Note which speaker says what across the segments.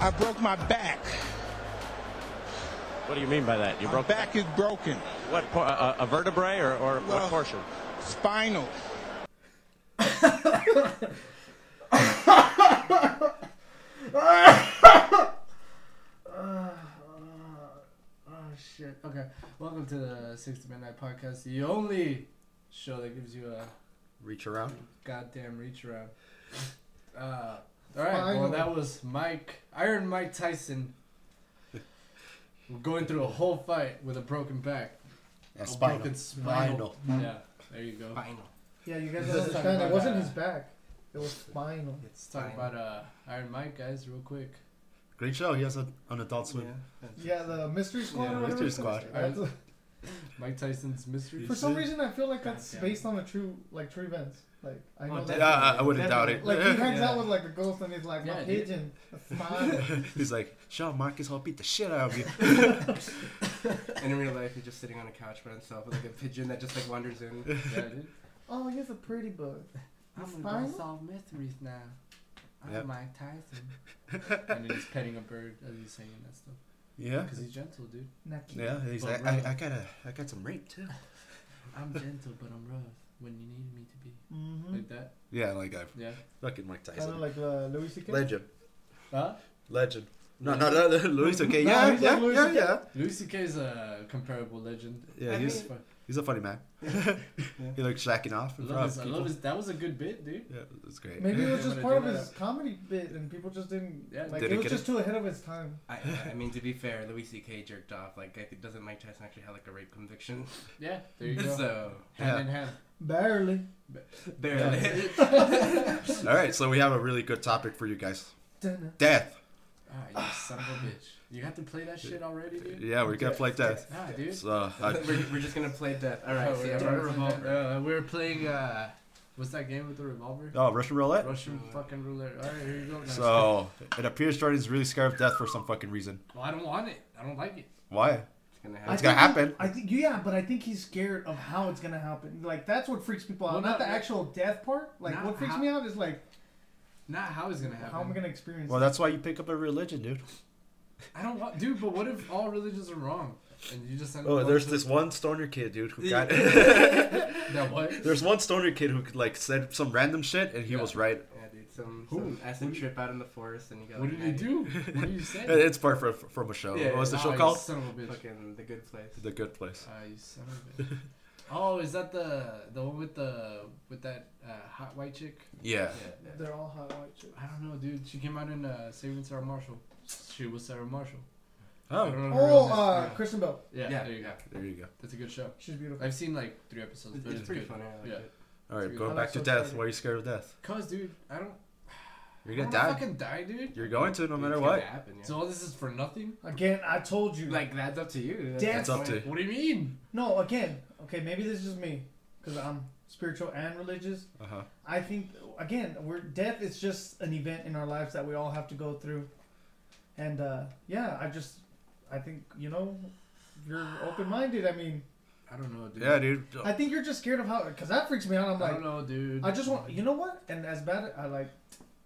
Speaker 1: I broke my back.
Speaker 2: What do you mean by that? You
Speaker 1: My
Speaker 2: broke
Speaker 1: back is broken.
Speaker 2: what? por- A, a vertebrae or, or
Speaker 1: Well-
Speaker 2: what portion?
Speaker 1: Spinal.
Speaker 3: Oh shit. Okay. Welcome to the Six to Midnight Podcast, the only show that gives you a
Speaker 4: Reach around.
Speaker 3: goddamn reach around. Uh, all right. Well, that
Speaker 4: Finally.
Speaker 3: was Mike Iron Mike Tyson going through a whole fight with a broken back,
Speaker 4: Yeah,
Speaker 3: a
Speaker 4: spinal.
Speaker 3: broken spinal. Yeah. There you go.
Speaker 5: Yeah, you guys
Speaker 3: This is
Speaker 5: understand.
Speaker 3: kinda
Speaker 5: It wasn't
Speaker 3: bad.
Speaker 5: his back. It was spinal.
Speaker 3: Let's talk about uh, Iron Mike, guys, real quick.
Speaker 4: Great show. He has a, an adult swim.
Speaker 5: Yeah, the mystery squad.
Speaker 4: Yeah,
Speaker 5: or whatever
Speaker 4: Mystery
Speaker 5: it's called.
Speaker 4: Squad.
Speaker 5: That's-
Speaker 3: Mike Tyson's mystery.
Speaker 5: For some reason, I feel like
Speaker 6: God
Speaker 5: that's
Speaker 6: damn.
Speaker 5: based on the true, like true events. Like I know
Speaker 6: Oh,
Speaker 4: Yeah,
Speaker 5: that.
Speaker 6: definitely.
Speaker 4: I, I wouldn't doubt it.
Speaker 5: Like he hangs
Speaker 6: Yeah.
Speaker 5: out with like a ghost and he's like,
Speaker 3: Yeah,
Speaker 5: my
Speaker 3: dude.
Speaker 5: pigeon, smile.
Speaker 4: He's like, Sean Marcus, I'll beat the shit out of you.
Speaker 6: And in real life, he's just sitting on a couch by himself with like a pigeon that just like wanders in.
Speaker 3: Yeah, dude.
Speaker 5: Oh, he's a pretty bug.
Speaker 3: I'm gonna
Speaker 5: Spinal?
Speaker 3: go solve mysteries now. I'm
Speaker 4: Yep.
Speaker 3: Mike Tyson. and then he's petting a bird as he's saying that stuff.
Speaker 4: yeah.
Speaker 3: Because he's gentle, dude.
Speaker 5: Nucky.
Speaker 4: Yeah. He's
Speaker 3: But
Speaker 4: like, I,
Speaker 3: really-
Speaker 4: I got a, I got some rape too.
Speaker 3: I'm gentle, but I'm rough when you need me to be.
Speaker 5: Mm-hmm.
Speaker 3: Like that?
Speaker 4: Yeah, like I
Speaker 3: Yeah.
Speaker 4: fucking Mike
Speaker 5: Kind
Speaker 4: Tyson.
Speaker 5: of like uh, Louis C.K.
Speaker 4: Legend.
Speaker 3: Huh?
Speaker 4: Legend. No, no, no, no, Louis. Okay.
Speaker 5: No,
Speaker 4: Yeah,
Speaker 5: he's
Speaker 4: yeah,
Speaker 5: like Louis
Speaker 4: yeah,
Speaker 5: C.K.
Speaker 4: yeah.
Speaker 3: Louis C.K.'s a comparable legend.
Speaker 4: Yeah,
Speaker 3: I
Speaker 4: he's-
Speaker 3: mean, fuck,
Speaker 4: He's a funny man. he likes shacking off.
Speaker 3: I
Speaker 4: in
Speaker 3: love,
Speaker 4: front
Speaker 3: his,
Speaker 4: of
Speaker 3: I love
Speaker 4: people.
Speaker 3: his. That was a good bit, dude.
Speaker 4: Yeah, it's great.
Speaker 5: Maybe it was
Speaker 3: I'm
Speaker 5: just
Speaker 3: gonna
Speaker 5: part of
Speaker 3: do
Speaker 5: his
Speaker 3: that.
Speaker 5: comedy bit, and people just didn't
Speaker 3: Yeah,
Speaker 5: like.
Speaker 4: Didn't
Speaker 5: it was
Speaker 4: get
Speaker 5: just
Speaker 4: it.
Speaker 5: too ahead of his time.
Speaker 6: I, I mean, to be fair, Louis C.K. jerked off. Like, I think, doesn't Mike Tyson actually have like a rape conviction?
Speaker 3: Yeah, there you go.
Speaker 6: so
Speaker 3: hand
Speaker 4: Yeah.
Speaker 3: in hand.
Speaker 5: Barely.
Speaker 6: barely.
Speaker 4: All right, so we have a really good topic for you guys.
Speaker 5: Dunno.
Speaker 4: Death.
Speaker 3: Ah, you son of a bitch. You have to play that shit already, dude?
Speaker 4: Yeah, we're gonna play death.
Speaker 3: Nah, dude.
Speaker 4: So, uh,
Speaker 6: we're, we're just gonna play death. All right,
Speaker 3: Oh,
Speaker 6: see,
Speaker 3: we're-
Speaker 6: I brought a
Speaker 3: we're-
Speaker 6: revolver.
Speaker 3: uh, we were playing, uh, what's that game with the revolver?
Speaker 4: oh, Russian roulette.
Speaker 3: Russian fucking roulette. All right, here you go. No,
Speaker 4: So it appears Jordan's really scared of death for some fucking reason.
Speaker 3: Well, I don't want it. I don't like it.
Speaker 4: Why?
Speaker 6: It's gonna
Speaker 5: I
Speaker 4: It's
Speaker 6: happen.
Speaker 5: think
Speaker 4: gonna
Speaker 5: he-
Speaker 4: happen.
Speaker 5: I think yeah, but I think he's scared of how it's gonna happen. Like that's what freaks people out.
Speaker 3: Well,
Speaker 5: not
Speaker 3: not-
Speaker 5: the actual death part. Like
Speaker 3: Not
Speaker 5: what freaks
Speaker 3: how-
Speaker 5: me out is like
Speaker 3: Not how it's gonna happen.
Speaker 5: how am I gonna experience.
Speaker 4: Well, that's why you pick up a religion, dude.
Speaker 3: I don't want, dude. But what if all religions are wrong, and you just end up
Speaker 4: Oh,
Speaker 3: going
Speaker 4: there's
Speaker 3: to-
Speaker 4: this one stoner kid, dude, who got.
Speaker 3: that what?
Speaker 4: there's one stoner kid who could, like said some random shit, and he was right.
Speaker 6: Yeah, dude, some,
Speaker 3: Who?
Speaker 6: some acid
Speaker 3: Who-
Speaker 6: trip out in the forest, and you got.
Speaker 3: What
Speaker 6: like,
Speaker 3: did he
Speaker 6: Maddie.
Speaker 3: do? What did you say?
Speaker 4: It- It's part from from a show.
Speaker 6: Yeah,
Speaker 4: what was the
Speaker 3: Ah,
Speaker 4: show
Speaker 3: you
Speaker 4: called?
Speaker 3: Son of a bitch.
Speaker 6: Fucking the good place.
Speaker 4: The Good Place.
Speaker 3: Ah, you son of a bitch. Oh, is that the the one with the with that uh, hot white chick?
Speaker 4: Yeah.
Speaker 5: They're all hot white chicks.
Speaker 3: I don't know, dude. She came out in uh, Saving Sarah Marshall. She was Sarah Marshall. I don't
Speaker 4: Oh,
Speaker 3: know her real
Speaker 5: Oh,
Speaker 3: name.
Speaker 5: uh,
Speaker 3: yeah.
Speaker 5: Kristen Bell.
Speaker 3: Yeah,
Speaker 6: Yeah.
Speaker 3: there you go.
Speaker 4: there you go.
Speaker 3: That's a good show.
Speaker 5: She's beautiful.
Speaker 3: I've seen like three episodes,
Speaker 6: It's,
Speaker 3: but
Speaker 6: it's,
Speaker 3: it's,
Speaker 6: pretty
Speaker 3: good.
Speaker 6: funny. I like
Speaker 3: Yeah.
Speaker 6: it.
Speaker 4: All right,
Speaker 3: Dude,
Speaker 4: going
Speaker 5: I'm
Speaker 4: back to
Speaker 5: so
Speaker 4: death.
Speaker 5: excited.
Speaker 4: Why are you scared of death?
Speaker 3: Cause, dude, I don't.
Speaker 4: You're
Speaker 3: I
Speaker 4: gonna
Speaker 3: don't wanna
Speaker 4: die.
Speaker 3: Fucking die, dude.
Speaker 4: You're going to no
Speaker 6: It's
Speaker 4: matter
Speaker 6: gonna
Speaker 4: what.
Speaker 6: Happen, yeah.
Speaker 3: So all this is for nothing.
Speaker 5: Again, I told you.
Speaker 6: like that's up to you.
Speaker 5: Death.
Speaker 4: That's up to.
Speaker 3: What do you mean?
Speaker 5: no, again. Okay, maybe this is just me, because I'm spiritual and religious.
Speaker 4: Uh huh.
Speaker 5: I think again, we're death is just an event in our lives that we all have to go through, and uh, yeah, I just, I think you know, you're open-minded. I mean,
Speaker 3: I don't know, dude.
Speaker 4: Yeah, dude.
Speaker 5: I think you're just scared of how, because that freaks me out. I'm
Speaker 3: I
Speaker 5: like,
Speaker 3: don't know, dude.
Speaker 5: I just want, you know what? And as bad, I like,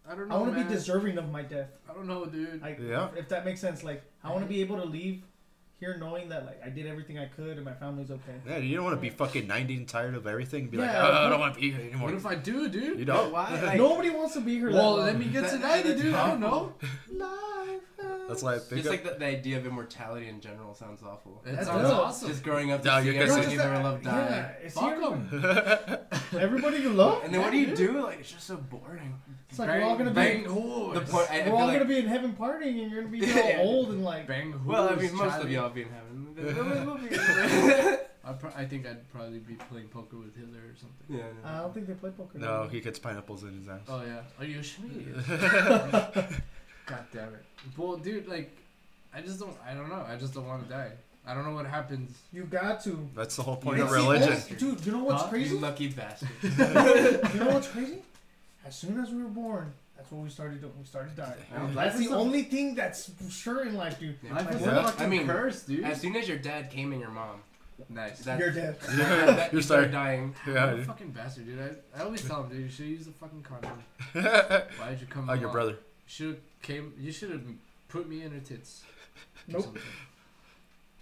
Speaker 3: I don't know.
Speaker 5: I want to be
Speaker 3: man.
Speaker 5: deserving of my death.
Speaker 3: I don't know, dude.
Speaker 5: Like,
Speaker 4: Yeah.
Speaker 5: if that makes sense. Like, I want to
Speaker 3: Mm-hmm.
Speaker 5: be able to leave here knowing that like I did everything I could and my family's okay.
Speaker 4: Yeah, you don't want to be fucking 90 and tired of everything. And be like,
Speaker 5: Yeah,
Speaker 4: oh, I
Speaker 5: but-
Speaker 4: don't want to be here
Speaker 3: what
Speaker 4: anymore.
Speaker 3: if I do, dude?
Speaker 4: You don't.
Speaker 6: Why? Like,
Speaker 5: Nobody wants to be here.
Speaker 3: well,
Speaker 5: that
Speaker 3: let
Speaker 5: long.
Speaker 3: me get to
Speaker 6: That-
Speaker 3: 90,
Speaker 6: that-
Speaker 3: dude. I don't know.
Speaker 4: That's why I pick
Speaker 6: Just
Speaker 4: up.
Speaker 6: like the, the idea of immortality in general sounds awful.
Speaker 3: That
Speaker 5: That's
Speaker 3: sounds
Speaker 5: dope.
Speaker 3: awesome.
Speaker 6: Just growing up to
Speaker 4: No,
Speaker 6: see
Speaker 4: you're
Speaker 5: You know, just
Speaker 4: Everybody
Speaker 6: everyone you
Speaker 5: that-
Speaker 6: ever loved die.
Speaker 5: Yeah, it's
Speaker 3: Fuck
Speaker 5: here.
Speaker 3: them.
Speaker 5: Everybody you love.
Speaker 6: And then what do you do? Like it's just so boring.
Speaker 5: It's like we're all gonna be
Speaker 3: bang
Speaker 6: The
Speaker 3: whores.
Speaker 6: point. I, I
Speaker 5: we're
Speaker 6: feel
Speaker 5: all
Speaker 6: like,
Speaker 5: gonna be in heaven partying, and you're gonna be all
Speaker 6: Yeah.
Speaker 5: old and like.
Speaker 3: bang whores.
Speaker 6: Well, I mean, most of
Speaker 3: Charlie.
Speaker 6: y'all be in heaven. We'll be- yeah.
Speaker 3: I, pro- I think I'd probably be playing poker with Hitler or something.
Speaker 6: no.
Speaker 5: I don't think they play poker.
Speaker 4: No, he gets pineapples in his ass.
Speaker 3: Oh yeah. Are you Schmidt? God damn it. Well, dude, like, I just don't. I don't know. I just don't want to die. I don't know what happens.
Speaker 5: you got to.
Speaker 4: That's the whole point
Speaker 6: You
Speaker 4: of
Speaker 6: see,
Speaker 4: religion.
Speaker 6: that's-
Speaker 5: dude. You know what's
Speaker 3: Huh?
Speaker 5: crazy?
Speaker 6: You lucky bastard.
Speaker 5: you know what's crazy? As soon as we were born, that's what we started doing. We started dying.
Speaker 6: Yeah.
Speaker 5: That's the
Speaker 3: Life is a-
Speaker 5: only thing that's sure in life, dude.
Speaker 6: Yeah.
Speaker 3: Life is
Speaker 4: Yeah.
Speaker 3: a fucking
Speaker 6: I mean,
Speaker 3: curse, dude.
Speaker 6: As soon as your dad came and your mom,
Speaker 3: nice.
Speaker 6: that,
Speaker 5: You're dead.
Speaker 6: that-
Speaker 4: You're
Speaker 6: you start
Speaker 4: sorry.
Speaker 6: dying.
Speaker 4: Yeah,
Speaker 3: I'm a
Speaker 4: dude.
Speaker 3: fucking bastard, dude. I, I always tell him, dude, you should use a fucking condom. Why'd you come?
Speaker 4: Oh, your
Speaker 3: along?
Speaker 4: brother.
Speaker 3: Should came. You should have put me in her tits. or
Speaker 5: Nope.
Speaker 3: something.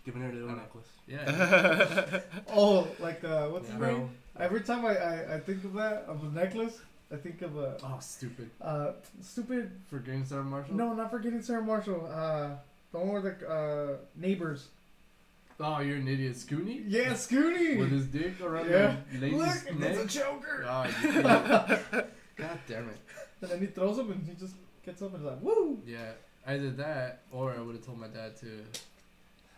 Speaker 6: Giving her a little
Speaker 3: Okay.
Speaker 6: necklace.
Speaker 3: Yeah.
Speaker 5: Oh, like uh, what's his
Speaker 3: Yeah.
Speaker 5: name? Every time I, I, I think of that of a necklace, I think of a
Speaker 3: oh, stupid.
Speaker 5: uh, stupid.
Speaker 3: For Gangstar Marshall?
Speaker 5: No, not forgetting Sarah Marshall. Uh, the one with the uh, neighbors.
Speaker 3: Oh, you're an idiot. Scooney?
Speaker 5: Yeah,
Speaker 3: With
Speaker 5: Scooty.
Speaker 3: his dick around
Speaker 5: Yeah.
Speaker 3: the lady's
Speaker 5: Look,
Speaker 3: neck?
Speaker 5: it's a choker.
Speaker 3: Oh, you idiot. God damn it.
Speaker 5: And then he throws up and he just gets up and is like, woo.
Speaker 3: Yeah, either that or I would have told my dad to.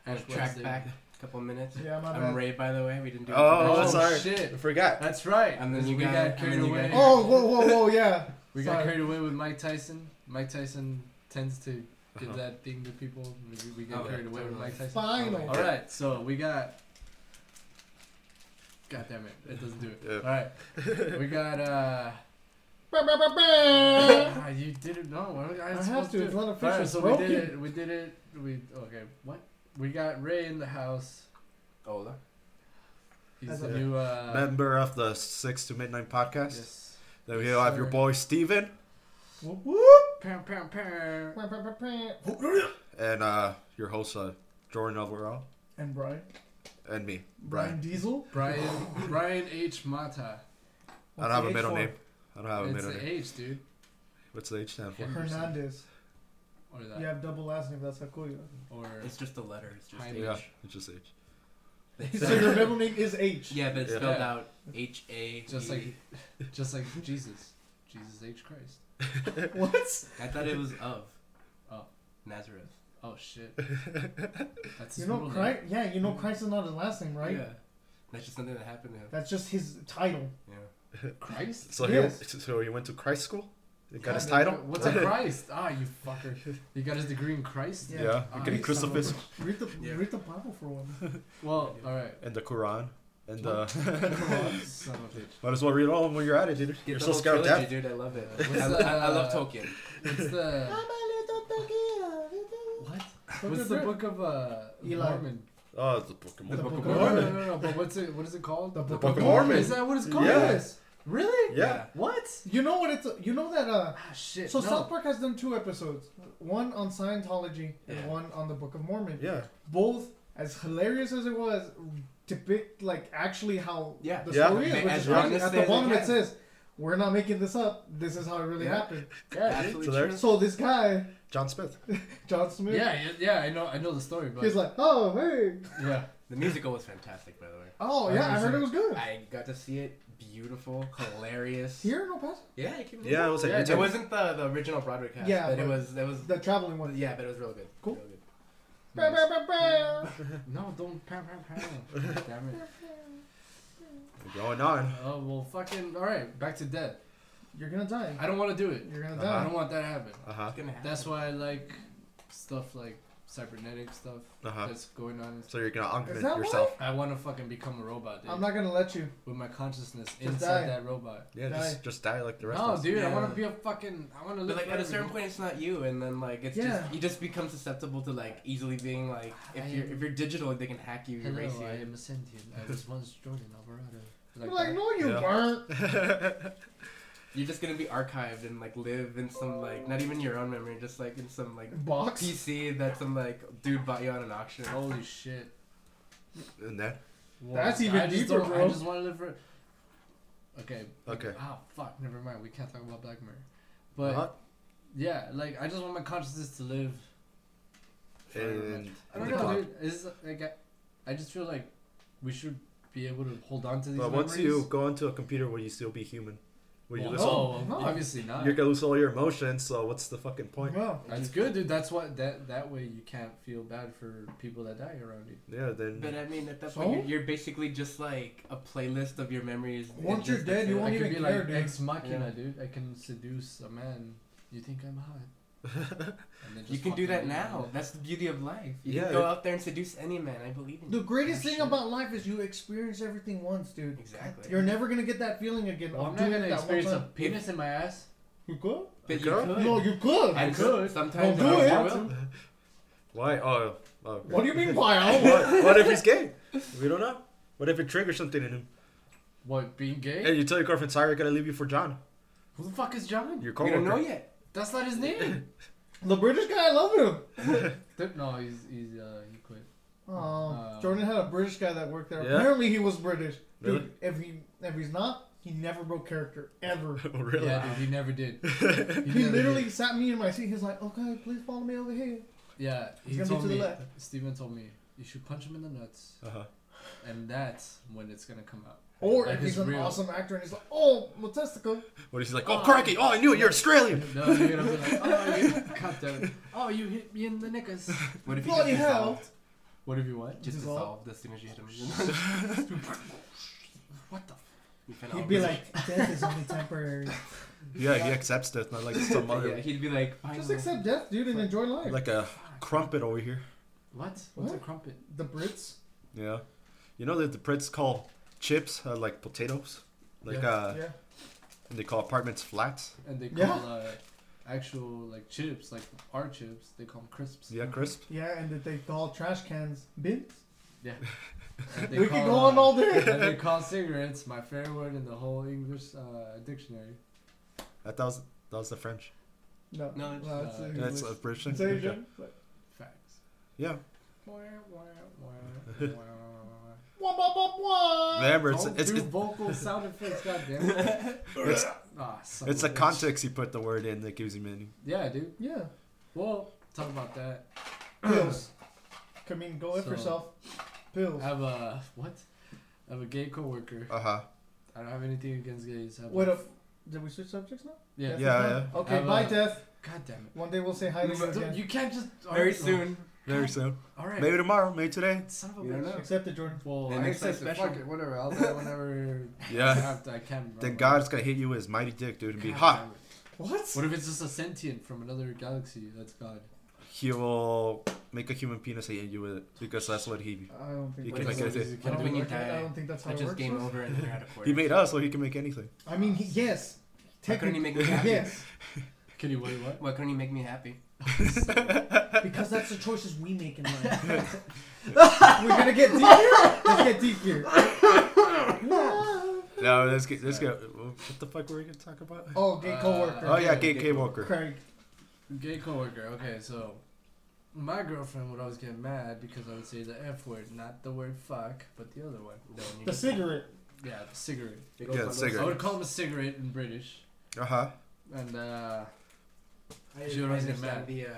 Speaker 6: I had
Speaker 3: Ash
Speaker 6: to track
Speaker 3: Wednesday.
Speaker 6: back a couple minutes.
Speaker 5: Yeah, my
Speaker 6: I'm
Speaker 5: bad.
Speaker 6: Ray, by the way. We didn't do
Speaker 4: Oh,
Speaker 6: introductions.
Speaker 4: sorry. I
Speaker 3: shit.
Speaker 4: forgot.
Speaker 3: That's right.
Speaker 6: And then
Speaker 3: 'cause
Speaker 6: you
Speaker 3: we
Speaker 6: got-
Speaker 3: got
Speaker 6: and
Speaker 3: carried
Speaker 6: then you
Speaker 3: away.
Speaker 6: got-
Speaker 5: Oh, whoa, whoa, whoa, yeah.
Speaker 3: we got
Speaker 5: sorry.
Speaker 3: carried away with Mike Tyson. Mike Tyson tends to give
Speaker 4: Uh-huh.
Speaker 3: that thing to people. We, we got
Speaker 6: Oh, yeah,
Speaker 3: carried away with
Speaker 6: totally.
Speaker 3: Mike Tyson.
Speaker 5: Final.
Speaker 3: All right, so we got. God damn it! It doesn't do it.
Speaker 4: Yeah.
Speaker 3: All right, we got. uh
Speaker 5: Bah, bah, bah, bah.
Speaker 3: ah, You didn't know. I,
Speaker 5: I have
Speaker 3: was supposed
Speaker 5: to, it's not
Speaker 3: All
Speaker 5: official,
Speaker 3: right,
Speaker 5: it's
Speaker 3: so we did
Speaker 5: broken.
Speaker 3: it. We did it. We okay. What? We got Ray in the house.
Speaker 6: Ola.
Speaker 3: He's
Speaker 5: As
Speaker 3: the
Speaker 5: a-
Speaker 3: new. Uh,
Speaker 4: Member of the Six to Midnight podcast.
Speaker 3: Yes.
Speaker 4: Then we have your
Speaker 3: Sir.
Speaker 4: boy Steven.
Speaker 5: Whoop, whoop.
Speaker 3: Pam, pam, pam.
Speaker 5: Bah, bah, bah, bah.
Speaker 4: and uh, your host uh, Jordan Alvarado
Speaker 5: And Brian.
Speaker 4: and me,
Speaker 5: Brian
Speaker 4: Brian.
Speaker 5: Diesel.
Speaker 3: Brian Brian H Mata.
Speaker 4: I don't have a middle name. I don't have a
Speaker 3: It's
Speaker 4: Oh, middle
Speaker 3: the
Speaker 4: name.
Speaker 3: H, dude.
Speaker 4: What's the H stand for?
Speaker 5: Hernandez.
Speaker 3: Or that.
Speaker 5: You have double last name. That's how cool you
Speaker 3: Or
Speaker 6: It's just a letter. It's just
Speaker 3: Jaime.
Speaker 6: H.
Speaker 4: Yeah, it's just H.
Speaker 5: are. so your middle name is H.
Speaker 6: Yeah, but it's
Speaker 4: Yeah.
Speaker 6: spelled
Speaker 3: Yeah.
Speaker 6: out H A.
Speaker 3: just like, just like Jesus, Jesus H Christ.
Speaker 5: What?
Speaker 6: I thought it was of.
Speaker 3: Oh.
Speaker 6: Nazareth.
Speaker 3: Oh shit. That's
Speaker 5: You
Speaker 3: his
Speaker 5: know
Speaker 3: middle name.
Speaker 5: Christ? Yeah, you know Christ is not his last name, right?
Speaker 6: Yeah. That's just something that happened to him.
Speaker 5: That's just his title.
Speaker 6: Yeah.
Speaker 3: Christ.
Speaker 4: So
Speaker 5: Yes.
Speaker 4: he so he went to Christ school. He got
Speaker 3: God,
Speaker 4: his
Speaker 3: dude,
Speaker 4: title.
Speaker 3: What's a Christ? Ah, you fucker. You got his degree in Christ.
Speaker 5: Yeah.
Speaker 4: Yeah,
Speaker 3: Ah,
Speaker 4: getting
Speaker 3: you son of a
Speaker 4: crucified
Speaker 5: Read the
Speaker 6: Yeah.
Speaker 5: read the Bible for one.
Speaker 3: Well, all right.
Speaker 4: and the Quran and uh,
Speaker 3: Come on, son of a bitch.
Speaker 4: might as well read all when you're at it, dude.
Speaker 6: Get
Speaker 4: you're
Speaker 6: the
Speaker 4: so
Speaker 6: whole
Speaker 4: scared of
Speaker 6: trilogy,
Speaker 4: death.
Speaker 6: dude. I love it.
Speaker 3: What's
Speaker 6: I,
Speaker 3: the-
Speaker 6: I, I love Tolkien.
Speaker 3: What's the? What? What's the book of uh,
Speaker 5: Eli.
Speaker 3: Mormon?
Speaker 4: Oh, the Book of
Speaker 5: The
Speaker 4: Mormon.
Speaker 5: Book of
Speaker 3: No,
Speaker 5: Mormon.
Speaker 3: no, no, no. But what's it? What is it called?
Speaker 5: The Book
Speaker 4: of Mormon.
Speaker 3: Is that what it's called?
Speaker 4: Yes.
Speaker 3: Really?
Speaker 4: Yeah.
Speaker 3: What?
Speaker 5: You know what it's you know that uh
Speaker 3: Ah, shit.
Speaker 5: so
Speaker 3: no.
Speaker 5: South Park has done two episodes. One on Scientology and
Speaker 6: Yeah.
Speaker 5: one on the Book of Mormon.
Speaker 4: Yeah.
Speaker 5: Both as hilarious as it was, depict like actually how
Speaker 6: Yeah.
Speaker 5: the
Speaker 4: Yeah.
Speaker 5: story is.
Speaker 6: They-
Speaker 5: Which
Speaker 6: as
Speaker 5: is
Speaker 6: honest
Speaker 5: crazy. At
Speaker 6: as
Speaker 5: the
Speaker 6: they
Speaker 5: bottom it
Speaker 6: can.
Speaker 5: says, "We're not making this up. This is how it really
Speaker 6: Yeah.
Speaker 5: happened."
Speaker 3: Yeah, dude.
Speaker 6: Absolutely
Speaker 4: So there's-
Speaker 6: true.
Speaker 5: So this guy,
Speaker 4: John Smith.
Speaker 5: John Smith,
Speaker 3: yeah, yeah, yeah. I know, I know the story, but
Speaker 5: he's like, "Oh hey,
Speaker 3: yeah,
Speaker 6: The musical was fantastic, by the way.
Speaker 5: oh yeah, I heard it was good."
Speaker 6: I got to see it. Beautiful, hilarious.
Speaker 5: Here in El Paso,
Speaker 6: Yeah, it came to
Speaker 4: Yeah, it
Speaker 6: me.
Speaker 4: was like
Speaker 3: Yeah,
Speaker 6: It wasn't the, the original Broadway cast,
Speaker 5: Yeah,
Speaker 6: but,
Speaker 5: but-
Speaker 6: it was it was
Speaker 5: the traveling one.
Speaker 6: yeah, but it was real good.
Speaker 5: Cool.
Speaker 6: Real good.
Speaker 5: Bah, bah, bah, bah.
Speaker 3: no, don't pam pam pam. Damn it.
Speaker 4: Going on.
Speaker 3: Oh well, fucking. All right, back to death.
Speaker 5: You're gonna die.
Speaker 3: I don't want to do it.
Speaker 5: You're gonna
Speaker 3: I
Speaker 5: die.
Speaker 3: don't want that to happen.
Speaker 4: Uh huh.
Speaker 6: It's gonna happen.
Speaker 3: That's why I like stuff like cybernetic stuff
Speaker 4: Uh
Speaker 6: Uh-huh.
Speaker 4: huh.
Speaker 3: that's going on.
Speaker 4: So you're gonna augment
Speaker 5: that
Speaker 4: yourself.
Speaker 3: I want to fucking become a robot, dude,
Speaker 5: I'm not gonna let you.
Speaker 3: with my consciousness
Speaker 5: Just
Speaker 3: inside
Speaker 5: die.
Speaker 3: that robot.
Speaker 4: Yeah, just
Speaker 5: Die.
Speaker 4: just die like the rest
Speaker 3: No,
Speaker 4: of us.
Speaker 3: dude, I
Speaker 6: Yeah.
Speaker 3: want to be a fucking. I want to live.
Speaker 6: But like at a
Speaker 3: forever,
Speaker 6: certain
Speaker 3: dude.
Speaker 6: point, it's not you, and then like it's
Speaker 5: Yeah.
Speaker 6: just you just become susceptible to like easily being like if
Speaker 3: I
Speaker 6: you're
Speaker 3: am-
Speaker 6: if you're digital, they can hack you, erase
Speaker 3: Hello,
Speaker 6: you.
Speaker 3: I am a sentient. I was once Jordan Alvarado.
Speaker 5: Like,
Speaker 3: that.
Speaker 5: like no, you
Speaker 4: Yeah.
Speaker 5: weren't.
Speaker 6: You're just gonna be archived and like live in some like not even your own memory, just like in some like
Speaker 5: Box.
Speaker 6: PC that some like dude bought you on an auction.
Speaker 3: Holy shit.
Speaker 4: And then
Speaker 3: Whoa.
Speaker 5: That's even
Speaker 3: I just
Speaker 5: deeper,
Speaker 3: don't-
Speaker 5: bro.
Speaker 3: I just want to live for. Okay.
Speaker 4: Okay.
Speaker 3: Oh fuck! Never mind. We can't talk about Black Mirror. But
Speaker 4: Uh-huh.
Speaker 3: yeah, like I just want my consciousness to live. forever, man.
Speaker 4: and
Speaker 3: I don't
Speaker 4: the
Speaker 3: know,
Speaker 4: clock.
Speaker 3: dude. Is like I, I just feel like we should be able to hold on to these
Speaker 4: But
Speaker 3: memories.
Speaker 4: once you go into a computer, will you still be human? Will you
Speaker 3: well,
Speaker 4: lose
Speaker 3: no,
Speaker 4: all?
Speaker 5: No.
Speaker 3: obviously not.
Speaker 4: You're gonna lose all your emotions. So what's the fucking point?
Speaker 5: No.
Speaker 3: That's good, dude. That's what that that way you can't feel bad for people that die around you.
Speaker 4: Yeah, then
Speaker 6: But I mean, at that
Speaker 5: So?
Speaker 6: point, you're, you're basically just like a playlist of your memories. and
Speaker 5: Once you're
Speaker 6: just the
Speaker 5: dead, you
Speaker 6: feeling-
Speaker 5: won't
Speaker 3: I could
Speaker 5: even
Speaker 3: be
Speaker 5: care,
Speaker 3: like
Speaker 5: dude.
Speaker 3: ex machina, dude. I can seduce a man. You think I'm hot? And then
Speaker 6: You
Speaker 3: just
Speaker 6: can do that
Speaker 3: fucking-
Speaker 6: now. That's the beauty of life. You
Speaker 4: Yeah,
Speaker 6: can go
Speaker 4: it-
Speaker 6: out there and seduce any man. I believe in
Speaker 5: The
Speaker 6: you.
Speaker 5: greatest
Speaker 6: Oh,
Speaker 5: thing
Speaker 6: shit.
Speaker 5: about life is you experience everything once, dude.
Speaker 6: Exactly.
Speaker 5: You're never gonna get that feeling again.
Speaker 3: Well,
Speaker 5: of
Speaker 3: I'm not
Speaker 5: doing
Speaker 3: gonna
Speaker 5: it that one
Speaker 3: experience a
Speaker 5: time.
Speaker 3: penis in my ass.
Speaker 5: You could.
Speaker 6: But you
Speaker 4: Girl?
Speaker 6: could.
Speaker 5: No, you could.
Speaker 6: And
Speaker 3: I could.
Speaker 6: Sometimes
Speaker 5: Don't do
Speaker 6: I
Speaker 5: it.
Speaker 6: will.
Speaker 4: why? Oh, oh okay.
Speaker 5: What do you mean? oh? Why? I don't-
Speaker 4: what, what if he's gay? We don't know. What if it triggers something in him?
Speaker 3: What, being gay?
Speaker 4: And you tell your girlfriend, "Sorry, I gotta leave you for John."
Speaker 3: Who the fuck is John?
Speaker 4: Your
Speaker 6: We
Speaker 4: coworker.
Speaker 6: don't know yet.
Speaker 3: That's not his name.
Speaker 5: The British guy, I love him.
Speaker 3: Th- No, he's he's uh he quit.
Speaker 5: Oh,
Speaker 3: Um,
Speaker 5: Jordan had a British guy that worked there.
Speaker 4: Yeah.
Speaker 5: Apparently, he was British. Dude,
Speaker 4: Really?
Speaker 5: if he if he's not, he never broke character ever.
Speaker 4: Oh, really?
Speaker 3: Yeah, dude, he never did. He,
Speaker 5: He
Speaker 3: never
Speaker 5: literally
Speaker 3: did.
Speaker 5: sat me in my seat. He's like, "Okay, please follow me over here."
Speaker 3: Yeah,
Speaker 5: He's
Speaker 3: he
Speaker 5: gonna be
Speaker 3: told
Speaker 5: to the
Speaker 3: me.
Speaker 5: left.
Speaker 3: Steven told me you should punch him in the nuts,
Speaker 4: Uh-huh.
Speaker 3: and that's when it's gonna come out.
Speaker 5: Or
Speaker 3: Like,
Speaker 5: if he's
Speaker 3: it's
Speaker 5: an
Speaker 3: real.
Speaker 5: awesome actor and he's like, "Oh, my testicle."
Speaker 4: What is he like? Oh, crikey! Oh, I knew it. You're Australian.
Speaker 3: No, you're gonna be like, oh, you, God damn it. oh, you hit me in the knickers.
Speaker 6: What if he
Speaker 5: Bloody
Speaker 6: just
Speaker 5: hell.
Speaker 6: dissolved?
Speaker 3: What if you what?
Speaker 6: Just
Speaker 5: Dissolve.
Speaker 6: dissolved as soon as you hit him.
Speaker 3: What the? F-
Speaker 6: You found
Speaker 5: He'd
Speaker 6: out.
Speaker 5: be like, "Death is only temporary.
Speaker 4: Yeah, he accepts death, not like some
Speaker 6: yeah,
Speaker 4: other
Speaker 6: he'd be like,
Speaker 5: Just
Speaker 6: "Finally."
Speaker 5: accept death, dude, and enjoy life."
Speaker 4: like a crumpet over here.
Speaker 3: what? What's a
Speaker 5: What?
Speaker 3: crumpet?
Speaker 5: the Brits.
Speaker 4: Yeah, you know that the Brits call chips uh, like potatoes. Like
Speaker 3: Yeah.
Speaker 4: uh,
Speaker 5: Yeah.
Speaker 4: they call apartments flats.
Speaker 3: And they call
Speaker 5: Yeah.
Speaker 3: uh, actual like chips, like our chips, they call them crisps.
Speaker 4: Yeah, crisp.
Speaker 5: Yeah, and that they call trash cans bins.
Speaker 3: Yeah. And they
Speaker 5: we could
Speaker 3: call,
Speaker 5: go
Speaker 3: uh,
Speaker 5: on all day.
Speaker 3: and they call cigarettes my favorite word in the whole English uh, dictionary.
Speaker 4: That, that was that was the French.
Speaker 5: No,
Speaker 6: No, it's,
Speaker 5: well,
Speaker 3: uh,
Speaker 5: English.
Speaker 4: That's a British
Speaker 5: It's
Speaker 4: thing.
Speaker 5: Asian.
Speaker 4: Okay.
Speaker 5: but-
Speaker 3: Facts.
Speaker 4: Yeah,
Speaker 3: Wah, wah, wah, wah, wah.
Speaker 5: Wah, wah, wah, wah.
Speaker 4: remember it's
Speaker 3: Don't
Speaker 4: it's
Speaker 3: do
Speaker 4: it's,
Speaker 3: vocal sound effects, goddamn.
Speaker 4: it's,
Speaker 3: Ah, son
Speaker 4: it's
Speaker 3: of a bitch.
Speaker 4: the context you put the word in that gives you meaning.
Speaker 3: Yeah, dude.
Speaker 5: Yeah.
Speaker 3: Well, talk about that.
Speaker 5: Pills. I mean, go F
Speaker 3: So-
Speaker 5: yourself. Pills.
Speaker 3: I have a what? I have a gay coworker.
Speaker 4: Uh huh.
Speaker 3: I don't have anything against gays. I have
Speaker 5: What
Speaker 3: a-
Speaker 5: if? Did we switch subjects now?
Speaker 3: Yeah.
Speaker 5: Death
Speaker 4: Yeah,
Speaker 5: is done?
Speaker 4: yeah.
Speaker 5: Okay,
Speaker 3: Have
Speaker 5: bye,
Speaker 3: a-
Speaker 5: Death.
Speaker 3: God damn it.
Speaker 5: One day we'll say hi to you
Speaker 3: Don't-
Speaker 5: again.
Speaker 3: You can't just
Speaker 6: very soon.
Speaker 4: Very soon.
Speaker 3: All right.
Speaker 4: Maybe tomorrow. Maybe today.
Speaker 3: Son of a
Speaker 6: You
Speaker 3: bitch.
Speaker 6: don't know.
Speaker 5: Accept it, Jordan.
Speaker 3: Well,
Speaker 6: Then
Speaker 3: I
Speaker 6: next time
Speaker 3: accept it.
Speaker 6: special.
Speaker 3: Fuck it. Whatever. I'll say whenever I
Speaker 4: Yeah.
Speaker 3: have to. I can. bro.
Speaker 4: Then God's gonna hit you with his mighty dick, dude, and be
Speaker 3: God
Speaker 4: hot.
Speaker 3: damn it.
Speaker 5: What?
Speaker 3: What if it's just a sentient from another galaxy? That's God.
Speaker 4: He will make a human penis and hit you with it because that's what he.
Speaker 5: I don't think.
Speaker 4: You
Speaker 5: that's
Speaker 4: can
Speaker 5: how
Speaker 4: make
Speaker 5: it-
Speaker 4: it-
Speaker 5: I
Speaker 6: What if
Speaker 5: don't
Speaker 6: when you
Speaker 5: think- I
Speaker 6: die?
Speaker 5: don't think that's how
Speaker 6: I
Speaker 5: it
Speaker 6: just
Speaker 5: works.
Speaker 6: game
Speaker 5: for us.
Speaker 6: over and then you're out of court.
Speaker 4: He made us, so he can make anything.
Speaker 5: I mean, he, yes.
Speaker 6: Why couldn't
Speaker 5: Technically,
Speaker 6: he make me happy?
Speaker 5: yes.
Speaker 3: Can you wait? What?
Speaker 6: Why couldn't he make me happy?
Speaker 5: Because that's the choices we make in life. We're gonna get deep here. Let's get deep here.
Speaker 4: No, let's get let's go. What the fuck were we gonna talk about?
Speaker 5: Oh, gay
Speaker 3: Uh,
Speaker 5: coworker.
Speaker 4: Oh yeah, Gay
Speaker 6: Gay- Gay
Speaker 4: K Walker.
Speaker 5: Craig.
Speaker 3: Gay coworker. Okay, so my girlfriend would always get mad because I would say the F word, not the word fuck, but the other one.
Speaker 6: No, when you
Speaker 5: The
Speaker 6: get-
Speaker 5: cigarette.
Speaker 3: Yeah, the cigarette.
Speaker 6: it
Speaker 4: Yeah,
Speaker 6: goes on those-
Speaker 3: I
Speaker 4: cigarette.
Speaker 3: would call him a cigarette in British,
Speaker 4: Uh huh.
Speaker 3: and uh,
Speaker 6: I
Speaker 3: She would always get
Speaker 6: understand
Speaker 3: mad.
Speaker 6: The, uh,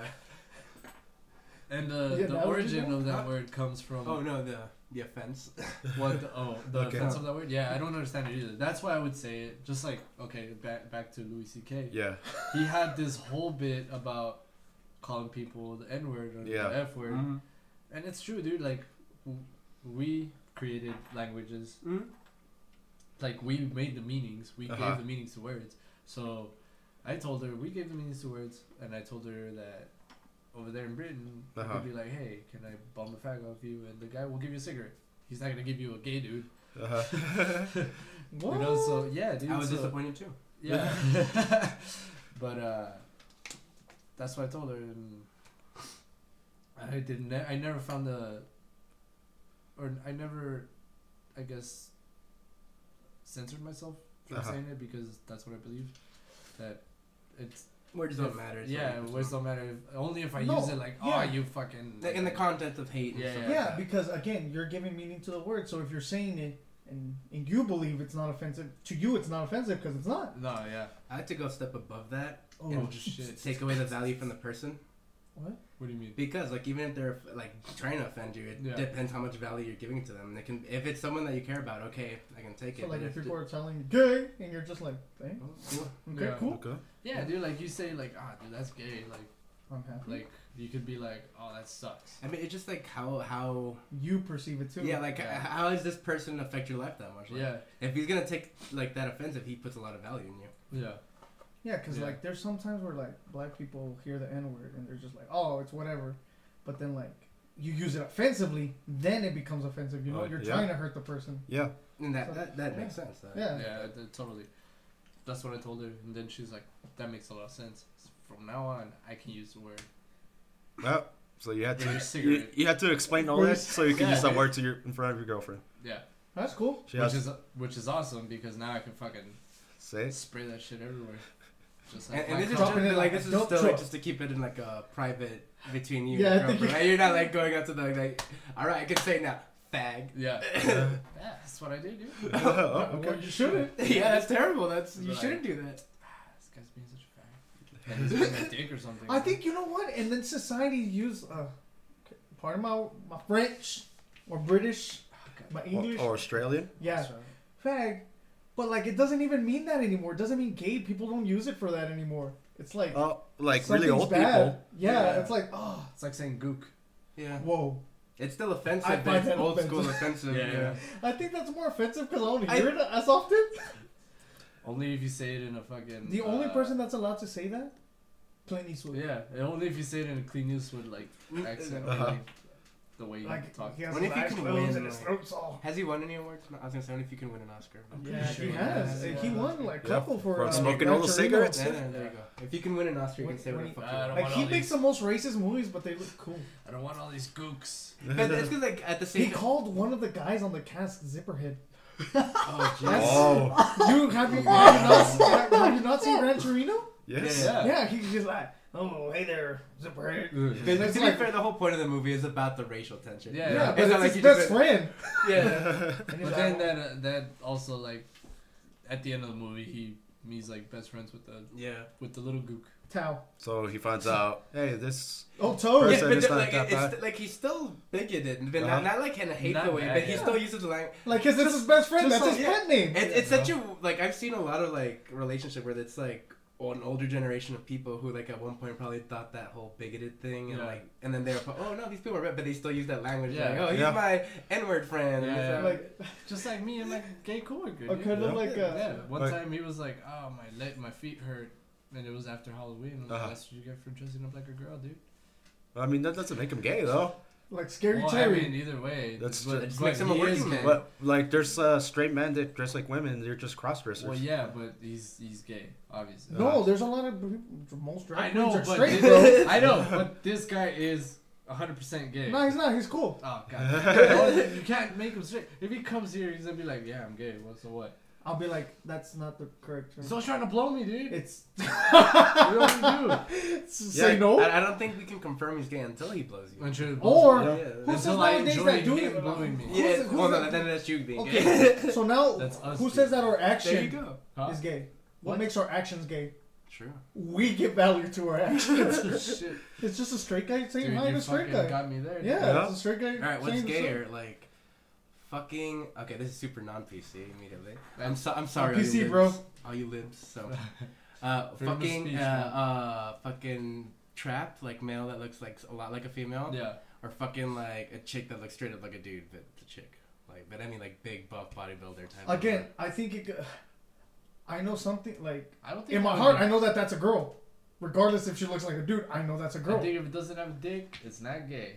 Speaker 3: and uh,
Speaker 5: Yeah,
Speaker 3: the
Speaker 5: that would be
Speaker 3: origin
Speaker 5: bad.
Speaker 3: of that
Speaker 6: Huh?
Speaker 3: word comes from
Speaker 6: oh no, the the offense.
Speaker 3: what? The, oh, the
Speaker 4: Okay.
Speaker 3: offense of that word. Yeah, I don't understand it either. That's why I would say it. Just like okay, back back to Louis C.K.
Speaker 4: Yeah.
Speaker 3: He had this whole bit about calling people the N word or
Speaker 4: Yeah.
Speaker 3: the F word,
Speaker 5: Uh-huh.
Speaker 3: and it's true, dude. Like w- we created languages
Speaker 6: Mhm.
Speaker 3: like we made the meanings, we
Speaker 4: Hmm? Uh-huh.
Speaker 3: gave the meanings to words. So I told her we gave the meanings to words, and I told her that over there in Britain, I
Speaker 4: Uh-huh.
Speaker 3: could be like, "Hey, can I bum a fag off you?" And the guy will give you a cigarette. He's not gonna give you a gay dude,
Speaker 4: Uh huh.
Speaker 5: What?
Speaker 3: you know. So yeah, dude.
Speaker 6: I was
Speaker 3: so-
Speaker 6: disappointed too.
Speaker 3: Yeah, but uh, that's what I told her, and I didn't. I never found the, or I never, I guess, censored myself from
Speaker 4: Uh-huh.
Speaker 3: saying it because that's what I believe. That it's
Speaker 6: Words
Speaker 3: if-
Speaker 6: don't matter. it's
Speaker 3: Yeah,
Speaker 6: what you
Speaker 3: words
Speaker 6: perceive.
Speaker 3: don't matter. If, only if I
Speaker 5: No,
Speaker 3: use it like,
Speaker 5: yeah.
Speaker 3: oh, you fucking.
Speaker 6: Like, in the context of hate. And
Speaker 3: Yeah,
Speaker 6: stuff
Speaker 3: yeah.
Speaker 6: like
Speaker 5: Yeah,
Speaker 6: that.
Speaker 5: because again, you're giving meaning to the word. So if you're saying it and, and you believe it's not offensive, to you it's not offensive because it's not.
Speaker 3: No, yeah.
Speaker 6: I had to go a step above that
Speaker 5: Oh,
Speaker 6: and
Speaker 3: shit.
Speaker 6: take away the value from the person.
Speaker 5: What?
Speaker 3: What do you mean?
Speaker 6: Because like even if they're like trying to offend you, it
Speaker 3: Yeah.
Speaker 6: depends how much value you're giving to them. They can if it's someone that you care about, okay, I can take
Speaker 5: So
Speaker 6: it.
Speaker 5: like
Speaker 6: but
Speaker 5: if
Speaker 6: if
Speaker 5: people are telling you gay and you're just like, hey,
Speaker 6: Oh, cool.
Speaker 5: okay,
Speaker 3: Yeah.
Speaker 5: cool.
Speaker 4: okay.
Speaker 3: Yeah, dude. Like you say, like, ah, dude, that's gay. Like,
Speaker 5: I'm happy.
Speaker 3: like you could be like, oh, that sucks.
Speaker 6: I mean, it's just like how how
Speaker 5: you perceive it too.
Speaker 6: yeah like
Speaker 3: Yeah.
Speaker 6: h- how does this person affect your life that much? Like,
Speaker 3: Yeah,
Speaker 6: If he's gonna take like that offensive, he puts a lot of value in you.
Speaker 3: yeah.
Speaker 5: Yeah, because
Speaker 3: Yeah.
Speaker 5: like there's sometimes where like black people hear the N word and they're just like, oh, it's whatever, but then like you use it offensively, then it becomes offensive. You know,
Speaker 4: Oh,
Speaker 5: you're
Speaker 4: yeah.
Speaker 5: trying to hurt the person.
Speaker 4: Yeah.
Speaker 6: And that
Speaker 5: So-
Speaker 6: that, that
Speaker 5: yeah.
Speaker 6: makes sense. That,
Speaker 5: Yeah.
Speaker 3: Yeah, th- totally. That's what I told her, and then she's like, "That makes a lot of sense. From now on, I can use the word."
Speaker 4: Well, so you had
Speaker 3: Yeah,
Speaker 4: to
Speaker 3: just
Speaker 4: you,
Speaker 3: cigarette.
Speaker 4: you had to explain all
Speaker 5: Where's-
Speaker 4: this so you can
Speaker 3: Yeah,
Speaker 4: use that
Speaker 3: dude.
Speaker 4: word to your in front of your girlfriend.
Speaker 3: Yeah,
Speaker 5: That's cool.
Speaker 4: She
Speaker 3: which
Speaker 4: has
Speaker 3: is which is awesome because now I can fucking
Speaker 5: Eh.
Speaker 4: say.
Speaker 3: spray that shit everywhere. Just
Speaker 6: And,
Speaker 3: like
Speaker 6: and
Speaker 3: my
Speaker 6: this is
Speaker 3: car.
Speaker 6: just
Speaker 5: Dropping it
Speaker 6: like
Speaker 5: like
Speaker 6: this is
Speaker 5: dope
Speaker 6: still like,
Speaker 5: drop.
Speaker 6: just to keep it in like a private between you.
Speaker 5: Yeah, I
Speaker 6: and your
Speaker 5: think
Speaker 6: girlfriend,
Speaker 5: you-
Speaker 6: right? You're not like going out to the like. All right, I can say now, fag.
Speaker 3: yeah.
Speaker 4: Uh,
Speaker 3: Yeah, that's what I do, dude.
Speaker 4: oh,
Speaker 5: Well,
Speaker 4: okay.
Speaker 5: you shouldn't.
Speaker 6: yeah, that's terrible. That's you
Speaker 3: Right.
Speaker 6: shouldn't do that.
Speaker 3: This guy's being such a fag. And he's being a dick or something.
Speaker 5: I think you know what, and then society use uh, pardon my my French or British, my
Speaker 4: Or,
Speaker 5: English,
Speaker 4: or Oh, Australian?
Speaker 5: yeah, fag. But like, it doesn't even mean that anymore. It doesn't mean gay. People don't use it for that anymore. It's like
Speaker 4: Oh, like
Speaker 5: something's
Speaker 4: really old
Speaker 5: bad.
Speaker 4: people.
Speaker 5: Yeah,
Speaker 3: Yeah.
Speaker 5: it's like oh,
Speaker 3: It's like saying gook.
Speaker 6: Yeah,
Speaker 5: whoa.
Speaker 6: it's still
Speaker 5: I
Speaker 6: offensive,
Speaker 5: find
Speaker 6: but it's
Speaker 5: that
Speaker 6: old school
Speaker 5: offensive.
Speaker 6: offensive.
Speaker 3: Yeah,
Speaker 6: yeah.
Speaker 3: yeah.
Speaker 5: I think that's more offensive because I don't
Speaker 6: I-
Speaker 5: hear it as often.
Speaker 3: Only if you say it in a fucking.
Speaker 5: The only
Speaker 3: uh,
Speaker 5: person that's allowed to say that, Clint Eastwood.
Speaker 3: Yeah, and only if you say it in a clean Eastwood like
Speaker 6: Mm,
Speaker 3: accent, or,
Speaker 4: uh-huh.
Speaker 3: like the way you
Speaker 5: Like
Speaker 3: talk.
Speaker 5: he has
Speaker 6: What
Speaker 5: his
Speaker 6: if he
Speaker 5: eyes
Speaker 6: can
Speaker 5: closed
Speaker 6: win,
Speaker 5: and his
Speaker 6: like-
Speaker 5: throat's all.
Speaker 6: Has he won any awards? No, I was gonna say, I wonder if he can win an Oscar. I'm pretty
Speaker 3: Yeah,
Speaker 6: sure
Speaker 5: He
Speaker 3: Yeah.
Speaker 5: has.
Speaker 3: Yeah.
Speaker 5: He won like a
Speaker 4: Yeah.
Speaker 5: couple for
Speaker 4: For
Speaker 5: uh,
Speaker 4: smoking all the
Speaker 5: Rancherino.
Speaker 4: cigarettes.
Speaker 6: Yeah, yeah, there you go. If you can win an Oscar, you
Speaker 5: What-
Speaker 6: can say
Speaker 5: what
Speaker 6: what
Speaker 5: do
Speaker 6: the fuck
Speaker 3: you-
Speaker 6: you
Speaker 3: I
Speaker 6: want.
Speaker 3: don't
Speaker 5: Like
Speaker 3: Won
Speaker 5: he
Speaker 3: all
Speaker 5: makes
Speaker 3: these.
Speaker 5: the most racist movies, but they look cool.
Speaker 3: I don't want all these gooks.
Speaker 6: But it's because like at the
Speaker 5: He
Speaker 6: same.
Speaker 5: called one of the guys on the cask Zipperhead.
Speaker 6: oh jeez.
Speaker 4: Oh,
Speaker 5: You have you, have you not, have you not seen Rancherino?
Speaker 4: yes.
Speaker 3: Yeah.
Speaker 5: Yeah, he's just like, oh hey there, Zipperhead.
Speaker 6: Because
Speaker 5: It's
Speaker 6: to
Speaker 5: like-
Speaker 6: be fair, the whole point of the movie is about the racial tension.
Speaker 3: Yeah,
Speaker 5: Yeah,
Speaker 3: yeah.
Speaker 5: but
Speaker 6: It's
Speaker 5: it's,
Speaker 6: not like
Speaker 5: his
Speaker 6: he just
Speaker 5: best
Speaker 6: said-
Speaker 5: friend.
Speaker 6: yeah.
Speaker 5: And he's
Speaker 3: But
Speaker 5: like,
Speaker 3: then that uh, that also like at the end of the movie he he's like best friends with the
Speaker 6: yeah.
Speaker 3: with the little gook.
Speaker 5: Tao.
Speaker 4: So he finds out, hey, this.
Speaker 5: Oh, Toad.
Speaker 4: Person
Speaker 6: yeah, but
Speaker 4: is
Speaker 6: the-
Speaker 4: not
Speaker 6: like,
Speaker 4: that
Speaker 6: it's
Speaker 4: bad.
Speaker 6: st- like he's still bigoted, but
Speaker 4: Uh-huh.
Speaker 6: not, not like in a hateful
Speaker 3: Not
Speaker 6: way.
Speaker 3: bad,
Speaker 6: but he
Speaker 3: yeah.
Speaker 6: still uses the language.
Speaker 5: Like, cause it's his best friend.
Speaker 6: just
Speaker 5: That's his
Speaker 6: like-
Speaker 5: pet name.
Speaker 6: It, it's such a like I've seen a lot of like relationship where it's like an older generation of people who like at one point probably thought that whole bigoted thing and
Speaker 3: Yeah.
Speaker 6: like and then they were oh no these people are red but they still use that language
Speaker 3: Yeah.
Speaker 6: like oh he's
Speaker 4: Yeah.
Speaker 6: my N word friend and
Speaker 3: Yeah.
Speaker 6: it's like,
Speaker 5: Like,
Speaker 3: Just like me and my gay coworker.
Speaker 5: or
Speaker 3: dude.
Speaker 5: kind of
Speaker 4: Yeah.
Speaker 5: like uh,
Speaker 3: yeah.
Speaker 5: a.
Speaker 3: One
Speaker 4: Like-
Speaker 3: time he was like, "Oh my leg, my feet hurt," and it was after Halloween. I'm like,
Speaker 4: Uh-huh.
Speaker 3: That's what you get for dressing up like a girl, dude.
Speaker 4: I mean, that doesn't make him gay though.
Speaker 5: Like scary
Speaker 3: well,
Speaker 5: Terry.
Speaker 3: I mean, either way,
Speaker 4: That's
Speaker 3: but,
Speaker 4: true. It
Speaker 6: just
Speaker 3: but
Speaker 6: makes him a
Speaker 3: he
Speaker 6: working
Speaker 3: is
Speaker 6: man.
Speaker 3: gay.
Speaker 4: But like, there's uh, straight men that dress like women. They're just cross dressers.
Speaker 3: Well, yeah, but he's he's gay, obviously.
Speaker 5: no, there's a lot of people- most
Speaker 3: I
Speaker 5: drag queens
Speaker 3: know,
Speaker 5: are
Speaker 3: but
Speaker 5: straight, bro.
Speaker 3: this, I know, but this guy is 100% gay.
Speaker 5: no, he's not. He's cool.
Speaker 3: Oh god, Well, you can't make him straight. If he comes here, he's gonna be like, "Yeah, I'm gay." What's the what?
Speaker 5: I'll be like, that's not the correct term.
Speaker 3: He's still trying to blow me, dude.
Speaker 5: it's
Speaker 3: what do you do?
Speaker 5: say
Speaker 4: Yeah,
Speaker 5: no.
Speaker 6: I, I don't think we can confirm he's gay until he blows you.
Speaker 3: I'm sure it blows
Speaker 5: Or
Speaker 3: me.
Speaker 6: yeah,
Speaker 5: who
Speaker 3: Until
Speaker 5: says
Speaker 3: I
Speaker 5: nowadays
Speaker 3: enjoy
Speaker 5: that do
Speaker 3: him
Speaker 5: it?
Speaker 3: blowing me.
Speaker 5: Who's-
Speaker 6: yeah.
Speaker 5: who's
Speaker 6: well, no,
Speaker 5: that-
Speaker 6: then that's you being gay.
Speaker 5: Okay, so now
Speaker 3: That's us,
Speaker 5: who
Speaker 3: dude.
Speaker 5: says that our
Speaker 6: there you
Speaker 5: action
Speaker 6: go.
Speaker 3: Huh?
Speaker 5: is gay? What,
Speaker 3: What?
Speaker 5: makes our actions gay?
Speaker 6: True.
Speaker 5: We give value to our actions.
Speaker 3: Shit.
Speaker 5: it's just a straight guy saying
Speaker 3: Dude,
Speaker 5: hi
Speaker 3: you
Speaker 5: to a straight
Speaker 3: fucking
Speaker 5: guy.
Speaker 3: got me there.
Speaker 5: Yeah,
Speaker 4: Yeah.
Speaker 5: it's a straight guy.
Speaker 6: All right, what's
Speaker 5: saying the same-
Speaker 6: gayer? Like, fucking. Okay, this is super non PC immediately. I'm so, I'm sorry. all
Speaker 5: PC,
Speaker 6: you
Speaker 5: bro.
Speaker 6: libs. All you libs. So, uh,
Speaker 3: Freedom of
Speaker 6: fucking,
Speaker 3: speech,
Speaker 6: uh,
Speaker 3: man.
Speaker 6: uh, fucking trap like male that looks like a lot like a female,
Speaker 3: Yeah.
Speaker 6: or fucking like a chick that looks straight up like a dude, but the chick. Like, but I mean like big buff bodybuilder type. of
Speaker 5: Again,
Speaker 6: guy.
Speaker 5: I think it. g- I know something like
Speaker 3: I don't think
Speaker 5: in my
Speaker 3: that
Speaker 5: heart.
Speaker 3: would-
Speaker 5: I know that that's a girl, regardless if she looks like a dude. I know that's a
Speaker 3: I
Speaker 5: girl.
Speaker 3: think if it doesn't have a dick, it's not gay.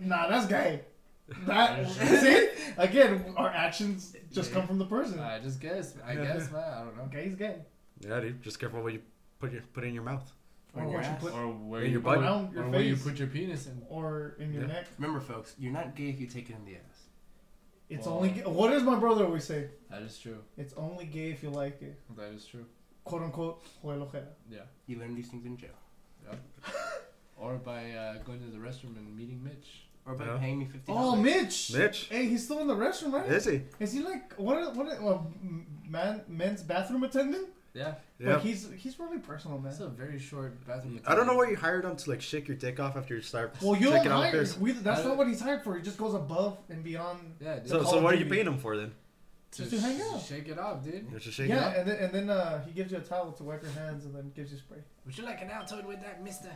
Speaker 5: Nah, that's gay. That see again, our actions just
Speaker 3: Yeah.
Speaker 5: come from the person.
Speaker 3: I just guess. I guess, man. I don't know.
Speaker 5: Gay's gay.
Speaker 4: Yeah, dude. Just careful what you put your put in your mouth.
Speaker 5: Or
Speaker 6: On your
Speaker 5: what you
Speaker 6: ass.
Speaker 5: put,
Speaker 3: Or where
Speaker 4: In
Speaker 3: you
Speaker 4: your butt.
Speaker 3: put,
Speaker 5: Around
Speaker 3: or
Speaker 5: your
Speaker 3: where you
Speaker 5: face.
Speaker 3: put your penis in.
Speaker 5: or in your
Speaker 4: Yeah.
Speaker 5: neck.
Speaker 6: remember, folks, you're not gay if you take it in the ass.
Speaker 5: It's
Speaker 3: Well-
Speaker 5: only ga- what does my brother always say?
Speaker 3: That is true.
Speaker 5: It's only gay if you like it.
Speaker 3: That is true.
Speaker 5: Quote unquote. Joel Ojeda.
Speaker 3: Yeah.
Speaker 6: You learn these things in jail,
Speaker 3: Or by uh, going to the restroom and meeting Mitch.
Speaker 6: or by
Speaker 4: Yeah.
Speaker 6: paying me fifty.
Speaker 5: Oh, Mitch.
Speaker 4: Mitch,
Speaker 5: Hey, he's still in the restroom, right?
Speaker 4: is he?
Speaker 5: Is he like what? Are, what? Are, well, m- man, men's bathroom attendant.
Speaker 3: Yeah.
Speaker 4: Yeah.
Speaker 5: Like he's he's really personal, man.
Speaker 3: That's a very short bathroom.
Speaker 4: I don't know why you hired him to like shake your dick off after you start
Speaker 5: well, you don't
Speaker 4: taking out
Speaker 5: hire.
Speaker 4: piss.
Speaker 5: We, that's
Speaker 3: I-
Speaker 5: not what he's hired for. He just goes above and beyond.
Speaker 3: Yeah, dude.
Speaker 4: So,
Speaker 5: Call
Speaker 4: so
Speaker 5: of
Speaker 4: what are you
Speaker 5: Duty.
Speaker 4: paying him for then?
Speaker 5: Just to hang out.
Speaker 3: Shake it off, dude.
Speaker 4: Just to shake it
Speaker 5: yeah,
Speaker 4: up?
Speaker 5: and then and then uh, he gives you a towel to wipe your hands, and then gives you spray.
Speaker 3: Would you like an Altoid with that, mister?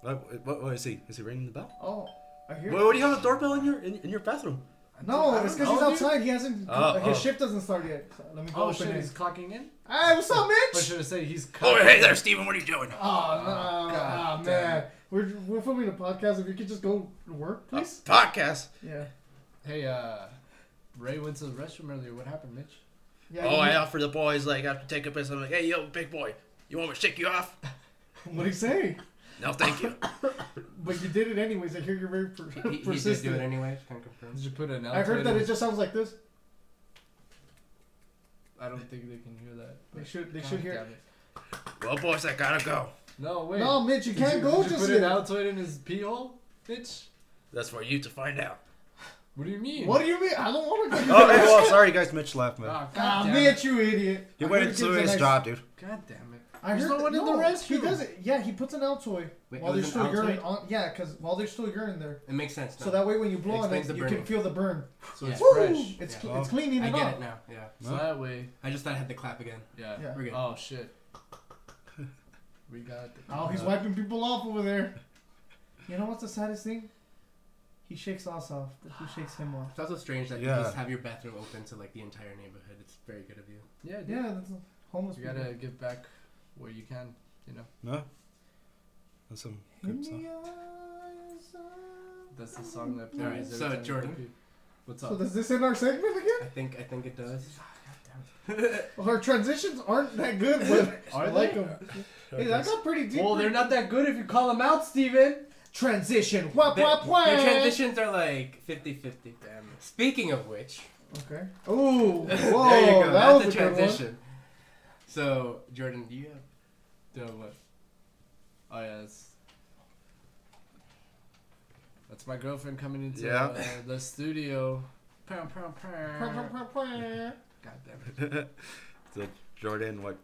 Speaker 4: What, what, what is he? Is he ringing the bell?
Speaker 5: Oh, I hear.
Speaker 4: What, what do you have a doorbell in your in, in your bathroom?
Speaker 5: No,
Speaker 3: I don't
Speaker 5: it's because he's
Speaker 3: know,
Speaker 5: outside. He hasn't.
Speaker 4: Oh,
Speaker 5: his
Speaker 4: oh.
Speaker 5: shift doesn't start yet. So let me
Speaker 3: dude.
Speaker 5: go
Speaker 3: Oh,
Speaker 5: open
Speaker 3: shit,
Speaker 5: it.
Speaker 3: he's clocking in?
Speaker 5: Hey, what's up,
Speaker 3: I
Speaker 5: Mitch?
Speaker 3: should I say he's
Speaker 2: Oh,
Speaker 3: clocking
Speaker 2: hey there, Steven. What are you doing?
Speaker 5: Oh, no.
Speaker 3: God
Speaker 5: oh,
Speaker 3: damn
Speaker 5: man. We're, we're filming a podcast. If you could just go to work, please.
Speaker 4: Podcast.
Speaker 5: yeah.
Speaker 3: Hey, uh, Ray went to the restroom earlier. What happened, Mitch?
Speaker 5: Yeah.
Speaker 2: Oh, I
Speaker 5: yeah.
Speaker 2: offer the boys like after take a piss. I'm like, hey, yo, big boy, you want me to shake you off?
Speaker 5: What do you say?
Speaker 2: No, thank you.
Speaker 5: But you did it anyways. I hear you're very per-
Speaker 6: He, he did do it
Speaker 5: persistent.
Speaker 6: anyway. Can confirm.
Speaker 3: Did you put an Altoid?
Speaker 5: I heard that
Speaker 3: in-
Speaker 5: it just sounds like this.
Speaker 3: I don't think they can hear that.
Speaker 5: They
Speaker 3: but
Speaker 5: should. They
Speaker 3: God
Speaker 5: should hear.
Speaker 3: damn it.
Speaker 2: Well, boys, I gotta go.
Speaker 3: No, wait.
Speaker 5: No, Mitch, you
Speaker 3: Did
Speaker 5: can't go
Speaker 3: did you
Speaker 5: just
Speaker 3: put an
Speaker 5: yet.
Speaker 3: Altoid in his pee hole, bitch.
Speaker 2: That's for you to find out.
Speaker 3: What do you mean?
Speaker 5: What do you mean? I don't want to go.
Speaker 4: Oh, hey, well, sorry, guys. Mitch left, man.
Speaker 3: Ah,
Speaker 5: Ah,
Speaker 3: God damn it.
Speaker 5: Mitch, you idiot.
Speaker 4: he
Speaker 5: I
Speaker 4: went
Speaker 5: heard
Speaker 4: into
Speaker 5: kids are
Speaker 4: his
Speaker 5: nice.
Speaker 4: job, dude.
Speaker 3: God damn it.
Speaker 5: I
Speaker 3: There's
Speaker 5: heard
Speaker 3: no one in the restroom.
Speaker 5: He does it. Yeah, he puts an Altoid
Speaker 6: Wait,
Speaker 5: while
Speaker 6: it
Speaker 5: there's
Speaker 6: was
Speaker 5: still
Speaker 6: an
Speaker 5: urine.
Speaker 6: Altoid?
Speaker 5: On, yeah, because while there's still urine there,
Speaker 6: It makes sense. Now.
Speaker 5: so that way when you blow
Speaker 6: It
Speaker 5: on it,
Speaker 6: explains the
Speaker 5: you can
Speaker 6: burning.
Speaker 5: feel the burn.
Speaker 6: so it's
Speaker 3: Yeah.
Speaker 6: fresh.
Speaker 5: Woo! It's
Speaker 6: Yeah.
Speaker 5: cl- it's cleaning
Speaker 6: I
Speaker 5: it
Speaker 6: get
Speaker 5: up.
Speaker 6: it now. Yeah.
Speaker 3: So that way,
Speaker 6: I just thought I had the clap again.
Speaker 3: yeah.
Speaker 5: Yeah.
Speaker 6: We're good.
Speaker 3: Oh shit. We got. The,
Speaker 5: Oh, he's
Speaker 3: uh,
Speaker 5: wiping people off over there. You know what's the saddest thing? He shakes us off, but who shakes him off?
Speaker 6: It's also strange that
Speaker 4: Yeah.
Speaker 6: you just have your bathroom open to like the entire neighborhood. It's very good of you.
Speaker 3: Yeah, dude.
Speaker 5: Yeah, that's homeless
Speaker 3: You
Speaker 5: people.
Speaker 3: gotta give back where you can. You know.
Speaker 4: No? That's some
Speaker 5: In
Speaker 4: good stuff.
Speaker 5: the eyes of-
Speaker 3: That's the song that plays.
Speaker 6: Alright,
Speaker 3: every
Speaker 6: so,
Speaker 3: time you
Speaker 6: Jordan.
Speaker 3: pee. What's
Speaker 5: So
Speaker 3: up?
Speaker 5: does this end our segment again?
Speaker 6: I think I think it does.
Speaker 5: Well, our transitions aren't that good, but I
Speaker 3: Are
Speaker 5: like
Speaker 3: they?
Speaker 5: them. Hey, that got pretty deep.
Speaker 3: Well, they're not that good if you call them out, Steven.
Speaker 5: transition. Wah,
Speaker 6: Their,
Speaker 5: wah, wah.
Speaker 6: their transitions are like 50-50.
Speaker 2: Damn it.
Speaker 6: Speaking of which,
Speaker 5: Okay. Ooh, whoa,
Speaker 6: there you
Speaker 5: that
Speaker 6: go. That's
Speaker 5: was
Speaker 6: a
Speaker 5: a good one.
Speaker 6: transition. So Jordan, do you have
Speaker 3: Yeah, what? Oh yeah, that's, that's my girlfriend coming into
Speaker 4: Yeah.
Speaker 3: uh, the studio. Pow, pow, pow. God damn it.
Speaker 4: the Jordan, what?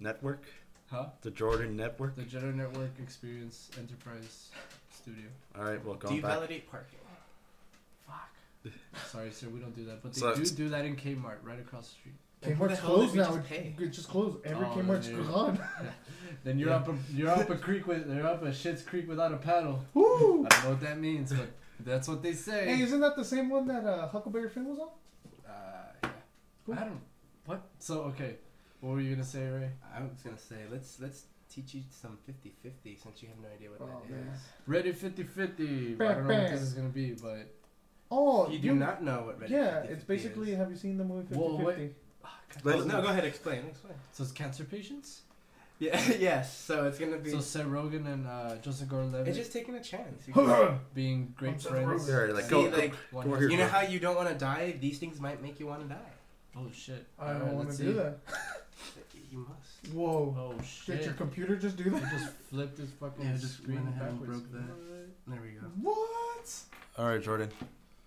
Speaker 4: Network?
Speaker 3: Huh?
Speaker 4: The Jordan Network?
Speaker 3: The Jedi Network Experience Enterprise Studio.
Speaker 4: Alright, well,
Speaker 6: do
Speaker 4: going
Speaker 6: you
Speaker 4: back.
Speaker 6: validate parking?
Speaker 3: Fuck. Sorry, sir, we don't do that, but they
Speaker 4: So-
Speaker 3: do do that in Kmart right across the street.
Speaker 6: Who the
Speaker 5: Kmart's
Speaker 6: hell did
Speaker 5: closed
Speaker 6: we
Speaker 5: now.
Speaker 6: just
Speaker 5: It-
Speaker 6: pay?
Speaker 5: It just closed. Every
Speaker 3: Oh,
Speaker 5: Kmart's
Speaker 3: dude.
Speaker 5: gone.
Speaker 3: Then you're up a you're up a creek with you're up a shit's creek without a paddle.
Speaker 5: Woo!
Speaker 3: I don't know what that means, but that's what they say.
Speaker 5: Hey, isn't that the same one that uh, Huckleberry Finn was on?
Speaker 3: Uh, yeah. I don't. What? So okay, what were you gonna say, Ray?
Speaker 6: I was gonna say let's let's teach you some 50-50 since you have no idea what
Speaker 5: Oh,
Speaker 6: that is.
Speaker 5: man.
Speaker 3: Ready 50-50. I
Speaker 5: Bam,
Speaker 3: don't know what
Speaker 5: bam.
Speaker 3: this is gonna be, but
Speaker 5: Oh,
Speaker 6: You do not know what ready
Speaker 5: Yeah,
Speaker 6: 50-50
Speaker 5: it's basically.
Speaker 6: is.
Speaker 5: Have you seen the movie Fifty
Speaker 3: Well, what-
Speaker 5: Fifty?
Speaker 6: Well, no, go ahead, explain, explain.
Speaker 3: so it's cancer patients.
Speaker 6: Yeah, yes. So it's gonna be.
Speaker 3: So Seth Rogen and uh, Joseph Gordon-Levitt
Speaker 6: it's just taking a chance. You can-
Speaker 3: being great
Speaker 5: I'm Seth
Speaker 3: friends.
Speaker 4: Alright, like, "Oh,
Speaker 6: See,
Speaker 4: go,
Speaker 6: like,
Speaker 4: go,
Speaker 3: One
Speaker 4: go
Speaker 3: has-
Speaker 4: over here.
Speaker 6: you know
Speaker 4: bro.
Speaker 6: how you don't want to die? These things might make you want to die.
Speaker 3: Oh shit!
Speaker 5: I don't
Speaker 3: Alright,
Speaker 5: want
Speaker 3: let's
Speaker 5: to do
Speaker 3: see.
Speaker 5: that.
Speaker 6: You must.
Speaker 5: Whoa!
Speaker 3: Oh
Speaker 5: Did
Speaker 3: shit!
Speaker 5: your computer just do
Speaker 3: I
Speaker 5: that?
Speaker 3: just flipped his fucking
Speaker 6: Yeah, I just
Speaker 3: screen
Speaker 6: went ahead and
Speaker 3: backwards.
Speaker 6: broke There we go.
Speaker 5: What?
Speaker 4: Alright, Jordan.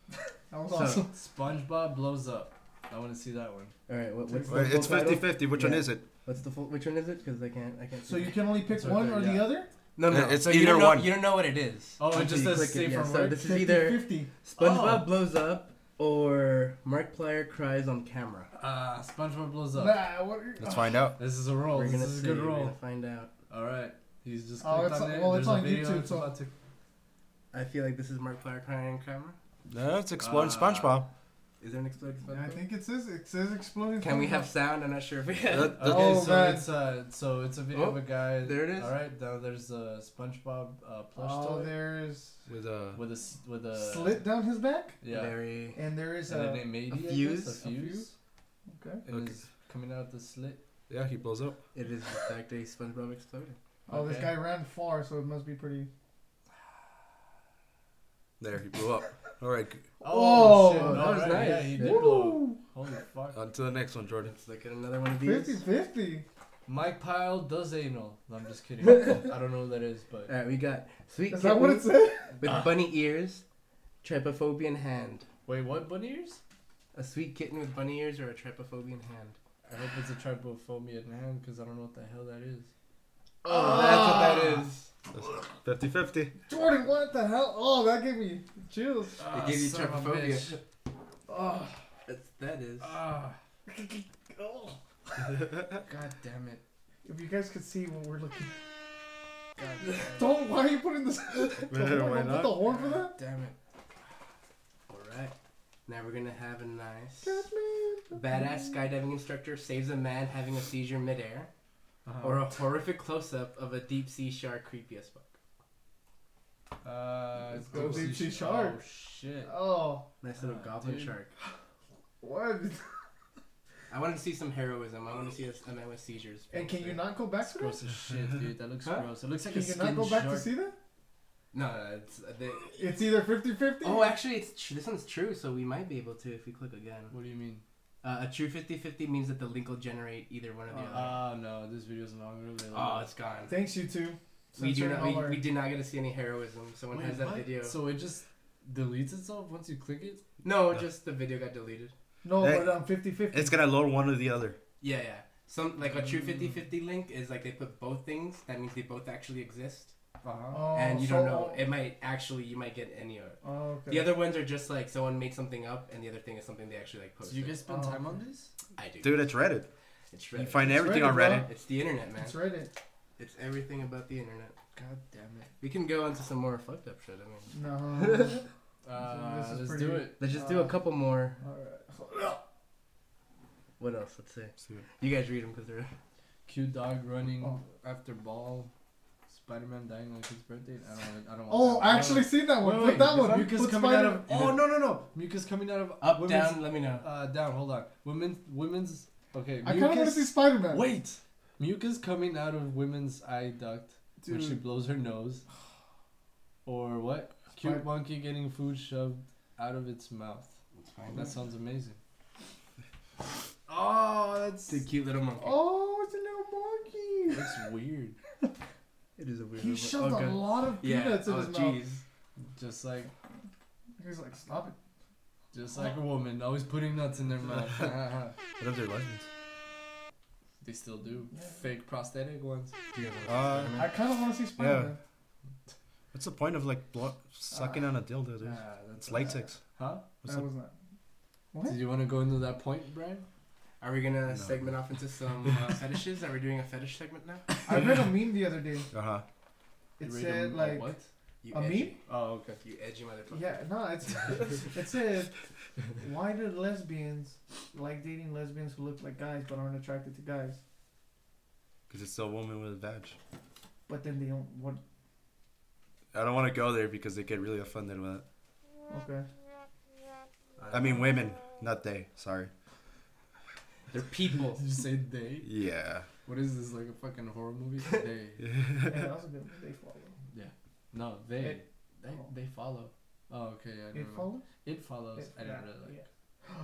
Speaker 5: That was
Speaker 6: So-
Speaker 5: awesome.
Speaker 3: SpongeBob blows up. I want to see that one.
Speaker 6: All right. What, what's
Speaker 4: Wait, it's 50 50. Which one
Speaker 6: Yeah.
Speaker 4: is it?
Speaker 6: What's the full? Which one is it? Because I can't. I can't.
Speaker 5: So you can only pick
Speaker 3: It's right
Speaker 5: one
Speaker 3: there,
Speaker 5: or the
Speaker 3: yeah.
Speaker 5: other?
Speaker 6: No, no.
Speaker 4: Uh, it's
Speaker 6: so you
Speaker 4: either
Speaker 6: don't know,
Speaker 4: one.
Speaker 6: You don't know what it is.
Speaker 3: Oh, it
Speaker 6: until
Speaker 3: just
Speaker 6: you
Speaker 3: says
Speaker 6: click
Speaker 3: safe
Speaker 6: yeah,
Speaker 3: from
Speaker 6: So
Speaker 3: work.
Speaker 6: this is either
Speaker 5: 50.
Speaker 6: SpongeBob
Speaker 3: Oh.
Speaker 6: blows up or Markiplier cries on camera.
Speaker 3: Uh, SpongeBob blows up.
Speaker 5: Nah, what are-
Speaker 4: Let's find out.
Speaker 3: This is a roll. Oh,
Speaker 6: We're
Speaker 3: This
Speaker 6: gonna
Speaker 3: is a
Speaker 6: see,
Speaker 3: good
Speaker 6: we're
Speaker 3: roll.
Speaker 6: gonna find out.
Speaker 3: All right. He's just
Speaker 5: Oh,
Speaker 3: clicked
Speaker 5: it's on-
Speaker 3: on it.
Speaker 5: well,
Speaker 3: There's
Speaker 5: it's
Speaker 3: a
Speaker 5: on
Speaker 3: video.
Speaker 5: YouTube,
Speaker 3: it's
Speaker 5: so-
Speaker 3: about to...
Speaker 6: I feel like this is Markiplier crying on camera.
Speaker 4: Let's explore
Speaker 3: Uh,
Speaker 4: SpongeBob.
Speaker 6: Is there an exploding
Speaker 5: Yeah, I
Speaker 6: SpongeBob?
Speaker 5: think it says it says exploding.
Speaker 6: Can we have
Speaker 5: SpongeBob.
Speaker 6: sound? I'm not sure if we have.
Speaker 4: That- that-
Speaker 3: Okay,
Speaker 5: Oh,
Speaker 3: so
Speaker 5: man.
Speaker 3: it's uh, so it's a video
Speaker 6: Oh,
Speaker 3: of a guy.
Speaker 6: there it is.
Speaker 3: All right, now there's a SpongeBob uh, plush
Speaker 5: Oh,
Speaker 3: toy
Speaker 5: there is
Speaker 4: with a.
Speaker 3: with a s- with a
Speaker 5: slit down his back,
Speaker 3: Yeah,
Speaker 6: Very.
Speaker 5: and there is
Speaker 3: and a
Speaker 5: a
Speaker 3: name maybe I guess,
Speaker 6: fuse?
Speaker 3: A
Speaker 6: A
Speaker 3: fuse.
Speaker 5: Okay.
Speaker 3: And
Speaker 4: Okay.
Speaker 3: it's coming out the slit.
Speaker 4: Yeah, he blows up.
Speaker 6: It is in fact a SpongeBob exploding.
Speaker 5: oh, this
Speaker 3: okay.
Speaker 5: guy ran far, so it must be pretty.
Speaker 4: There, he blew up. Alright, g-
Speaker 5: Oh,
Speaker 3: shit,
Speaker 5: that
Speaker 3: no,
Speaker 6: was
Speaker 3: right,
Speaker 6: nice.
Speaker 3: Yeah, he did
Speaker 5: Woo!
Speaker 3: blow. up. Holy fuck!
Speaker 4: on to the next one, Jordan.
Speaker 6: Let's look at another one of these.
Speaker 5: 50-50.
Speaker 3: Mike Pyle does anal. No, I'm just kidding. I don't know who that is, but
Speaker 6: All right, we got sweet
Speaker 5: Is
Speaker 6: kitten
Speaker 5: that what it said?
Speaker 6: with bunny ears, trypophobian hand.
Speaker 3: wait, what bunny ears?
Speaker 6: A sweet kitten with bunny ears or a trypophobian hand.
Speaker 3: I hope it's a trypophobia in hand because I don't know what the hell that is. Ah!
Speaker 6: Oh, that's what that is.
Speaker 4: 50 50.
Speaker 5: Jordan, what the hell? Oh, that gave me chills.
Speaker 3: Ah,
Speaker 6: gave you
Speaker 3: son of a
Speaker 6: trypophobia.
Speaker 3: bitch.
Speaker 5: Oh,
Speaker 6: That's, that is.
Speaker 3: Ah,
Speaker 5: oh.
Speaker 3: god damn it.
Speaker 5: If you guys could see what we're looking.
Speaker 3: God damn it.
Speaker 5: Don't. Why are you putting this?
Speaker 4: Why
Speaker 5: Don't put
Speaker 4: not?
Speaker 5: the horn for that.
Speaker 3: Damn it.
Speaker 6: All right. Now we're gonna have a nice
Speaker 5: Catch me.
Speaker 6: badass skydiving instructor saves a man having a seizure midair, or
Speaker 3: Or
Speaker 6: a horrific close-up of a deep sea shark creepy as fuck.
Speaker 3: uh,
Speaker 5: Let's go
Speaker 3: deep
Speaker 5: deep sea
Speaker 3: sea
Speaker 5: shark.
Speaker 3: Oh shit.
Speaker 5: Oh,
Speaker 6: Nice little
Speaker 3: Ah,
Speaker 6: goblin
Speaker 3: dude.
Speaker 6: shark.
Speaker 5: what?
Speaker 6: I want to see some heroism. I want to see a, a man with seizures.
Speaker 5: And can you not go back to that?
Speaker 3: Gross as shit, dude. That looks
Speaker 6: Huh?
Speaker 3: gross. It looks like
Speaker 5: Can
Speaker 3: a
Speaker 5: you
Speaker 3: skin
Speaker 5: not go back
Speaker 3: shark.
Speaker 5: to see that?
Speaker 6: No, no, it's uh, they,
Speaker 5: It's either 50-50.
Speaker 6: Oh, actually, it's tr- this one's true, so we might be able to if we click again.
Speaker 3: What do you mean?
Speaker 6: Uh, a true 50-50 means that the link will generate either one or the other.
Speaker 3: Oh no, this video's long. We're really
Speaker 6: Oh,
Speaker 3: long.
Speaker 6: it's gone.
Speaker 5: Thanks, you two.
Speaker 6: We do
Speaker 5: Censoring
Speaker 6: not.
Speaker 5: all
Speaker 6: We,
Speaker 5: our-
Speaker 6: we did not get to see any heroism. Someone
Speaker 3: Wait,
Speaker 6: has that
Speaker 3: what?
Speaker 6: video.
Speaker 3: So it just deletes itself once you click it.
Speaker 6: no, just the video got deleted.
Speaker 5: no,
Speaker 4: Hey.
Speaker 5: but um, 50-50.
Speaker 4: It's gonna load one or the other.
Speaker 6: Yeah, yeah. Some like a true
Speaker 3: Mm.
Speaker 6: 50-50 link is like they put both things. That means they both actually exist,
Speaker 3: Uh-huh.
Speaker 5: Oh,
Speaker 6: and you
Speaker 5: so-
Speaker 6: don't know. It might actually you might get any of it.
Speaker 5: Oh, okay.
Speaker 6: The other ones are just like someone made something up, and the other thing is something they actually like
Speaker 3: So
Speaker 6: posted.
Speaker 3: you guys spend
Speaker 5: Oh,
Speaker 3: time on
Speaker 5: okay.
Speaker 3: this?
Speaker 6: I do.
Speaker 4: Dude, it's Reddit.
Speaker 6: it's
Speaker 4: You
Speaker 6: Reddit.
Speaker 4: find
Speaker 5: It's
Speaker 4: everything
Speaker 5: Reddit,
Speaker 4: on
Speaker 5: bro.
Speaker 4: Reddit.
Speaker 6: It's the internet, man.
Speaker 5: It's Reddit.
Speaker 6: It's everything about the internet.
Speaker 3: God damn it.
Speaker 6: We can go into some more fucked up shit. I mean,
Speaker 5: No.
Speaker 3: Uh,
Speaker 5: This is
Speaker 3: let's
Speaker 5: pretty-
Speaker 3: do it.
Speaker 6: let's just do a
Speaker 5: Uh,
Speaker 6: couple more.
Speaker 5: Alright.
Speaker 6: What else? Let's see.
Speaker 4: Let's see.
Speaker 6: You guys read them because they're.
Speaker 3: Cute dog running
Speaker 5: Oh.
Speaker 3: after ball. Spider-Man dying like his birthday. I don't. want- I don't. want
Speaker 5: Oh,
Speaker 3: that one.
Speaker 5: I actually seen that one.
Speaker 3: Wait,
Speaker 5: Put
Speaker 3: wait,
Speaker 5: that
Speaker 3: there's
Speaker 5: one.
Speaker 3: mucus
Speaker 5: Put
Speaker 3: coming out
Speaker 5: Spider-
Speaker 3: of- Oh,
Speaker 6: no no no!
Speaker 3: Mucus coming out of
Speaker 6: Up
Speaker 3: women's-
Speaker 6: down. Let me know.
Speaker 3: Uh, down. Hold on. Women's. Women's. Okay.
Speaker 5: I kind of want to
Speaker 3: mucus-
Speaker 5: see Spider Man.
Speaker 3: Wait. Mucus coming out of women's eye duct when she
Speaker 5: Dude.
Speaker 3: blows her nose. Or what? Cute
Speaker 5: Spider-
Speaker 3: monkey getting food shoved out of its mouth.
Speaker 6: Let's find
Speaker 3: That
Speaker 6: out.
Speaker 3: sounds amazing. Oh, that's
Speaker 6: It's a cute little monkey.
Speaker 5: Oh, it's a little monkey.
Speaker 3: that's weird.
Speaker 6: It is a weird.
Speaker 5: He shoved a lot of
Speaker 6: yeah.
Speaker 5: peanuts
Speaker 6: oh,
Speaker 5: in his mouth.
Speaker 6: jeez.
Speaker 3: Just like,
Speaker 5: He's like, stop it.
Speaker 3: just like
Speaker 5: Oh.
Speaker 3: a woman, always putting nuts in their mouth. Uh-huh.
Speaker 4: What are their license?
Speaker 3: they still do fake prosthetic ones.
Speaker 6: Do you have a-
Speaker 4: Uh,
Speaker 5: I kind of want to see Spider Man.
Speaker 4: What's the point of like blo- sucking on a dildo, dude?
Speaker 3: Ah,
Speaker 4: It's latex.
Speaker 3: Huh?
Speaker 4: What's
Speaker 5: that
Speaker 4: the-
Speaker 5: was not. What?
Speaker 3: Did you want to go into that point, Brian?
Speaker 6: Are we gonna
Speaker 4: No.
Speaker 6: segment off into some uh, fetishes? Are we doing a fetish segment now?
Speaker 5: I read a meme the other day.
Speaker 4: Uh-huh.
Speaker 3: You
Speaker 5: It
Speaker 3: read
Speaker 5: said
Speaker 3: them-
Speaker 5: like,
Speaker 3: what?
Speaker 6: You
Speaker 5: A
Speaker 6: edgy.
Speaker 5: meme?
Speaker 3: Oh, okay.
Speaker 6: You edgy motherfucker.
Speaker 5: yeah, no, it's it said, why do lesbians like dating lesbians who look like guys but aren't attracted to guys?
Speaker 4: Because it's a woman with a badge.
Speaker 5: But then they don't. What?
Speaker 4: I don't want to go there because they get really offended with it.
Speaker 5: Okay.
Speaker 4: I mean, women, not they. Sorry.
Speaker 6: they're people.
Speaker 3: Did you say they?
Speaker 4: Yeah.
Speaker 3: What is this like a fucking horror movie? They.
Speaker 5: Yeah, that's a good. one. They follow.
Speaker 3: Yeah. No, they.
Speaker 5: It-
Speaker 3: they,
Speaker 5: oh.
Speaker 3: they follow. Oh, okay. I
Speaker 5: It
Speaker 3: didn't know.
Speaker 5: follows.
Speaker 3: It follows.
Speaker 5: It-
Speaker 3: I didn't
Speaker 5: yeah,
Speaker 3: really like.
Speaker 5: yeah.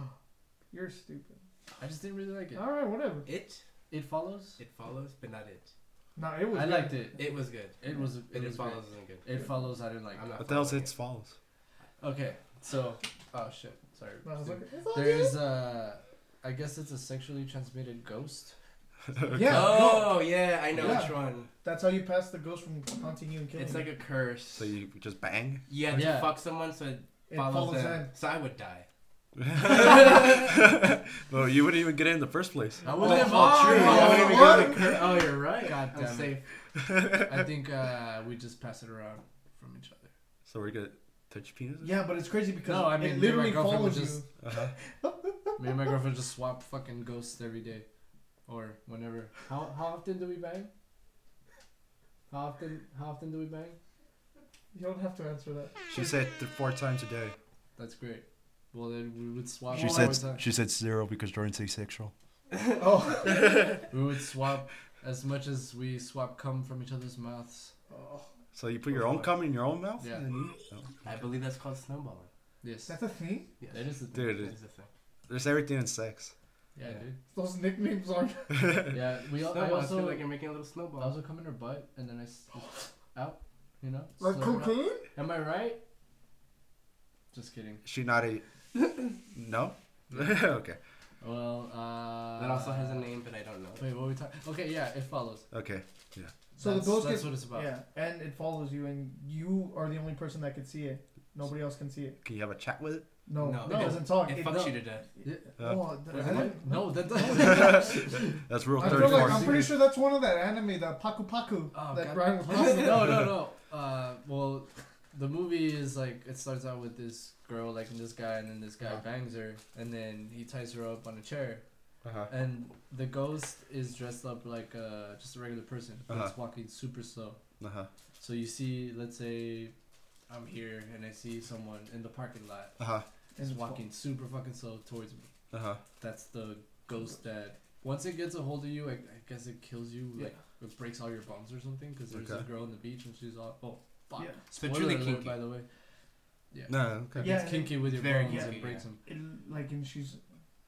Speaker 5: You're stupid.
Speaker 3: I just didn't really like it.
Speaker 5: All right, whatever.
Speaker 6: It
Speaker 3: It follows.
Speaker 6: it follows, but not it.
Speaker 5: No, it was.
Speaker 3: I
Speaker 5: good.
Speaker 3: liked it.
Speaker 6: It was good.
Speaker 3: It was. It,
Speaker 6: But it,
Speaker 3: was
Speaker 6: follows
Speaker 3: follows.
Speaker 6: isn't good.
Speaker 3: It follows. I didn't like.
Speaker 6: I'm
Speaker 3: it.
Speaker 6: not.
Speaker 4: What the hell's
Speaker 6: following
Speaker 4: its falls?
Speaker 3: Okay, so oh shit, sorry.
Speaker 5: No, I was like, it's all
Speaker 3: There's a, I guess it's a sexually transmitted ghost.
Speaker 5: good.
Speaker 6: it.
Speaker 5: Yeah. no,
Speaker 6: Oh yeah, I know
Speaker 5: Yeah.
Speaker 6: which one.
Speaker 5: that's how you pass the ghost from haunting you and killing
Speaker 6: It's
Speaker 5: you.
Speaker 6: like a curse.
Speaker 4: So you just bang?
Speaker 6: you have
Speaker 3: Yeah.
Speaker 6: to fuck someone so it
Speaker 5: it
Speaker 6: follows,
Speaker 5: follows
Speaker 6: them.
Speaker 5: them.
Speaker 6: So I would die.
Speaker 4: well, you wouldn't even get in the first place.
Speaker 3: I
Speaker 6: Oh,
Speaker 3: wouldn't
Speaker 6: oh,
Speaker 3: have
Speaker 6: true. I wouldn't even go to the curse. Oh, you're right.
Speaker 3: God
Speaker 6: I'm
Speaker 3: damn it.
Speaker 6: safe.
Speaker 3: I think uh, we just pass it around from each other.
Speaker 4: So we're gonna touch penis?
Speaker 5: Yeah, but it's crazy because
Speaker 3: No, I mean, me
Speaker 5: it
Speaker 3: and
Speaker 5: literally
Speaker 3: my girlfriend would
Speaker 5: follows you.
Speaker 3: just-
Speaker 4: Uh-huh.
Speaker 3: Me and my girlfriend just swap fucking ghosts every day, or whenever. How how often do we bang? How often how often do we bang?
Speaker 5: You don't have to answer that.
Speaker 4: She said th- four times a day.
Speaker 3: That's great. Well then we would swap. uh,
Speaker 5: She
Speaker 3: all
Speaker 5: said-
Speaker 3: the time.
Speaker 4: she said zero because Jordan's asexual.
Speaker 5: oh.
Speaker 3: we would swap as much as we swap cum from each other's mouths.
Speaker 5: Oh.
Speaker 4: So you put your own cum in your own mouth?
Speaker 3: Yeah.
Speaker 4: And you- oh.
Speaker 6: I believe that's called snowballing.
Speaker 3: Yes,
Speaker 5: That's a thing.
Speaker 6: Yes.
Speaker 3: that is the thing.
Speaker 4: Dude,
Speaker 6: That
Speaker 4: it-
Speaker 6: is a thing.
Speaker 4: there's everything in sex.
Speaker 3: Yeah,
Speaker 6: Yeah.
Speaker 3: dude.
Speaker 5: Those nicknames aren't.
Speaker 3: Yeah, we. All, I
Speaker 6: Snowballs
Speaker 3: also
Speaker 6: feel like you're making a little snowball.
Speaker 3: I was come in her butt and then I s- just out, you know?
Speaker 5: Like
Speaker 3: slurp it up.
Speaker 5: cocaine?
Speaker 3: Am I right? Just kidding.
Speaker 4: She not a. No? okay.
Speaker 3: Well, uh.
Speaker 6: that also has a name, but I don't know.
Speaker 3: Wait, what were we talking? Okay, yeah, it follows.
Speaker 4: Okay.
Speaker 5: So
Speaker 3: that's,
Speaker 5: the ghost
Speaker 3: That's
Speaker 5: gets.
Speaker 3: what it's about.
Speaker 5: Yeah, and it follows you, and you are the only person that can see it. Nobody else can see it.
Speaker 4: Can you have a chat with it?
Speaker 5: No,
Speaker 6: No,
Speaker 5: no,
Speaker 6: it
Speaker 5: it doesn't talk.
Speaker 6: It
Speaker 5: It-
Speaker 6: fucks
Speaker 3: no.
Speaker 6: you to death.
Speaker 5: oh, the-
Speaker 3: Wait,
Speaker 5: I
Speaker 3: what?
Speaker 5: didn't-
Speaker 3: No, that doesn't.
Speaker 4: That's rule
Speaker 5: I feel like
Speaker 4: 34.
Speaker 5: I'm pretty sure that's one of that anime, that Paku Paku,
Speaker 3: Oh,
Speaker 5: that
Speaker 3: God.
Speaker 5: Brian was talking about.
Speaker 3: no, no, no. Uh, well, the movie is like it starts out with this girl like and this guy, and then this guy
Speaker 4: Uh-huh.
Speaker 3: bangs her, and then he ties her up on a chair,
Speaker 4: Uh-huh.
Speaker 3: and the ghost is dressed up like uh, just a regular person, but it's walking super slow.
Speaker 4: Uh-huh.
Speaker 3: So you see, let's say, I'm here and I see someone in the parking lot
Speaker 4: Uh-huh.
Speaker 3: is
Speaker 5: And-
Speaker 3: walking super fucking slow towards me.
Speaker 4: Uh-huh.
Speaker 3: That's the ghost that once it gets a hold of you, I, I guess it kills you.
Speaker 5: Yeah.
Speaker 3: Like it breaks all your bones or something. Because there's a
Speaker 4: Okay.
Speaker 3: girl on the beach and she's all oh fuck.
Speaker 5: Yeah.
Speaker 6: So
Speaker 3: Spoiler
Speaker 6: truly
Speaker 3: alert,
Speaker 6: kinky.
Speaker 3: by the way.
Speaker 4: No, okay.
Speaker 5: Yeah,
Speaker 3: it's kinky with your
Speaker 6: very
Speaker 3: bones
Speaker 5: kinky,
Speaker 3: and breaks them.
Speaker 5: It, like, and she's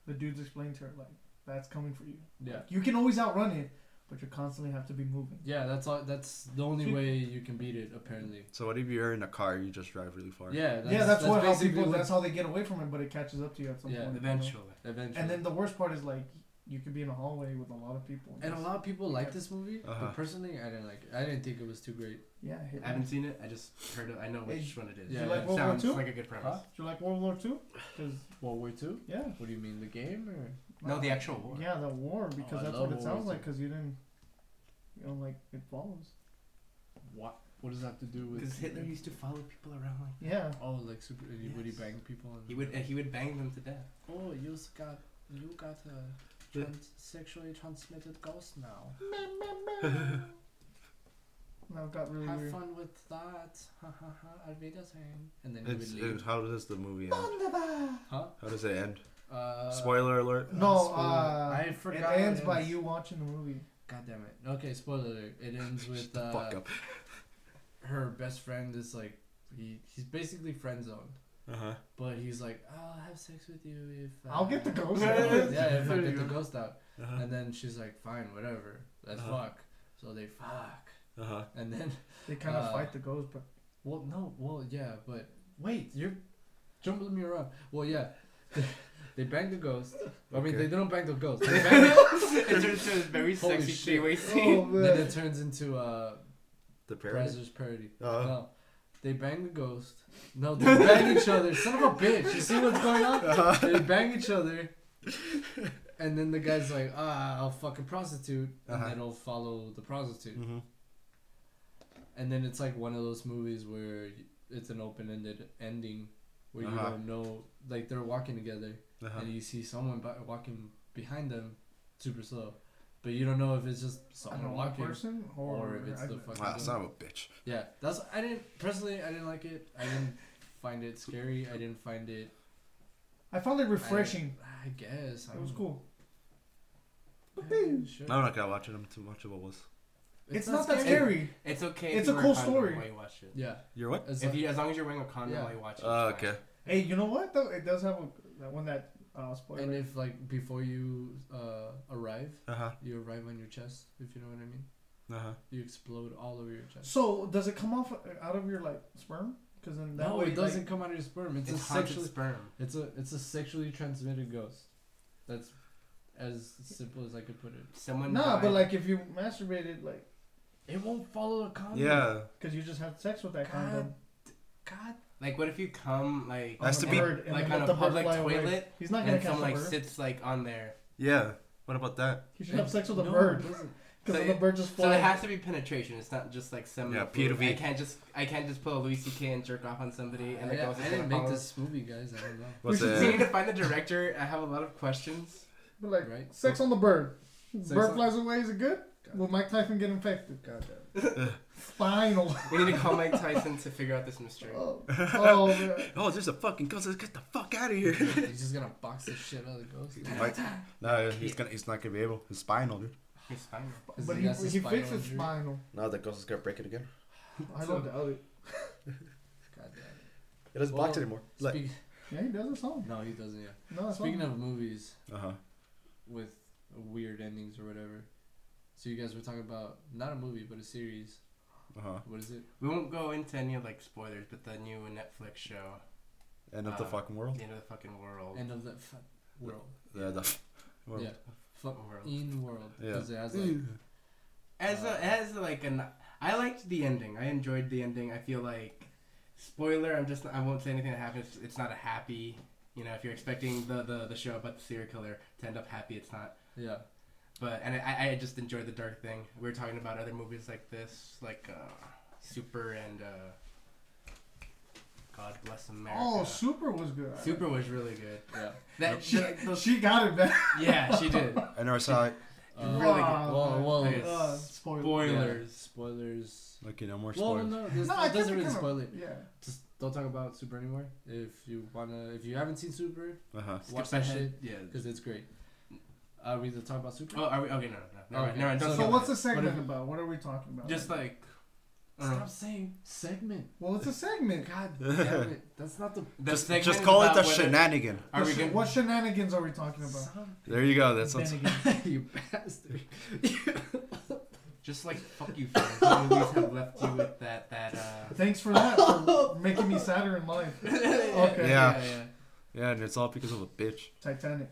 Speaker 5: the dudes explained to her like that's coming for you.
Speaker 3: Yeah.
Speaker 5: You can always outrun it, but you constantly have to be moving.
Speaker 3: Yeah, that's all, that's the only way you can beat it apparently.
Speaker 4: So what if you're in a car and you just drive really far?
Speaker 3: Yeah, that's,
Speaker 5: yeah, that's, what how
Speaker 3: basically
Speaker 5: people.
Speaker 3: what-
Speaker 5: That's how they get away from it, but it catches up to you at some
Speaker 3: Yeah,
Speaker 5: point. you know?
Speaker 6: Eventually.
Speaker 3: eventually.
Speaker 5: And then the worst part is like you could be in a hallway with a lot of people.
Speaker 3: And a lot of people like this movie,
Speaker 4: Uh-huh.
Speaker 3: but personally, I didn't like. It. I didn't think it was too great.
Speaker 5: Yeah. Hit
Speaker 6: I haven't seen it. I just heard it. I know which
Speaker 5: Hey,
Speaker 6: one it is.
Speaker 3: you Yeah. like
Speaker 6: it
Speaker 5: World War
Speaker 6: sounds
Speaker 5: Two?
Speaker 6: like a good premise.
Speaker 3: Huh?
Speaker 5: Do you like World War Two? Because
Speaker 3: World War Two?
Speaker 5: yeah,
Speaker 3: What do you mean, the game or?
Speaker 6: No, the actual war.
Speaker 5: yeah, the war because
Speaker 3: Oh, I
Speaker 5: that's
Speaker 3: love
Speaker 5: what it
Speaker 3: World
Speaker 5: sounds
Speaker 3: War
Speaker 5: like. Because you didn't, you know, like it follows.
Speaker 3: What What does that have to do
Speaker 6: Because Hitler used to follow people around. Like
Speaker 5: Yeah.
Speaker 3: Oh, like super, would he
Speaker 6: Yes.
Speaker 3: bang people? And,
Speaker 6: he would uh, he would bang them to death.
Speaker 3: Oh, you s- got you got a
Speaker 4: Yeah.
Speaker 3: trans- sexually transmitted ghost now.
Speaker 5: Now it
Speaker 4: Oh,
Speaker 5: got really
Speaker 3: Have
Speaker 5: weird.
Speaker 3: fun with that. Ha ha ha. Wiedersehen. And then he
Speaker 4: It's, uh,
Speaker 3: would leave.
Speaker 4: it, how does the movie end?
Speaker 3: huh?
Speaker 4: How does it end?
Speaker 3: Uh,
Speaker 4: Spoiler alert.
Speaker 5: No,
Speaker 3: Spoiler.
Speaker 5: uh,
Speaker 3: I forgot
Speaker 5: It ends
Speaker 3: it
Speaker 5: by
Speaker 3: is.
Speaker 5: you watching the movie.
Speaker 3: God damn it. Okay, spoiler alert. It ends with
Speaker 4: The
Speaker 3: uh,
Speaker 4: fuck up.
Speaker 3: her best friend is like he he's basically friend zoned,
Speaker 4: Uh huh.
Speaker 3: but he's like I'll have sex with you if uh,
Speaker 5: I'll get the ghost
Speaker 3: yeah,
Speaker 5: out.
Speaker 3: if I
Speaker 6: There
Speaker 3: get
Speaker 6: you
Speaker 3: the
Speaker 6: go.
Speaker 3: ghost out,
Speaker 4: Uh huh.
Speaker 3: and then she's like fine, whatever, let's
Speaker 4: Uh-huh.
Speaker 3: fuck. So they fuck,
Speaker 4: Uh huh.
Speaker 3: and then
Speaker 5: They kind of
Speaker 3: Uh,
Speaker 5: fight the ghost, Oh, but
Speaker 3: well no well yeah but
Speaker 6: Wait.
Speaker 3: you're jumbling me around. Well yeah. They bang the ghost. I mean, they
Speaker 4: Okay.
Speaker 3: don't bang the ghost. They bang it,
Speaker 6: it turns into this very
Speaker 3: Holy
Speaker 6: sexy
Speaker 3: shit.
Speaker 6: three-way
Speaker 5: oh
Speaker 6: scene.
Speaker 3: then
Speaker 5: man,
Speaker 3: it turns into uh,
Speaker 4: The parody.
Speaker 3: Brazzers parody.
Speaker 4: Uh,
Speaker 3: No, they bang the ghost. No, they bang each other. Son of a bitch! You see what's going on?
Speaker 4: Uh-huh.
Speaker 3: They bang each other, and then the guy's like, "Ah, I'll fuck a prostitute," and
Speaker 4: Uh-huh.
Speaker 3: then I'll follow the prostitute.
Speaker 4: mm-hmm.
Speaker 3: And then it's like one of those movies where it's an open-ended ending, where you
Speaker 4: Uh-huh.
Speaker 3: don't know. Like they're walking together,
Speaker 4: Uh-huh.
Speaker 3: and you see someone by, walking behind them, super slow, but you don't know if it's just someone
Speaker 5: one
Speaker 3: walking.
Speaker 5: person or,
Speaker 3: or if it's
Speaker 5: I-
Speaker 3: the fucking-
Speaker 4: Wow, son of a bitch.
Speaker 3: Yeah, that's I didn't personally. I didn't like it. I didn't find it scary. I didn't find it.
Speaker 5: I found it refreshing.
Speaker 3: I guess I
Speaker 5: It was
Speaker 3: don't-
Speaker 5: cool.
Speaker 3: Yeah, sure.
Speaker 4: I'm not gonna watch it. I'm too much of a wuss.
Speaker 5: It's, not that scary.
Speaker 6: It's okay.
Speaker 5: It's
Speaker 6: if you
Speaker 5: a
Speaker 6: wear
Speaker 5: cool
Speaker 6: condom
Speaker 5: story.
Speaker 6: While you watch it.
Speaker 3: Yeah,
Speaker 4: You're what?
Speaker 3: as
Speaker 6: If
Speaker 3: lo-
Speaker 6: you, as long as you're wearing a condom
Speaker 3: Yeah.
Speaker 6: while you watch it.
Speaker 4: Uh,
Speaker 6: it's fine.
Speaker 4: okay.
Speaker 5: Hey, you know what though? It does have a, that one that uh,
Speaker 3: and
Speaker 5: spoiler.
Speaker 3: if like before you uh, arrive,
Speaker 4: Uh huh.
Speaker 3: you arrive on your chest. If you know what I mean,
Speaker 4: Uh huh.
Speaker 3: you explode all over your chest.
Speaker 5: so does it come off uh, out of your like sperm? Because then that
Speaker 3: no,
Speaker 5: way,
Speaker 3: it doesn't
Speaker 5: Like,
Speaker 3: come out of your sperm. It's,
Speaker 6: It's,
Speaker 3: a
Speaker 6: haunted
Speaker 3: sexually.
Speaker 6: sperm.
Speaker 3: It's a it's a sexually transmitted ghost. That's as simple as I could put it.
Speaker 6: Someone.
Speaker 5: nah, but
Speaker 6: died.
Speaker 5: like if you masturbated, like,
Speaker 3: It won't follow the condom.
Speaker 4: Yeah.
Speaker 5: because you just had sex with that
Speaker 3: God.
Speaker 5: condom.
Speaker 3: God.
Speaker 6: Like, what if you come like
Speaker 4: Has
Speaker 5: on
Speaker 4: to
Speaker 5: the
Speaker 4: be-
Speaker 5: bird and
Speaker 6: like
Speaker 5: then
Speaker 6: on
Speaker 5: let
Speaker 6: a
Speaker 5: the bird
Speaker 6: public
Speaker 5: fly away.
Speaker 6: toilet,
Speaker 5: He's not
Speaker 6: and
Speaker 5: gonna
Speaker 6: then
Speaker 5: catch the
Speaker 6: someone like
Speaker 5: bird.
Speaker 6: sits like on there?
Speaker 4: Yeah. What about that?
Speaker 5: He should have sex with a
Speaker 3: No,
Speaker 5: bird
Speaker 3: it doesn't.
Speaker 5: because
Speaker 6: So
Speaker 5: then the
Speaker 6: it-
Speaker 5: bird just
Speaker 6: So
Speaker 5: flies.
Speaker 6: it has to be penetration. It's not just like some.
Speaker 4: Yeah,
Speaker 6: I
Speaker 4: POV.
Speaker 6: can't just I can't just pull a Louis C.K. and jerk off on somebody and
Speaker 3: I,
Speaker 6: like
Speaker 3: I didn't make this movie, guys. I don't know.
Speaker 4: What's
Speaker 5: should
Speaker 6: We
Speaker 4: that?
Speaker 6: need to find the director. I have a lot of questions.
Speaker 5: but like
Speaker 3: Right.
Speaker 5: sex on the bird,
Speaker 3: Sex
Speaker 5: bird
Speaker 3: on-
Speaker 5: flies away. Is it good?
Speaker 3: God.
Speaker 5: Will Mike Tyson get infected? God Final.
Speaker 6: We need to call Mike Tyson to figure out this mystery.
Speaker 5: oh, oh man.
Speaker 4: Oh, there's a fucking ghost. Let's get the fuck out of here.
Speaker 3: He's just gonna box the shit out of the ghost.
Speaker 4: Mike- no, he's gonna. He's not gonna be able. His spinal, dude.
Speaker 6: He's fine.
Speaker 3: Is
Speaker 5: but
Speaker 3: it
Speaker 5: he,
Speaker 3: just a
Speaker 5: he
Speaker 3: spinal
Speaker 5: fixed his
Speaker 3: injury?
Speaker 5: spinal.
Speaker 4: No, the ghost is gonna break it again.
Speaker 5: I don't doubt it.
Speaker 3: God damn
Speaker 4: It doesn't box
Speaker 3: Well,
Speaker 4: anymore.
Speaker 3: it.
Speaker 4: Like.
Speaker 3: Speak-
Speaker 5: Yeah, he does his own.
Speaker 3: no, he doesn't. Yeah.
Speaker 5: No, it's
Speaker 3: Speaking
Speaker 5: Speaking
Speaker 3: of movies
Speaker 4: Uh huh.
Speaker 3: with weird endings or whatever, so you guys were talking about not a movie but a series.
Speaker 4: Uh huh.
Speaker 3: What is it?
Speaker 6: We won't go into any like spoilers, but the new Netflix show,
Speaker 4: End of the
Speaker 6: Uh,
Speaker 4: fucking world.
Speaker 6: The End of the Fucking World.
Speaker 3: End of the fu- world.
Speaker 4: Yeah. The. f- world.
Speaker 3: Yeah. Fuck
Speaker 6: World.
Speaker 3: in world.
Speaker 4: Yeah.
Speaker 3: Because it has like
Speaker 6: As a, as like an, I liked the ending. I enjoyed the ending. I feel like, spoiler. I'm just. I won't say anything that happens. It's, it's not a happy. You know, if you're expecting the, the the show about the serial killer to end up happy, it's not.
Speaker 3: yeah.
Speaker 6: But and I, I just enjoyed the dark thing. We were talking about other movies like this, like uh, Super and uh, God Bless America.
Speaker 5: oh, Super was good.
Speaker 6: Super was really good.
Speaker 3: Yeah.
Speaker 6: That
Speaker 5: She,
Speaker 6: that- those-
Speaker 5: she got it back.
Speaker 6: yeah, she did.
Speaker 4: I never saw it.
Speaker 3: Uh,
Speaker 6: really good.
Speaker 3: Whoa, whoa.
Speaker 6: Okay.
Speaker 5: Uh, spoiler.
Speaker 3: Spoilers.
Speaker 6: Spoilers.
Speaker 3: Spoilers.
Speaker 4: Okay, no more
Speaker 3: Well,
Speaker 4: spoilers.
Speaker 3: no, this,
Speaker 5: No, I
Speaker 3: it
Speaker 5: think
Speaker 3: doesn't
Speaker 5: we
Speaker 3: really
Speaker 5: kinda-
Speaker 3: spoil it.
Speaker 5: Yeah.
Speaker 3: Just don't talk about Super anymore. If you wanna, if you haven't seen Super,
Speaker 4: Uh huh.
Speaker 6: Skip
Speaker 3: watch that
Speaker 6: ahead.
Speaker 3: shit
Speaker 6: Yeah.
Speaker 3: because it's great. Are we to talk about Super?
Speaker 6: Oh, are we? Okay, no, no, no. Never mind,
Speaker 3: Okay.
Speaker 6: never mind, don't
Speaker 3: So
Speaker 5: So
Speaker 6: skip
Speaker 5: what's the
Speaker 6: ahead.
Speaker 5: segment
Speaker 6: What
Speaker 5: about? What are we talking about?
Speaker 6: if- Just like
Speaker 4: Uh-huh.
Speaker 3: Stop saying segment.
Speaker 5: Well, it's a segment.
Speaker 3: God damn it. That's not the.
Speaker 6: The
Speaker 4: just,
Speaker 6: segment
Speaker 4: just
Speaker 6: is
Speaker 4: call it
Speaker 6: about
Speaker 4: the
Speaker 6: whether-
Speaker 4: shenanigan.
Speaker 6: Are we
Speaker 5: What
Speaker 6: gonna?
Speaker 5: sh- what shenanigans are we talking about?
Speaker 3: Son
Speaker 4: There you go. That sounds.
Speaker 5: Shenanigans.
Speaker 3: of a- you bastard.
Speaker 6: Just like fuck you, fans. The movies have left you with that that. Uh,
Speaker 5: Thanks for that, for making me sadder in life. Okay.
Speaker 4: Yeah. Yeah, and it's all because of a bitch.
Speaker 5: Titanic.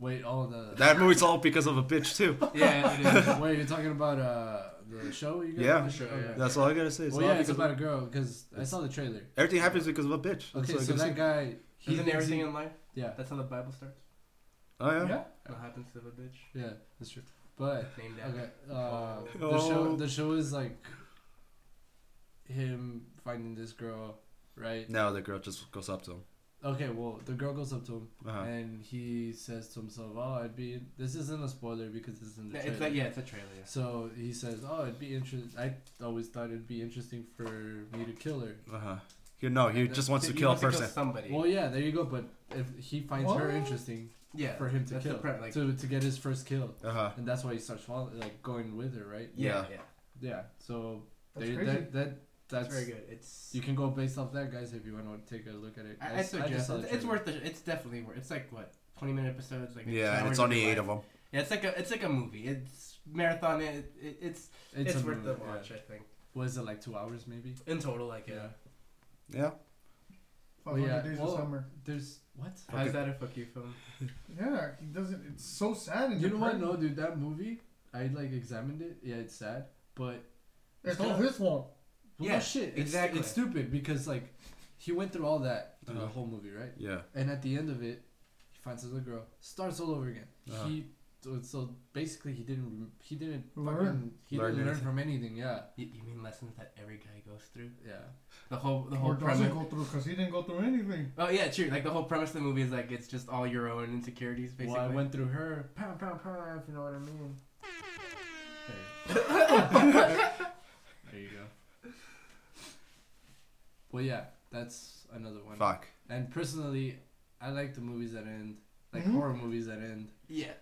Speaker 3: Wait, all the.
Speaker 4: That movie's all because of a bitch too.
Speaker 6: yeah, it is.
Speaker 3: Wait, you're talking about uh, the show? You got?
Speaker 4: Yeah.
Speaker 3: The show,
Speaker 6: Sure, yeah.
Speaker 3: okay.
Speaker 4: That's all I gotta say. It's
Speaker 3: Well,
Speaker 4: all
Speaker 3: yeah, it's
Speaker 4: because of-
Speaker 3: about a girl because I saw the trailer.
Speaker 4: everything happens because of a bitch. That's
Speaker 3: Okay,
Speaker 4: all I
Speaker 3: so
Speaker 4: gotta
Speaker 3: that
Speaker 4: say.
Speaker 3: guy. He
Speaker 6: Isn't
Speaker 3: thinks
Speaker 6: everything
Speaker 3: he-
Speaker 6: in life?
Speaker 3: Yeah,
Speaker 6: That's how the Bible starts.
Speaker 4: Oh yeah.
Speaker 5: Yeah.
Speaker 6: What happens to the bitch?
Speaker 3: yeah, that's true. But
Speaker 6: Named after.
Speaker 3: okay, uh, the
Speaker 4: Oh.
Speaker 3: show the show is like him finding this girl, right?
Speaker 4: No, the girl just goes up to him.
Speaker 3: Okay, well the girl goes up to him
Speaker 4: Uh-huh.
Speaker 3: and he says to himself, "Oh, I'd be." This isn't a spoiler because it's in the
Speaker 6: Yeah,
Speaker 3: trailer.
Speaker 6: it's like yeah, it's a trailer. Yeah.
Speaker 3: So he says, "Oh, it'd be interesting. I always thought it'd be interesting for me to kill her."
Speaker 4: Uh huh. No, he just wants to
Speaker 6: He
Speaker 4: kill a person.
Speaker 6: somebody.
Speaker 3: Well, yeah, there you go. But if he finds her
Speaker 5: What?
Speaker 3: interesting
Speaker 6: yeah,
Speaker 3: for him to
Speaker 6: that's
Speaker 3: kill,
Speaker 6: the pre- like,
Speaker 3: to to get his first kill.
Speaker 4: Uh huh.
Speaker 3: and that's why he starts following, like going with her, right?
Speaker 6: yeah, yeah,
Speaker 3: Yeah. So
Speaker 5: That's
Speaker 3: they,
Speaker 5: crazy.
Speaker 3: that that that's,
Speaker 6: That's very good. It's
Speaker 3: You can go based off that, guys, if you want to take a look at it.
Speaker 6: I, I
Speaker 3: s- just
Speaker 6: suggest
Speaker 3: saw
Speaker 6: it's,
Speaker 3: the
Speaker 6: it's
Speaker 3: trailer.
Speaker 6: worth it. It's definitely worth. It's like what twenty minute episodes. Like
Speaker 4: Yeah, and
Speaker 6: hour
Speaker 4: it's
Speaker 6: to
Speaker 4: only
Speaker 6: your
Speaker 4: eight of
Speaker 6: life.
Speaker 4: them.
Speaker 6: Yeah, it's like a it's like a movie. It's marathon. It, it it's it's,
Speaker 3: a
Speaker 6: worth the
Speaker 3: movie, yeah.
Speaker 6: watch. I think
Speaker 3: Was it like two hours maybe?
Speaker 6: in total, like yeah.
Speaker 4: Yeah.
Speaker 3: Well,
Speaker 5: 500
Speaker 3: yeah,
Speaker 5: Days
Speaker 3: well-
Speaker 5: of Summer.
Speaker 3: There's what?
Speaker 6: How's that a fuck you film?
Speaker 5: Yeah, he doesn't. It's so sad. And
Speaker 3: You know what?
Speaker 5: depressing.
Speaker 3: No, dude, that movie. I like examined it. Yeah, it's sad, but
Speaker 5: It's all his fault.
Speaker 3: well,
Speaker 6: Yeah,
Speaker 3: no shit. It's,
Speaker 6: exactly.
Speaker 3: It's stupid because like he went through all that through the
Speaker 4: Uh-huh.
Speaker 3: whole movie, right?
Speaker 4: Yeah.
Speaker 3: And at the end of it, he finds another girl. Starts all over again.
Speaker 4: Uh-huh.
Speaker 3: He so- so basically he didn't rem- he didn't
Speaker 5: Learn.
Speaker 3: fucking- he
Speaker 4: Learn
Speaker 3: didn't learn
Speaker 4: anything.
Speaker 3: from anything. Yeah,
Speaker 6: You, you mean lessons that every guy goes through?
Speaker 3: yeah.
Speaker 6: The whole the whole
Speaker 5: Or doesn't
Speaker 6: premise.
Speaker 5: go through because he didn't go through anything.
Speaker 6: Oh yeah, true. Like the whole premise of the movie is like it's just all your own insecurities, basically.
Speaker 3: Well, I went through her. Pound, pound, pound. If you know what I mean. there you go. Well, yeah, that's another one.
Speaker 4: Fuck.
Speaker 3: And personally, I like the movies that end, like
Speaker 6: Mm-hmm.
Speaker 5: Mhm.
Speaker 3: horror movies that end
Speaker 6: yeah,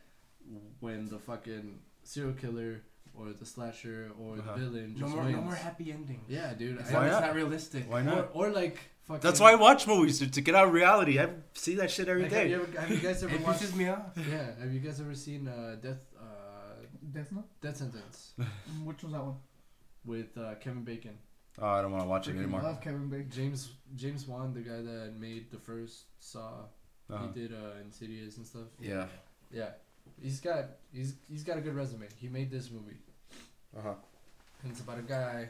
Speaker 3: when the fucking serial killer or the slasher or
Speaker 4: Uh-huh.
Speaker 3: the villain
Speaker 6: no
Speaker 3: just
Speaker 6: more
Speaker 3: wins.
Speaker 6: no more happy endings.
Speaker 3: Yeah, dude.
Speaker 6: it's,
Speaker 3: I-
Speaker 6: not,
Speaker 4: Why
Speaker 6: it's
Speaker 4: not?
Speaker 6: not realistic.
Speaker 4: Why not?
Speaker 3: Or, or like fucking.
Speaker 4: That's why I watch movies to, to get out of reality. I see that shit every
Speaker 3: Like, have,
Speaker 4: day.
Speaker 3: you ever, have you guys ever
Speaker 6: It
Speaker 3: watched?
Speaker 6: pisses me off.
Speaker 3: Yeah, have you guys ever seen uh, Death uh,
Speaker 5: Death Note?
Speaker 3: Death Sentence
Speaker 5: Mm, Which was that one?
Speaker 3: with uh, Kevin Bacon?
Speaker 4: Oh, I don't want to watch it
Speaker 5: Freaking
Speaker 4: anymore.
Speaker 5: love Kevin Bacon.
Speaker 3: James James Wan, the guy that made the first Saw,
Speaker 4: Uh-huh.
Speaker 3: he did uh, Insidious and stuff.
Speaker 4: Yeah.
Speaker 3: Yeah, he's got he's he's got a good resume. He made this movie,
Speaker 4: Uh huh.
Speaker 3: and it's about a guy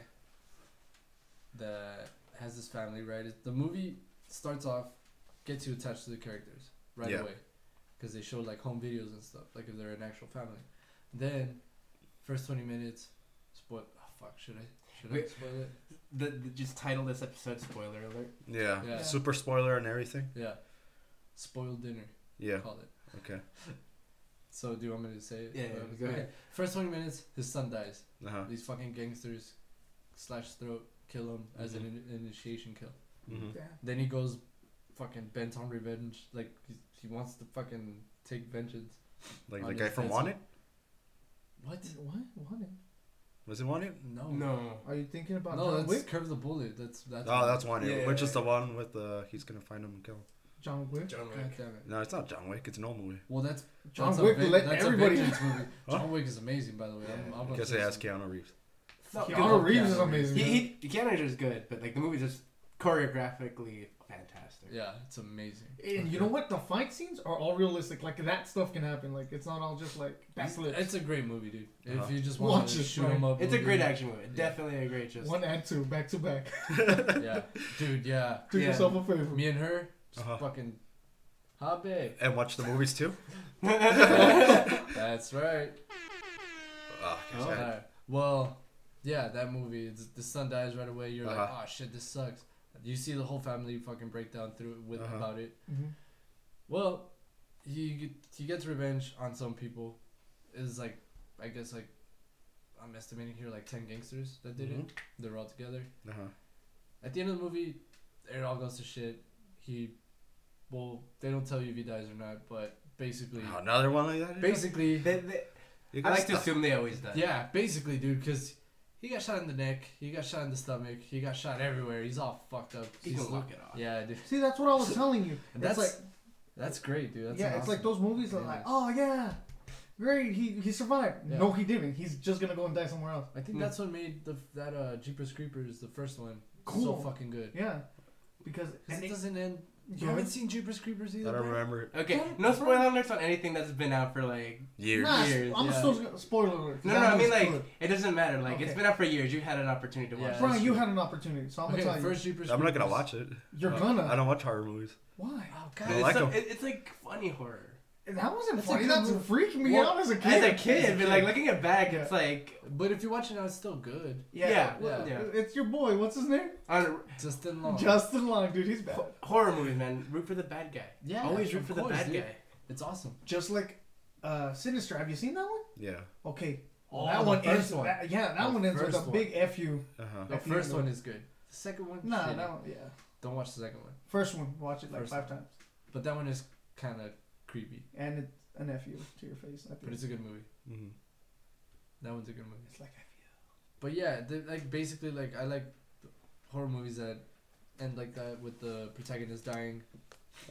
Speaker 3: that has his family. Right, It- the movie starts off gets you attached to the characters right
Speaker 4: Yeah.
Speaker 3: away because they show like home videos and stuff, like if they're an actual family. Then, first twenty minutes, spoil. Oh, fuck, should I should I
Speaker 6: Wait.
Speaker 3: spoil it?
Speaker 6: The, the, just title this episode spoiler alert.
Speaker 4: Yeah.
Speaker 3: Yeah.
Speaker 4: Super spoiler and everything.
Speaker 3: Yeah, spoiled dinner.
Speaker 4: Yeah.
Speaker 3: Call it.
Speaker 4: Okay.
Speaker 3: So do you want me to say it?
Speaker 6: Yeah, yeah,
Speaker 3: Uh,
Speaker 6: go ahead.
Speaker 3: First twenty minutes, his son dies.
Speaker 4: Uh huh.
Speaker 3: These fucking gangsters slash throat kill him as an in- initiation kill.
Speaker 4: hmm
Speaker 5: Yeah.
Speaker 3: Then he goes fucking bent on revenge. Like he, he wants to fucking take vengeance.
Speaker 4: Like
Speaker 3: On
Speaker 4: the
Speaker 3: his
Speaker 4: guy from
Speaker 3: face.
Speaker 4: Wanted.
Speaker 3: What?
Speaker 5: What? What?
Speaker 4: Was it Wanted?
Speaker 3: No.
Speaker 6: No.
Speaker 5: Are you thinking about
Speaker 3: No,
Speaker 5: John
Speaker 3: that's
Speaker 5: Wick?
Speaker 3: curve the bullet. That's that's.
Speaker 4: Oh, that's Wanted,
Speaker 6: Yeah.
Speaker 4: which is the one with the he's gonna find him and kill him.
Speaker 5: John Wick.
Speaker 6: John Wick.
Speaker 3: God damn it.
Speaker 4: No, it's not John Wick. It's an old movie.
Speaker 3: Well, that's
Speaker 5: John
Speaker 3: that's
Speaker 5: Wick
Speaker 3: A, veng-
Speaker 5: let
Speaker 3: that's
Speaker 5: everybody-
Speaker 3: a vengeance movie.
Speaker 4: Huh?
Speaker 3: John Wick is amazing, by the way. I'm, I'm gonna
Speaker 4: Because
Speaker 3: say
Speaker 4: they asked
Speaker 3: something.
Speaker 4: Keanu Reeves.
Speaker 6: No,
Speaker 3: Keanu
Speaker 5: Keanu Reeves is
Speaker 3: Reeves.
Speaker 5: amazing.
Speaker 6: He,
Speaker 5: man.
Speaker 6: he, he Keanu Reeves is good, but like the movie's just choreographically fantastic.
Speaker 3: Yeah, it's amazing.
Speaker 5: And you know what? The fight scenes are all realistic. Like that stuff can happen. Like it's not all just like backflips.
Speaker 3: It's a great movie, dude.
Speaker 4: Uh-huh.
Speaker 3: If you just want
Speaker 5: Watch
Speaker 3: to
Speaker 5: it,
Speaker 3: shoot
Speaker 5: bro.
Speaker 3: him up,
Speaker 6: It's a great
Speaker 3: movie.
Speaker 6: action movie. Definitely a great just.
Speaker 5: One and two, back to back.
Speaker 3: Yeah, dude. Yeah,
Speaker 5: Do
Speaker 6: Yeah.
Speaker 5: yourself a favor.
Speaker 3: me and her, just
Speaker 4: Uh-huh.
Speaker 3: fucking hobby.
Speaker 4: And watch the movies too.
Speaker 3: That's right.
Speaker 4: Ah,
Speaker 6: Oh.
Speaker 4: okay.
Speaker 3: Alright. Well, yeah, that movie. It's, the son dies right away. You're like,
Speaker 4: Uh-huh.
Speaker 3: oh shit, this sucks. You see the whole family fucking break down through it with
Speaker 4: Uh-huh.
Speaker 3: about it.
Speaker 5: Mhm.
Speaker 3: Well, he get- he gets revenge on some people. Is like, I guess like, I'm estimating here like ten gangsters that did it.
Speaker 4: Mm-hmm.
Speaker 3: They're all together.
Speaker 4: Uh-huh.
Speaker 3: At the end of the movie, it all goes to shit. He, well, they don't tell you if he dies or not, but basically,
Speaker 4: Another one like that.
Speaker 3: basically,
Speaker 6: They- they-
Speaker 4: You
Speaker 6: I
Speaker 4: got
Speaker 6: like to
Speaker 4: stuff.
Speaker 6: assume they always die.
Speaker 3: yeah, basically, dude, because He got shot in the neck. He got shot in the stomach. He got shot everywhere. He's all fucked up.
Speaker 6: He
Speaker 3: He's
Speaker 6: can walk it off.
Speaker 3: Yeah, dude.
Speaker 5: See, that's what I was telling you.
Speaker 3: And
Speaker 5: It's
Speaker 3: that's
Speaker 5: like
Speaker 3: that's great, dude. That's
Speaker 5: yeah,
Speaker 3: an
Speaker 5: it's like
Speaker 3: awesome-
Speaker 5: those movies that
Speaker 3: Yeah.
Speaker 5: like, oh yeah, great, he he survived.
Speaker 3: Yeah.
Speaker 5: No, he didn't. He's just gonna go and die somewhere else.
Speaker 3: I think
Speaker 6: Mm.
Speaker 3: that's what made the that uh, Jeepers Creepers the first one so
Speaker 5: Cool.
Speaker 3: fucking good.
Speaker 5: Yeah, because
Speaker 3: 'Cause
Speaker 5: and
Speaker 3: it
Speaker 5: it-
Speaker 3: doesn't end. You
Speaker 5: Yeah.
Speaker 3: haven't seen Jeepers Creepers
Speaker 4: I
Speaker 3: either.
Speaker 4: don't
Speaker 3: Brian?
Speaker 4: remember it.
Speaker 6: Okay, no spoiler alerts on anything that's been out for like.
Speaker 4: Years.
Speaker 5: Nah,
Speaker 6: Years,
Speaker 5: I'm
Speaker 3: yeah.
Speaker 5: still gonna spoiler alert.
Speaker 6: No,
Speaker 5: That
Speaker 6: no, no I mean
Speaker 5: movie's
Speaker 6: like
Speaker 5: good.
Speaker 6: it doesn't matter. Like it's
Speaker 5: Okay.
Speaker 6: been out for years. You had an opportunity to watch.
Speaker 3: Yeah.
Speaker 6: it.
Speaker 5: Brian, you had an opportunity, so I'm
Speaker 3: Okay,
Speaker 5: gonna tell
Speaker 3: first Jeepers.
Speaker 4: I'm not gonna
Speaker 3: Creepers.
Speaker 4: watch it.
Speaker 5: you, you're
Speaker 4: Uh,
Speaker 5: gonna.
Speaker 4: I don't watch horror movies.
Speaker 5: Why?
Speaker 3: Oh
Speaker 4: I
Speaker 3: god.
Speaker 4: don't
Speaker 6: It's,
Speaker 4: like
Speaker 6: so-
Speaker 4: 'em.
Speaker 6: it- it's like funny horror.
Speaker 5: That wasn't
Speaker 3: That's a
Speaker 5: funny.
Speaker 3: good
Speaker 5: That's
Speaker 3: movie.
Speaker 5: freaked me
Speaker 3: Well,
Speaker 5: out as a kid.
Speaker 6: As a kid, but like looking it back,
Speaker 5: Yeah.
Speaker 6: it's like
Speaker 3: But if you watch it now, it's still good.
Speaker 6: yeah,
Speaker 5: Yeah,
Speaker 3: yeah. Oh.
Speaker 6: yeah.
Speaker 5: It's your boy. What's his name?
Speaker 6: On
Speaker 3: Justin Long.
Speaker 5: Justin Long, dude. He's bad.
Speaker 6: horror movies, man, root for the bad guy.
Speaker 3: Yeah,
Speaker 6: always root
Speaker 3: of
Speaker 6: for
Speaker 3: course,
Speaker 6: the bad
Speaker 3: dude.
Speaker 6: guy.
Speaker 3: it's awesome.
Speaker 5: Just like uh, Sinister. Have you seen that one?
Speaker 4: Yeah.
Speaker 5: Okay.
Speaker 3: Oh,
Speaker 5: that
Speaker 3: the
Speaker 5: one
Speaker 3: first
Speaker 5: ends.
Speaker 3: one.
Speaker 5: that- yeah, that
Speaker 3: The
Speaker 5: one ends with
Speaker 3: first
Speaker 5: a big F you.
Speaker 4: Uh huh.
Speaker 3: The
Speaker 5: If you
Speaker 3: first
Speaker 5: know.
Speaker 3: one is good. The second one.
Speaker 5: Nah,
Speaker 3: shitty.
Speaker 5: that one. Yeah.
Speaker 3: Don't watch the second one.
Speaker 5: First one. Watch it like
Speaker 3: First
Speaker 5: five
Speaker 3: one.
Speaker 5: times.
Speaker 3: But that one is kind of creepy.
Speaker 5: And it's an F you to your face. I
Speaker 3: But
Speaker 5: think.
Speaker 3: it's a good movie.
Speaker 4: hmm
Speaker 3: That one's a good movie.
Speaker 5: It's like F you.
Speaker 3: But yeah, the, like basically, like I like horror movies that end like that with the protagonist dying.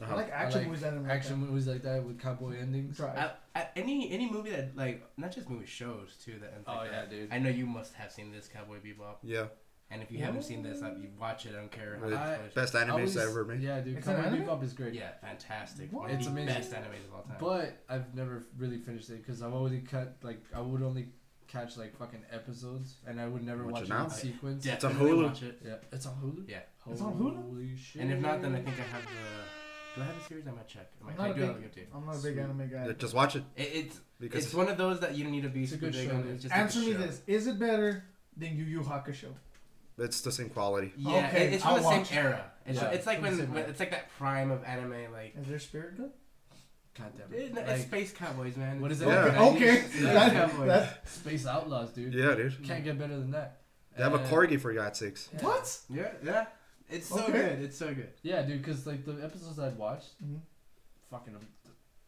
Speaker 5: I like action
Speaker 3: like
Speaker 5: movies that are
Speaker 3: Action movies like that with cowboy endings.
Speaker 5: Drive.
Speaker 6: I, I, any any movie that like not just movie shows too that ends
Speaker 3: Oh,
Speaker 6: like
Speaker 3: yeah,
Speaker 6: that.
Speaker 3: dude.
Speaker 6: I know you must have seen this Cowboy Bebop,
Speaker 4: Yeah.
Speaker 6: and if you haven't seen this, I, you watch it. I don't care. how
Speaker 4: Really?
Speaker 6: much footage-
Speaker 4: Best
Speaker 3: I
Speaker 4: animes
Speaker 3: always-
Speaker 4: ever made.
Speaker 3: Yeah, dude,
Speaker 5: It's an
Speaker 3: Cowboy
Speaker 5: anime?
Speaker 3: Bebop is great.
Speaker 6: yeah, fantastic.
Speaker 5: What?
Speaker 6: One of
Speaker 3: It's
Speaker 6: the
Speaker 3: amazing.
Speaker 6: Best animated of all time.
Speaker 3: But I've never really finished it because I've already cut like I would only catch like fucking episodes, and I would never
Speaker 4: Watch
Speaker 3: watch
Speaker 4: it
Speaker 3: it
Speaker 4: now?
Speaker 3: in sequence.
Speaker 4: It's on
Speaker 6: Definitely
Speaker 4: Hulu.
Speaker 6: Watch it.
Speaker 3: Yeah, it's on Hulu.
Speaker 6: Yeah.
Speaker 5: It's on Hulu?
Speaker 3: Holy shit!
Speaker 6: And if not, then I think I have the. Do I have the series? I might check. I
Speaker 5: I'm
Speaker 6: might
Speaker 5: not
Speaker 6: I
Speaker 5: a
Speaker 6: do
Speaker 5: big-
Speaker 6: have a good tape.
Speaker 5: I'm not a big
Speaker 3: Sweet.
Speaker 5: anime guy.
Speaker 4: Yeah, Just watch it
Speaker 6: It, it's
Speaker 4: because
Speaker 6: it's one of those that you don't need to be
Speaker 3: It's a
Speaker 6: super
Speaker 3: good
Speaker 6: big
Speaker 3: show,
Speaker 6: on.
Speaker 3: dude.
Speaker 6: It's just a
Speaker 5: Answer
Speaker 6: good
Speaker 5: me
Speaker 6: show.
Speaker 5: this: Is it better than Yu Yu Hakusho?
Speaker 4: it's the same quality.
Speaker 6: Yeah,
Speaker 5: Okay,
Speaker 6: it, it's from
Speaker 5: I'll
Speaker 6: the same
Speaker 5: watch it.
Speaker 6: era. It's,
Speaker 3: Yeah,
Speaker 6: it's like
Speaker 3: from the
Speaker 6: when,
Speaker 3: same
Speaker 6: when
Speaker 3: era.
Speaker 6: it's like that prime of anime, like
Speaker 5: Is there spirit good?
Speaker 3: God damn
Speaker 6: It-
Speaker 3: it!
Speaker 6: it's
Speaker 3: Like,
Speaker 6: space cowboys, man.
Speaker 3: what is it?
Speaker 4: Yeah.
Speaker 3: like,
Speaker 5: Okay,
Speaker 3: 90s?
Speaker 6: Yeah.
Speaker 5: that,
Speaker 6: Cowboy.
Speaker 5: that's-
Speaker 3: Space Outlaws, dude.
Speaker 4: Yeah, dude.
Speaker 3: Can't get better than that.
Speaker 4: They have a
Speaker 3: And-
Speaker 4: corgi for God's sakes.
Speaker 3: Yeah.
Speaker 5: what?
Speaker 6: Yeah, yeah. It's so
Speaker 5: Okay.
Speaker 6: good. It's so good.
Speaker 3: Yeah, dude, because like the episodes I've watched,
Speaker 5: Mhm.
Speaker 3: fucking. um,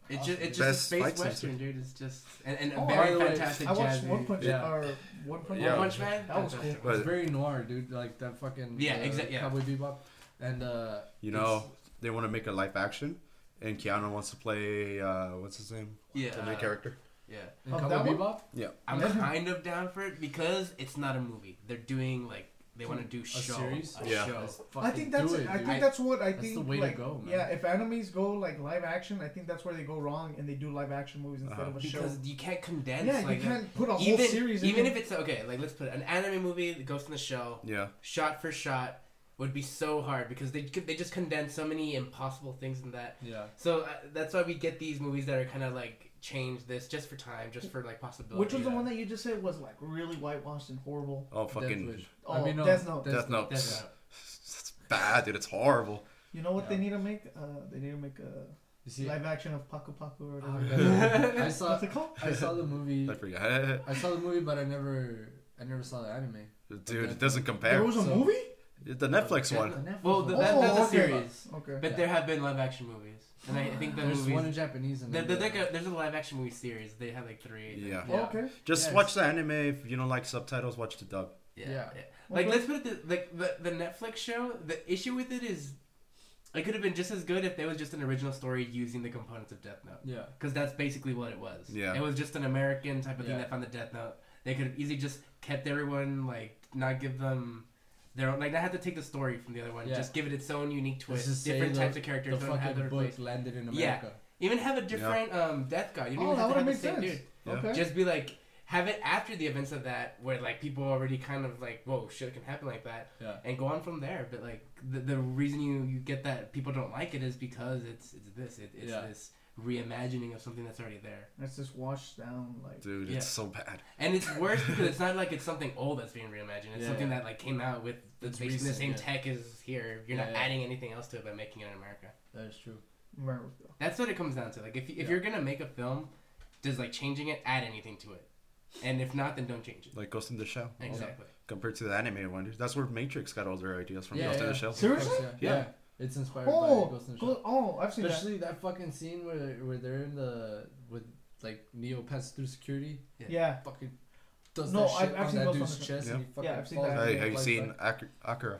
Speaker 6: It's
Speaker 3: Awesome.
Speaker 6: just it's just
Speaker 4: Best
Speaker 6: a space
Speaker 4: fight
Speaker 6: western,
Speaker 4: scenes.
Speaker 6: dude. It's just and, and a
Speaker 5: Oh,
Speaker 3: by
Speaker 6: very
Speaker 3: the way,
Speaker 6: fantastic
Speaker 5: I watched
Speaker 6: jazz
Speaker 5: One
Speaker 6: music.
Speaker 5: Punch
Speaker 3: Yeah.
Speaker 5: or One Punch
Speaker 4: Yeah.
Speaker 5: Man.
Speaker 6: One Punch Man.
Speaker 5: That was
Speaker 6: Fantastic.
Speaker 4: cool.
Speaker 3: It's
Speaker 4: But-
Speaker 3: very noir, dude. Like that fucking
Speaker 6: Yeah,
Speaker 3: uh,
Speaker 6: exa- yeah.
Speaker 3: Cowboy Bebop, and uh,
Speaker 4: You know, they want to make a live action, and Keanu wants to play uh, what's his name?
Speaker 6: Yeah.
Speaker 4: the main character.
Speaker 6: Yeah.
Speaker 3: in
Speaker 5: Oh,
Speaker 3: Cowboy
Speaker 5: that one?
Speaker 3: Bebop,
Speaker 4: Yeah.
Speaker 6: I'm
Speaker 5: Yeah.
Speaker 6: kind of down for it because it's not a movie. They're doing like they want to do show
Speaker 3: series?
Speaker 6: a
Speaker 4: Yeah.
Speaker 6: show.
Speaker 3: Let's
Speaker 5: I
Speaker 3: fucking
Speaker 5: think that's
Speaker 3: do
Speaker 5: it,
Speaker 3: it,
Speaker 5: I
Speaker 3: dude.
Speaker 5: think that's what I
Speaker 3: That's the
Speaker 5: think.
Speaker 3: way to
Speaker 5: like,
Speaker 3: go, man.
Speaker 5: Yeah, if animes go like live action, I think that's where they go wrong and they do live action movies instead
Speaker 4: Uh-huh.
Speaker 5: of a show.
Speaker 6: Because you can't condense.
Speaker 5: Yeah,
Speaker 6: like
Speaker 5: you
Speaker 6: that.
Speaker 5: can't put a whole
Speaker 6: even
Speaker 5: series.
Speaker 6: even
Speaker 5: in
Speaker 6: if it's okay, like let's put it, an anime movie that goes in the show,
Speaker 4: Yeah.
Speaker 6: shot for shot, would be so hard because they could- they just condense so many impossible things in that.
Speaker 3: yeah.
Speaker 6: So uh, that's why we get these movies that are kind of like change this just for time, just for like possibility.
Speaker 5: which was the one that you just said was like really whitewashed and horrible.
Speaker 4: Oh fucking
Speaker 3: Death Wish.
Speaker 5: Oh,
Speaker 3: I mean, no,
Speaker 5: Death Note.
Speaker 4: Death Note.
Speaker 6: That's not-
Speaker 4: It's bad, dude. It's horrible.
Speaker 5: You know what
Speaker 3: Yeah.
Speaker 5: they need to make? Uh, they need to make a
Speaker 3: You see,
Speaker 5: live action of Paku Paku or
Speaker 3: Oh,
Speaker 5: whatever.
Speaker 3: God. I saw
Speaker 5: What's it called?
Speaker 3: I saw the movie.
Speaker 4: I forgot,
Speaker 3: I saw the movie, but I never I never saw the anime.
Speaker 4: dude. It doesn't
Speaker 5: There
Speaker 4: compare.
Speaker 5: was a
Speaker 3: So-
Speaker 5: movie.
Speaker 4: The Netflix
Speaker 6: Yeah.
Speaker 4: one.
Speaker 6: Well, the,
Speaker 5: Oh,
Speaker 6: that, that's a
Speaker 5: okay.
Speaker 6: series,
Speaker 5: Okay.
Speaker 6: but there have been live action movies, and I, I think the
Speaker 3: There's one in
Speaker 6: movies.
Speaker 3: Japanese and
Speaker 6: There,
Speaker 3: then
Speaker 6: there's,
Speaker 3: the-
Speaker 6: like a, there's a live action movie series. They have like three. I think.
Speaker 4: Yeah.
Speaker 5: Oh, okay.
Speaker 4: Just
Speaker 3: Yes.
Speaker 4: watch the anime. If you don't like subtitles, watch the dub.
Speaker 6: Yeah.
Speaker 3: Yeah.
Speaker 6: yeah. Like,
Speaker 5: Okay.
Speaker 6: let's put it the, like the the Netflix show. The issue with it is, it could have been just as good if there was just an original story using the components of Death Note,
Speaker 3: yeah.
Speaker 6: because that's basically what it was.
Speaker 4: Yeah.
Speaker 6: It was just an American type of
Speaker 3: Yeah.
Speaker 6: thing that found the Death Note. They could have easily just kept everyone like not give them. their own like not have to take the story from the other one.
Speaker 3: Yeah.
Speaker 6: Just give it its own unique twist.
Speaker 3: just say
Speaker 6: different
Speaker 3: the-
Speaker 6: types of characters
Speaker 3: The
Speaker 6: don't have
Speaker 3: fucking
Speaker 6: their
Speaker 3: book
Speaker 6: place.
Speaker 3: landed in
Speaker 6: Yeah.
Speaker 3: America.
Speaker 6: Even have a different um, death god. You don't
Speaker 5: Oh,
Speaker 6: even have
Speaker 5: that would have
Speaker 6: to have the
Speaker 5: made
Speaker 6: same
Speaker 5: sense.
Speaker 6: dude
Speaker 4: Yeah.
Speaker 5: Okay.
Speaker 6: just be like have it after the events of that where like people already kind of like whoa shit can happen like that
Speaker 3: Yeah.
Speaker 6: and go on from there but like the, the reason you you get that people don't like it is because it's it's this it, it's
Speaker 3: Yeah.
Speaker 6: this reimagining of something that's already there
Speaker 5: That's just washed down like.
Speaker 4: Dude,
Speaker 6: Yeah.
Speaker 4: it's so bad.
Speaker 6: and it's worse because it's not like it's something old that's being reimagined it's
Speaker 3: Yeah,
Speaker 6: something
Speaker 3: yeah.
Speaker 6: that like came out with the,
Speaker 3: It's
Speaker 6: basically the
Speaker 3: recent,
Speaker 6: same
Speaker 3: yeah.
Speaker 6: tech as here you're
Speaker 3: Yeah,
Speaker 6: not
Speaker 3: yeah.
Speaker 6: adding anything else to it by making it in america
Speaker 3: That is true.
Speaker 5: Remember,
Speaker 6: That's what it comes down to. Like if, if
Speaker 3: Yeah.
Speaker 6: you're gonna make a film, does like changing it add anything to it? And if not, then don't change it.
Speaker 4: Like Ghost in the Shell.
Speaker 6: Exactly.
Speaker 4: Compared to the anime one, dude. That's where Matrix got all their ideas from.
Speaker 3: Yeah,
Speaker 4: Ghost in the
Speaker 3: yeah.
Speaker 4: Shell.
Speaker 5: Ser- Seriously?
Speaker 3: Of course, Yeah.
Speaker 4: Yeah.
Speaker 3: yeah. It's inspired
Speaker 5: Oh,
Speaker 3: by Ghost in the Shell.
Speaker 5: go, oh, I've seen
Speaker 3: Especially that fucking scene where where they're in the with like Neo passes through security.
Speaker 5: that. Yeah.
Speaker 3: Fucking does
Speaker 5: No,
Speaker 3: that
Speaker 5: I've-
Speaker 3: shit
Speaker 5: I've
Speaker 3: on
Speaker 5: seen
Speaker 3: that
Speaker 5: both
Speaker 3: dude's
Speaker 5: on the-
Speaker 3: chest and
Speaker 4: Yeah.
Speaker 3: he fucking
Speaker 5: Yeah, I've seen
Speaker 3: falls
Speaker 5: that.
Speaker 3: down
Speaker 4: Hey,
Speaker 3: and
Speaker 4: have you
Speaker 3: flies
Speaker 4: seen
Speaker 3: back.
Speaker 4: Ak- Akira?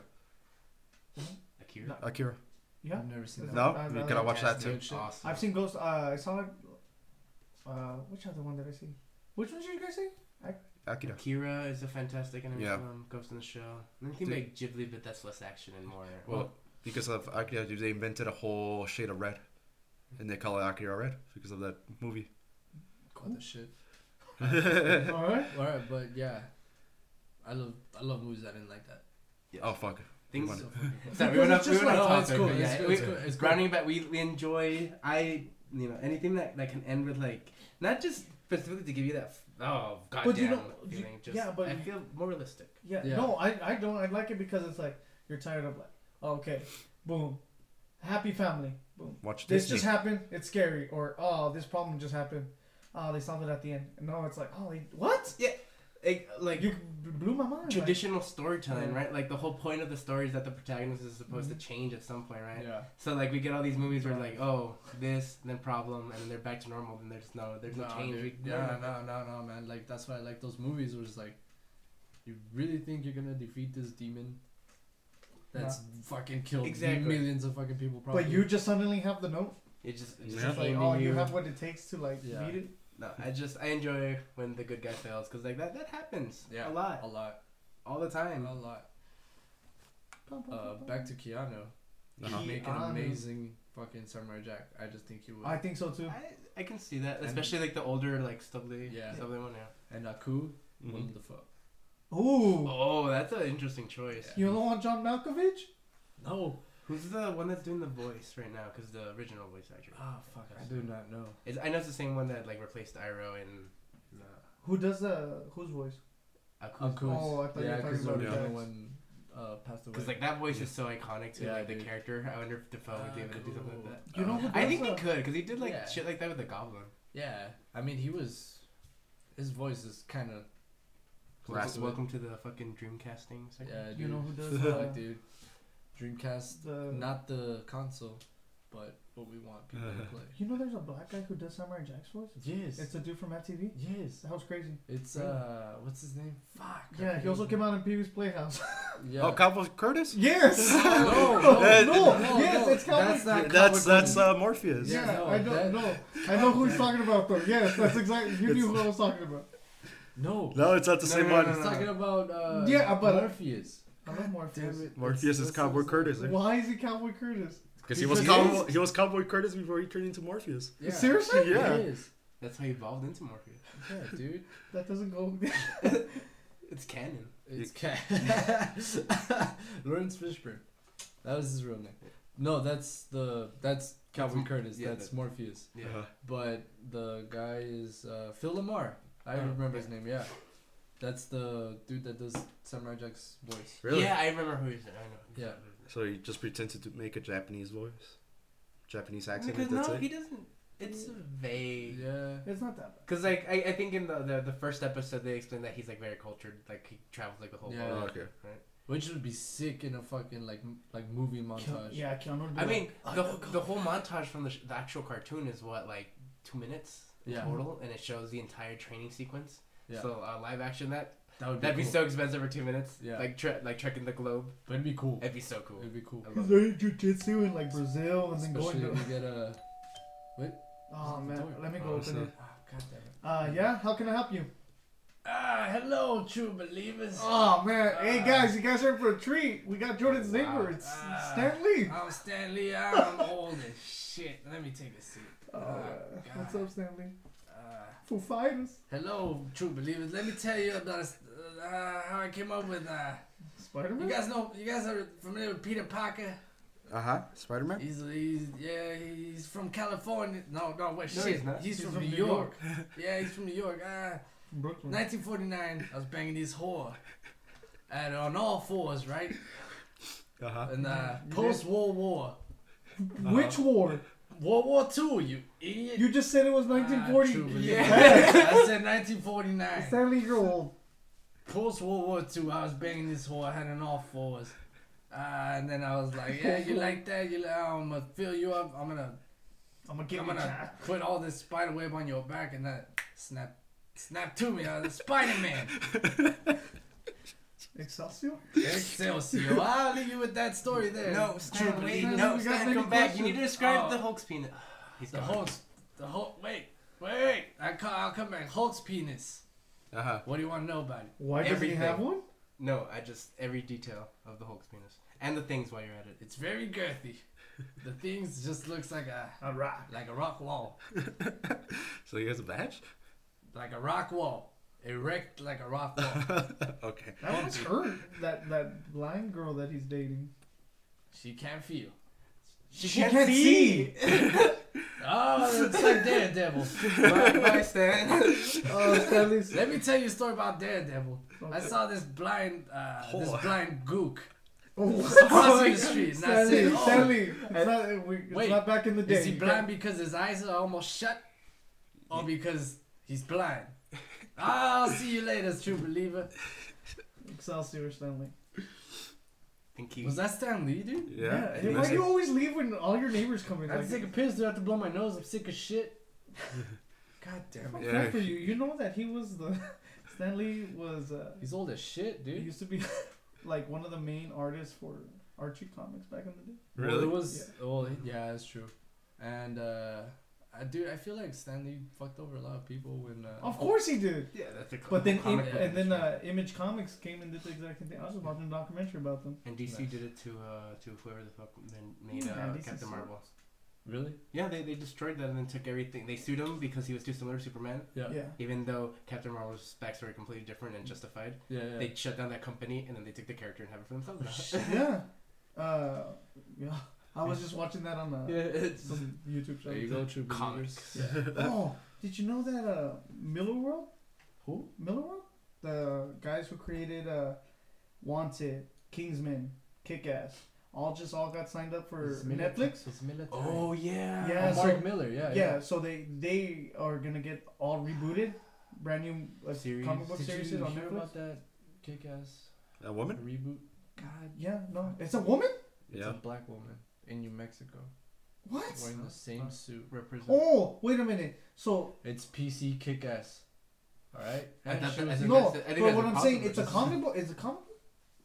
Speaker 6: Akira.
Speaker 4: Akira?
Speaker 5: Yeah.
Speaker 3: I've never seen
Speaker 5: Is
Speaker 3: that.
Speaker 4: No,
Speaker 5: I've-
Speaker 4: you
Speaker 5: I've-
Speaker 4: gotta watch that
Speaker 6: That's
Speaker 4: too.
Speaker 3: too.
Speaker 6: Awesome.
Speaker 5: I've seen Ghost. Uh, I saw. Uh, which other one did I see? Which one did you guys see?
Speaker 4: Akira.
Speaker 6: Akira is a fantastic animation
Speaker 4: Yeah.
Speaker 6: film. Ghost in the Shell. Anything
Speaker 4: Dude.
Speaker 6: like Ghibli, but that's less action and more.
Speaker 4: Well, because of Akira, they invented a whole shade of red, and they call it Akira red because of that movie.
Speaker 3: What the shit.
Speaker 5: All right.
Speaker 3: All right, but yeah, I love I love movies that didn't like that.
Speaker 4: Oh fuck!
Speaker 6: things.
Speaker 4: Come on.
Speaker 3: So fucking cool.
Speaker 6: Sorry, we went off.
Speaker 3: It's just
Speaker 6: we went off
Speaker 3: like- no, it's
Speaker 6: topic,
Speaker 3: cool,
Speaker 6: but
Speaker 3: it's
Speaker 6: yeah,
Speaker 3: cool,
Speaker 6: we-
Speaker 3: it's cool, it's cool.
Speaker 6: Rounding back, we, we enjoy. I you know anything that, that can end with like not just specifically to give you that f- oh goddamn
Speaker 5: But you don't- you-
Speaker 6: feeling. just,
Speaker 5: yeah, but
Speaker 6: I
Speaker 5: you-
Speaker 6: feel more realistic.
Speaker 5: Yeah.
Speaker 3: Yeah.
Speaker 5: No, I, I don't. I like it because it's like you're tired of like, okay, boom, happy family, boom.
Speaker 4: Watch
Speaker 5: This
Speaker 4: Disney.
Speaker 5: just happened. It's scary. Or oh, this problem just happened. Oh, they solved it at the end. No, it's like oh, they, what?
Speaker 6: Like, like
Speaker 5: You b- blew my mind. Like,
Speaker 6: traditional storytelling,
Speaker 5: Yeah.
Speaker 6: right? Like the whole point of the story is that the protagonist is supposed to change at some point, right?
Speaker 3: Mm-hmm. Yeah,
Speaker 6: So like we get all these movies where like oh this then problem and then they're back to normal then there's no there's no,
Speaker 3: Nah,
Speaker 6: change.
Speaker 3: dude.
Speaker 6: We-
Speaker 3: Yeah, no, no, no, man. Like that's why I like those movies where it's like, you really think you're gonna defeat this demon? That's fucking killed
Speaker 6: Exactly.
Speaker 3: millions of fucking people. Probably.
Speaker 5: but you just suddenly have the note.
Speaker 6: It just
Speaker 4: Yeah.
Speaker 6: it's just
Speaker 5: It's like
Speaker 6: like
Speaker 5: oh, you
Speaker 6: you-
Speaker 5: have what it takes to like
Speaker 3: Yeah.
Speaker 5: beat it.
Speaker 6: No, I just I enjoy when the good guy fails because like that that happens
Speaker 3: Yeah. Uh,
Speaker 6: a lot
Speaker 3: a lot,
Speaker 6: all the
Speaker 3: a
Speaker 6: time.
Speaker 3: lot.
Speaker 5: Bum, bum,
Speaker 3: Uh,
Speaker 5: bum, bum.
Speaker 3: back to Keanu.
Speaker 4: Uh-huh.
Speaker 3: Make an
Speaker 5: Keanu.
Speaker 3: amazing fucking Samurai Jack. I just think he would.
Speaker 5: I think so too.
Speaker 6: I, I can see that
Speaker 3: And-
Speaker 6: especially like the older like Stubley
Speaker 3: Yeah.
Speaker 6: Stubley one yeah.
Speaker 3: and Aku,
Speaker 4: Mhm.
Speaker 6: Mm-hmm.
Speaker 3: what the fuck?
Speaker 5: Ooh,
Speaker 6: Oh, that's an interesting choice.
Speaker 3: Yeah.
Speaker 5: you don't want John Malkovich?
Speaker 3: No.
Speaker 6: Who's the one that's doing the voice right now? Because the original voice actor.
Speaker 3: Ah, fuck. I do not know.
Speaker 6: It's, I know it's the same one that like replaced Iroh in uh,
Speaker 5: Who does the whose voice?
Speaker 6: Aku's
Speaker 3: Aku.
Speaker 6: voice.
Speaker 5: Oh, I thought you
Speaker 3: yeah,
Speaker 5: were talking
Speaker 3: because the
Speaker 5: about
Speaker 3: original
Speaker 5: Jack's.
Speaker 3: one uh, passed away. Uh,
Speaker 6: Because like that voice is so iconic to
Speaker 3: Yeah,
Speaker 6: like the
Speaker 3: dude. Oh.
Speaker 6: character. I wonder if Defoe would be able to do something like that.
Speaker 5: You know who does
Speaker 6: I think
Speaker 5: the,
Speaker 6: he could because he did like
Speaker 3: Yeah.
Speaker 6: shit like that with the Goblin.
Speaker 3: Yeah, I mean, he was. His voice is kind of.
Speaker 4: Last
Speaker 6: Welcome, welcome to the fucking dreamcasting section.
Speaker 3: Yeah, dude.
Speaker 5: You know who does
Speaker 3: Fuck,
Speaker 5: the,
Speaker 3: dude. Dreamcast,
Speaker 5: the
Speaker 3: not the console, but what we want people to play.
Speaker 5: You know, there's a black guy who does Samurai Jack's voice.
Speaker 3: Yes.
Speaker 5: It's a dude from MTV.
Speaker 3: yes.
Speaker 5: That was crazy.
Speaker 3: It's uh, what's his name? Fuck.
Speaker 5: Yeah, he also came out in Pee Wee's Playhouse.
Speaker 3: Yeah.
Speaker 4: Oh, Cowboy Curtis.
Speaker 5: yes.
Speaker 3: No,
Speaker 5: no,
Speaker 4: that-
Speaker 5: no, yes, it's Cowboy.
Speaker 3: That's not.
Speaker 4: That's
Speaker 3: Cowboy
Speaker 4: that's
Speaker 3: Curtis.
Speaker 4: uh, Morpheus.
Speaker 5: yeah,
Speaker 3: no,
Speaker 5: I don't
Speaker 3: that-
Speaker 5: know. I know who he's talking about though. Yes, that's exactly. You knew who I was talking about.
Speaker 3: No.
Speaker 4: No, it's not the
Speaker 6: No,
Speaker 4: same
Speaker 6: no, no,
Speaker 4: one.
Speaker 6: no,
Speaker 3: He's
Speaker 6: no.
Speaker 3: talking about uh.
Speaker 5: Yeah, but-
Speaker 3: Morpheus.
Speaker 5: I love Morpheus.
Speaker 3: Damn it.
Speaker 4: Morpheus
Speaker 3: That's-
Speaker 4: is
Speaker 3: that's
Speaker 4: Cowboy
Speaker 3: his name.
Speaker 4: Curtis. eh?
Speaker 5: Why is he Cowboy Curtis?
Speaker 4: Because he was
Speaker 3: Because he
Speaker 4: Cowboy, he was Cowboy Curtis before he turned into Morpheus.
Speaker 3: Yeah.
Speaker 5: Seriously?
Speaker 4: Yeah.
Speaker 3: He is.
Speaker 6: That's how he evolved into Morpheus.
Speaker 3: Yeah, dude.
Speaker 5: That doesn't go.
Speaker 6: It's canon.
Speaker 3: It's cat. Lawrence Fishburne. That was his real name. No, that's the that's Calvin
Speaker 6: That's-
Speaker 3: Curtis.
Speaker 6: yeah,
Speaker 3: that's
Speaker 6: that-
Speaker 3: Morpheus.
Speaker 6: Yeah.
Speaker 4: Uh-huh.
Speaker 3: But the guy is uh, Phil Lamar. I
Speaker 6: Oh,
Speaker 3: remember
Speaker 6: yeah.
Speaker 3: his name. Yeah, that's the dude that does Samurai Jack's voice.
Speaker 4: Really?
Speaker 6: Yeah, I remember who he is. I know.
Speaker 3: Yeah.
Speaker 4: So he just pretended to make a Japanese voice, Japanese accent.
Speaker 6: Because
Speaker 4: and that's
Speaker 6: no,
Speaker 4: it.
Speaker 6: he doesn't. It's vague.
Speaker 3: Yeah.
Speaker 5: It's not that bad.
Speaker 6: Cause like I, I think in the, the the first episode they explained that he's like very cultured, like he travels like the whole
Speaker 3: Yeah.
Speaker 4: Oh,
Speaker 6: world.
Speaker 4: okay.
Speaker 3: Which would be sick in a fucking like m- like movie montage.
Speaker 5: yeah, Keanu. would be
Speaker 6: I
Speaker 5: like,
Speaker 6: mean, the, the whole montage from the, sh- the actual cartoon is what like two minutes
Speaker 3: Yeah.
Speaker 6: total, and it shows the entire training sequence.
Speaker 3: Yeah.
Speaker 6: So uh, live action that
Speaker 3: that would be
Speaker 6: that'd be
Speaker 3: cool.
Speaker 6: so expensive for two minutes.
Speaker 3: Yeah.
Speaker 6: Like tre- like trekking the globe.
Speaker 3: But it'd be cool.
Speaker 6: That'd be so cool.
Speaker 3: It'd be cool.
Speaker 6: I
Speaker 5: he's
Speaker 6: love it.
Speaker 5: learning jujitsu in like Brazil and then
Speaker 3: Especially
Speaker 5: going
Speaker 3: if
Speaker 5: to.
Speaker 3: we get a.
Speaker 5: Oh man, let me go
Speaker 4: Oh,
Speaker 5: open
Speaker 4: so-
Speaker 5: it.
Speaker 3: Ah, God damn it.
Speaker 5: Uh, yeah, how can I help you?
Speaker 3: Ah, hello, true believers.
Speaker 5: Oh man, hey
Speaker 3: Uh,
Speaker 5: guys, you guys are in for a treat. We got Jordan's
Speaker 6: Wow.
Speaker 5: neighbor, it's
Speaker 3: Uh,
Speaker 5: Stan Lee.
Speaker 3: I'm Stanley. I'm old as shit. Let me take a seat.
Speaker 5: Oh,
Speaker 3: uh,
Speaker 5: what's
Speaker 3: God.
Speaker 5: up, Stan Lee?
Speaker 3: Uh,
Speaker 5: Foo Fighters.
Speaker 3: hello, true believers. Let me tell you about uh, how I came up with. Uh,
Speaker 5: Spider
Speaker 3: you
Speaker 5: Man?
Speaker 3: guys know. You guys are familiar with Peter Parker.
Speaker 4: Uh huh. Spider Man.
Speaker 3: He's, he's yeah. He's from California. No, no, wait,
Speaker 6: No,
Speaker 3: shit.
Speaker 6: he's not.
Speaker 3: from, New York. yeah, he's from New York. Uh,
Speaker 5: Brooklyn.
Speaker 3: 1949. I was banging this whore. And on all fours, right?
Speaker 4: Uh huh.
Speaker 3: In uh,
Speaker 5: You did?
Speaker 3: post World War,
Speaker 5: Which war?
Speaker 3: World War Two. You idiot.
Speaker 5: You just said it was
Speaker 3: Ah, true
Speaker 5: 1940.
Speaker 3: believers.
Speaker 5: yeah.
Speaker 3: I said 1949.
Speaker 5: Stan Lee, you're old.
Speaker 3: post World War Two, I was banging this whore, I had an all fours. Uh, and then I was like, yeah, you like that? You like, I'm gonna fill you up. I'm gonna,
Speaker 5: I'm gonna
Speaker 3: I'm
Speaker 5: get
Speaker 3: gonna put all this spider web on your back and that snap Snap to me, uh, I was Spider Man.
Speaker 5: Excelsior?
Speaker 3: Excelsior. I'll leave you with that story there.
Speaker 6: No, Stan,
Speaker 5: True,
Speaker 6: wait,
Speaker 5: but
Speaker 6: no,
Speaker 5: we got
Speaker 6: Stan,
Speaker 5: many
Speaker 6: come back. You
Speaker 5: questions.
Speaker 6: need to describe
Speaker 3: Oh.
Speaker 6: the Hulk's penis. He's
Speaker 3: The
Speaker 6: gone.
Speaker 3: Hulk's. The Hulk. Wait, wait. I ca- I'll come back. Hulk's penis.
Speaker 4: Uh huh.
Speaker 3: What do you want to know about it?
Speaker 5: Why does he
Speaker 6: Everything.
Speaker 5: have one?
Speaker 6: No, I just every detail of the Hulk's penis and the things while you're at it.
Speaker 3: It's very girthy. The things just looks like a
Speaker 5: A rock.
Speaker 3: like a rock wall,
Speaker 4: So he has a badge?
Speaker 3: like a rock wall, erect like a rock wall.
Speaker 4: okay.
Speaker 5: That one's hurt. That that blind girl that he's dating.
Speaker 3: She can't feel.
Speaker 6: She,
Speaker 3: Oh, it's like Daredevil.
Speaker 6: bye, bye, Stan.
Speaker 5: Oh, Stanley's.
Speaker 3: Let me tell you a story about Daredevil. I
Speaker 5: Okay.
Speaker 3: saw this blind, uh, this
Speaker 4: Whore.
Speaker 3: blind gook
Speaker 5: Oh,
Speaker 3: crossing the street, and I
Speaker 5: Stanley,
Speaker 3: said, "Oh,
Speaker 5: Stanley, it's not, we, it's
Speaker 3: Wait,
Speaker 5: not back in the day.
Speaker 3: is he blind because his eyes are almost shut, or because he's blind?" I'll see you later, true believer.
Speaker 5: Excelsior Stanley.
Speaker 6: Thank you.
Speaker 3: Was that Stan Lee, dude?
Speaker 4: Yeah.
Speaker 5: Hey,
Speaker 4: he
Speaker 5: Why
Speaker 4: was-
Speaker 5: do you always leave when all your neighbors come in?
Speaker 3: I have
Speaker 5: Like,
Speaker 3: to take a piss. Do I have to blow my nose? I'm sick as shit. God damn
Speaker 5: I
Speaker 3: it.
Speaker 5: feel
Speaker 4: Yeah.
Speaker 5: for you. You know that he was the Stanley was. Uh,
Speaker 3: He's old as shit,
Speaker 5: he
Speaker 3: dude.
Speaker 5: used to be like one of the main artists for Archie comics back in the day.
Speaker 3: Well,
Speaker 4: Really?
Speaker 3: it was. Well, yeah, that's true. And uh, I do. I feel like Stanley fucked over a lot of people when. Uh,
Speaker 5: Of course he did.
Speaker 6: yeah, that's a
Speaker 5: But then,
Speaker 6: comic
Speaker 5: Im-
Speaker 6: book
Speaker 5: and then
Speaker 6: industry.
Speaker 5: uh, Image Comics came and did the exact same thing. I was just watching a documentary about them.
Speaker 6: and DC did it to uh, to whoever the fuck then made
Speaker 5: Yeah,
Speaker 6: uh,
Speaker 5: DC
Speaker 6: Captain
Speaker 5: sucked.
Speaker 6: Marvel.
Speaker 3: Really?
Speaker 6: Yeah, they, they destroyed that and then took everything. They sued him because he was too similar to Superman,
Speaker 3: Yeah. Yeah.
Speaker 5: Yeah.
Speaker 6: even though Captain Marvel's backstory completely different
Speaker 3: Mm.
Speaker 6: and justified.
Speaker 3: Yeah.
Speaker 6: They shut down that company and then they took the character and have it for
Speaker 3: Oh,
Speaker 6: themselves. now.
Speaker 5: Yeah. Uh, yeah. I was just watching that on uh,
Speaker 3: Yeah, it's-
Speaker 5: some YouTube show.
Speaker 3: there you go, true believers.
Speaker 6: Comics.
Speaker 5: Oh, did you know that uh, Miller World?
Speaker 3: Who?
Speaker 5: Miller World? The guys who created uh, Wanted, Kingsman, Kick Ass, all just all got signed up for
Speaker 3: It's military-
Speaker 5: Netflix.
Speaker 3: It's military.
Speaker 6: Oh yeah.
Speaker 5: Yeah,
Speaker 3: Oh,
Speaker 5: so-
Speaker 3: Mark Miller. Yeah.
Speaker 5: Yeah, so they they are gonna get all rebooted, brand new uh,
Speaker 6: Series.
Speaker 5: comic book
Speaker 3: Did
Speaker 5: series
Speaker 3: you
Speaker 5: on
Speaker 3: hear
Speaker 5: Netflix.
Speaker 3: about that kick-ass
Speaker 4: A woman?
Speaker 3: reboot?
Speaker 5: God, yeah, no, it's a woman.
Speaker 3: It's
Speaker 4: Yeah.
Speaker 3: a black woman in New Mexico
Speaker 5: What?
Speaker 3: wearing the same suit.
Speaker 6: Represent.
Speaker 5: Oh, wait a minute. So
Speaker 3: It's PC kick-ass. All right.
Speaker 6: I
Speaker 3: And
Speaker 6: thought
Speaker 3: she
Speaker 6: that- I
Speaker 3: was
Speaker 6: think
Speaker 5: no,
Speaker 6: that's- I think
Speaker 5: but
Speaker 6: that's
Speaker 5: what I'm saying,
Speaker 6: impossible.
Speaker 5: it's a comic book. It's a comic. book?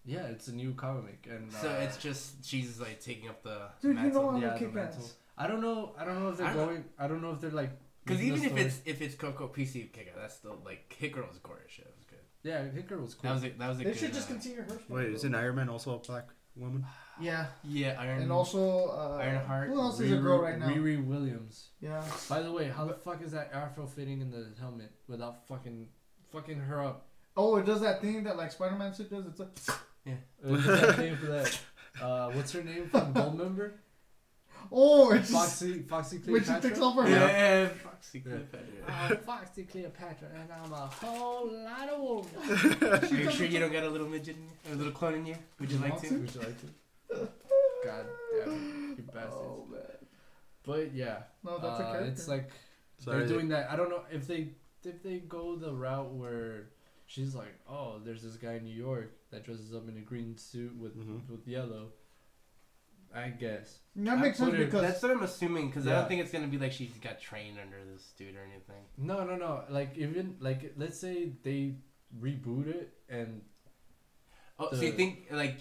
Speaker 3: Yeah, it's a new comic, and
Speaker 6: So
Speaker 3: uh,
Speaker 6: it's just she's like taking up the
Speaker 5: Dude, you know
Speaker 6: mantle.
Speaker 5: I'm
Speaker 3: yeah,
Speaker 5: gonna
Speaker 3: the
Speaker 5: kick
Speaker 3: mantle.
Speaker 5: ass.
Speaker 3: I don't know. I don't know if they're
Speaker 6: I don't-
Speaker 3: going. I don't know if they're like.
Speaker 6: Because
Speaker 3: making
Speaker 6: even
Speaker 3: the
Speaker 6: if
Speaker 3: story-
Speaker 6: it's if it's Coco PC Kicker, that's still like Hit Girl was gore as shit. It was good.
Speaker 3: yeah, Hickory was cool.
Speaker 6: That was a, that was
Speaker 5: They
Speaker 6: a good.
Speaker 5: should just
Speaker 6: uh,
Speaker 5: continue her. story,
Speaker 4: Wait, is
Speaker 5: though.
Speaker 4: an Iron Man also a black woman?
Speaker 5: Yeah,
Speaker 6: uh, Yeah, Iron.
Speaker 5: and also uh,
Speaker 6: Ironheart,
Speaker 5: Who else is a girl
Speaker 3: Riri-
Speaker 5: right now?
Speaker 3: Riri Williams.
Speaker 5: Yeah.
Speaker 3: By the way, how the fuck is that afro fitting in the helmet without fucking fucking her up?
Speaker 5: Oh, it does that thing that like Spider-Man suit does. It's like
Speaker 3: Uh, what's that name for that? Uh, what's her name from Goldmember?
Speaker 5: oh, it's just
Speaker 3: Foxy Foxy
Speaker 5: when she takes
Speaker 3: Cleopatra.
Speaker 5: off her
Speaker 6: yeah,
Speaker 5: hat.
Speaker 6: yeah, fuck, secret yeah.
Speaker 3: I'm Foxy Cleopatra, and I'm a whole lot of woman.
Speaker 6: Are you sure you don't got a little midget in you? Or a little clone in you? Would you like to?
Speaker 3: Would you like to? God damn it, you bastards!
Speaker 5: Oh man.
Speaker 3: But yeah,
Speaker 5: No, Oh, that's a
Speaker 3: uh,
Speaker 5: character.
Speaker 3: it's like
Speaker 4: Sorry.
Speaker 3: they're doing that. I don't know if they if they go the route where she's like, oh, there's this guy in New York that dresses up in a green suit with
Speaker 4: Mhm.
Speaker 6: Mm-hmm.
Speaker 3: with yellow. I guess.
Speaker 5: that makes
Speaker 3: I
Speaker 5: sense
Speaker 3: put it-
Speaker 5: because
Speaker 6: That's what I'm assuming. Because I
Speaker 3: Yeah.
Speaker 6: don't think it's gonna be like she's got trained under this dude or anything.
Speaker 3: No, no, no. Like even like let's say they reboot it and
Speaker 6: Oh, so
Speaker 3: The-
Speaker 6: you think like,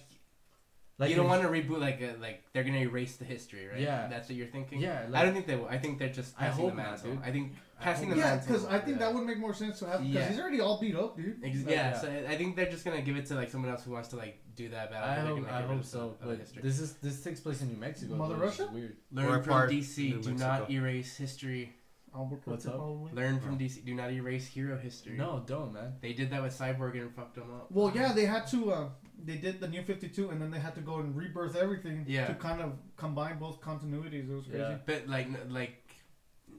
Speaker 3: like
Speaker 6: you don't
Speaker 3: if-
Speaker 6: want to reboot like a, like they're gonna erase the history, right?
Speaker 3: Yeah.
Speaker 6: That's what you're thinking.
Speaker 3: Yeah,
Speaker 6: I
Speaker 3: like-
Speaker 6: don't think they will. I think they're just
Speaker 3: I
Speaker 6: passing the
Speaker 3: hope not,
Speaker 6: mantle.
Speaker 3: dude.
Speaker 6: I think
Speaker 3: I
Speaker 6: passing
Speaker 3: hope
Speaker 6: the
Speaker 3: not.
Speaker 5: yeah,
Speaker 6: mantle.
Speaker 5: because I think
Speaker 3: Yeah.
Speaker 5: that would make more sense to have because
Speaker 6: Yeah.
Speaker 5: he's already all beat up, dude.
Speaker 6: Ex-
Speaker 3: Like,
Speaker 6: yeah,
Speaker 3: yeah.
Speaker 6: so I I think they're just gonna give it to like someone else who wants to like do that battle.
Speaker 3: I
Speaker 6: but they're
Speaker 3: hope,
Speaker 6: gonna
Speaker 3: I
Speaker 6: get rid
Speaker 3: hope
Speaker 6: of some
Speaker 3: so,
Speaker 6: of the
Speaker 3: but
Speaker 6: history.
Speaker 3: this is this takes place in New Mexico.
Speaker 5: Mother
Speaker 3: though, which is
Speaker 5: Russia?
Speaker 3: Weird.
Speaker 4: Or
Speaker 6: learn from
Speaker 4: part
Speaker 6: DC.
Speaker 4: New
Speaker 6: Do not
Speaker 4: Mexico.
Speaker 6: erase history.
Speaker 5: Albuquerque,
Speaker 3: What's up?
Speaker 5: probably.
Speaker 6: Learn from DC. Do not erase hero history.
Speaker 3: No, don't man.
Speaker 6: they did that with Cyborg and fucked them up.
Speaker 5: Well, yeah, they had to. Uh, they did the New Fifty Two, and then they had to go and rebirth everything
Speaker 6: Yeah.
Speaker 5: to kind of combine both continuities. It was crazy.
Speaker 3: Yeah.
Speaker 6: But like n- like.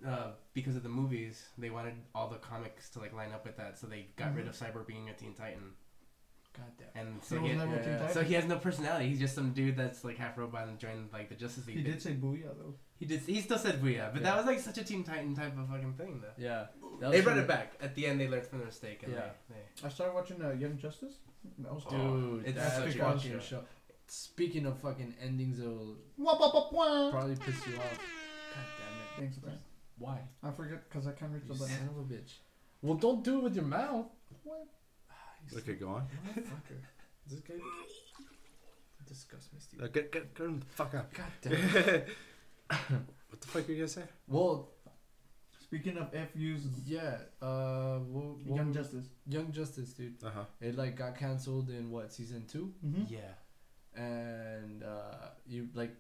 Speaker 6: Uh, because of the movies, they wanted all the comics to like line up with that, so they got rid of Cyborg being a Teen Titan,
Speaker 3: Mm-hmm. God damn.
Speaker 6: and
Speaker 5: There
Speaker 6: so
Speaker 5: was
Speaker 6: he,
Speaker 5: never a Teen
Speaker 3: yeah,
Speaker 5: Titan.
Speaker 6: so he has no personality. He's just some dude that's like half robot and joined like the Justice League.
Speaker 5: He did say "booyah" though.
Speaker 6: He did. He still said Booyah, but
Speaker 3: Yeah.
Speaker 6: that was like such a Teen Titan type of fucking thing, though.
Speaker 3: Yeah. that
Speaker 6: They
Speaker 3: was
Speaker 6: brought
Speaker 3: from-
Speaker 6: it back. At the end, they learned from their mistake. And
Speaker 3: Yeah.
Speaker 6: They,
Speaker 5: I started watching uh, Young Justice. That was cool.
Speaker 3: Dude,
Speaker 6: It's
Speaker 3: that's
Speaker 5: such a
Speaker 3: a
Speaker 5: good
Speaker 3: fucking
Speaker 6: show.
Speaker 3: show. Speaking of fucking endings, it'll
Speaker 5: Wah, wah, wah, wah.
Speaker 3: probably piss you off. God damn it.
Speaker 5: Thanks, man.
Speaker 3: Why?
Speaker 5: I forget because I can't reach
Speaker 3: You
Speaker 5: the button.
Speaker 3: son of a bitch. Well, don't do it with your mouth. What?
Speaker 4: Okay, go on.
Speaker 3: Motherfucker. This guy disgusts me, Steve.
Speaker 4: Uh, Get, get, get him the fuck up.
Speaker 3: God damn it.
Speaker 4: What the fuck are you gonna say?
Speaker 3: Well,
Speaker 5: Speaking of FU's,
Speaker 3: yeah. Uh, well,
Speaker 5: Young Justice.
Speaker 3: Young Justice, dude.
Speaker 4: Uh huh.
Speaker 3: It like got canceled in what season two,
Speaker 5: Mm-hmm.
Speaker 6: Yeah.
Speaker 3: and uh, you like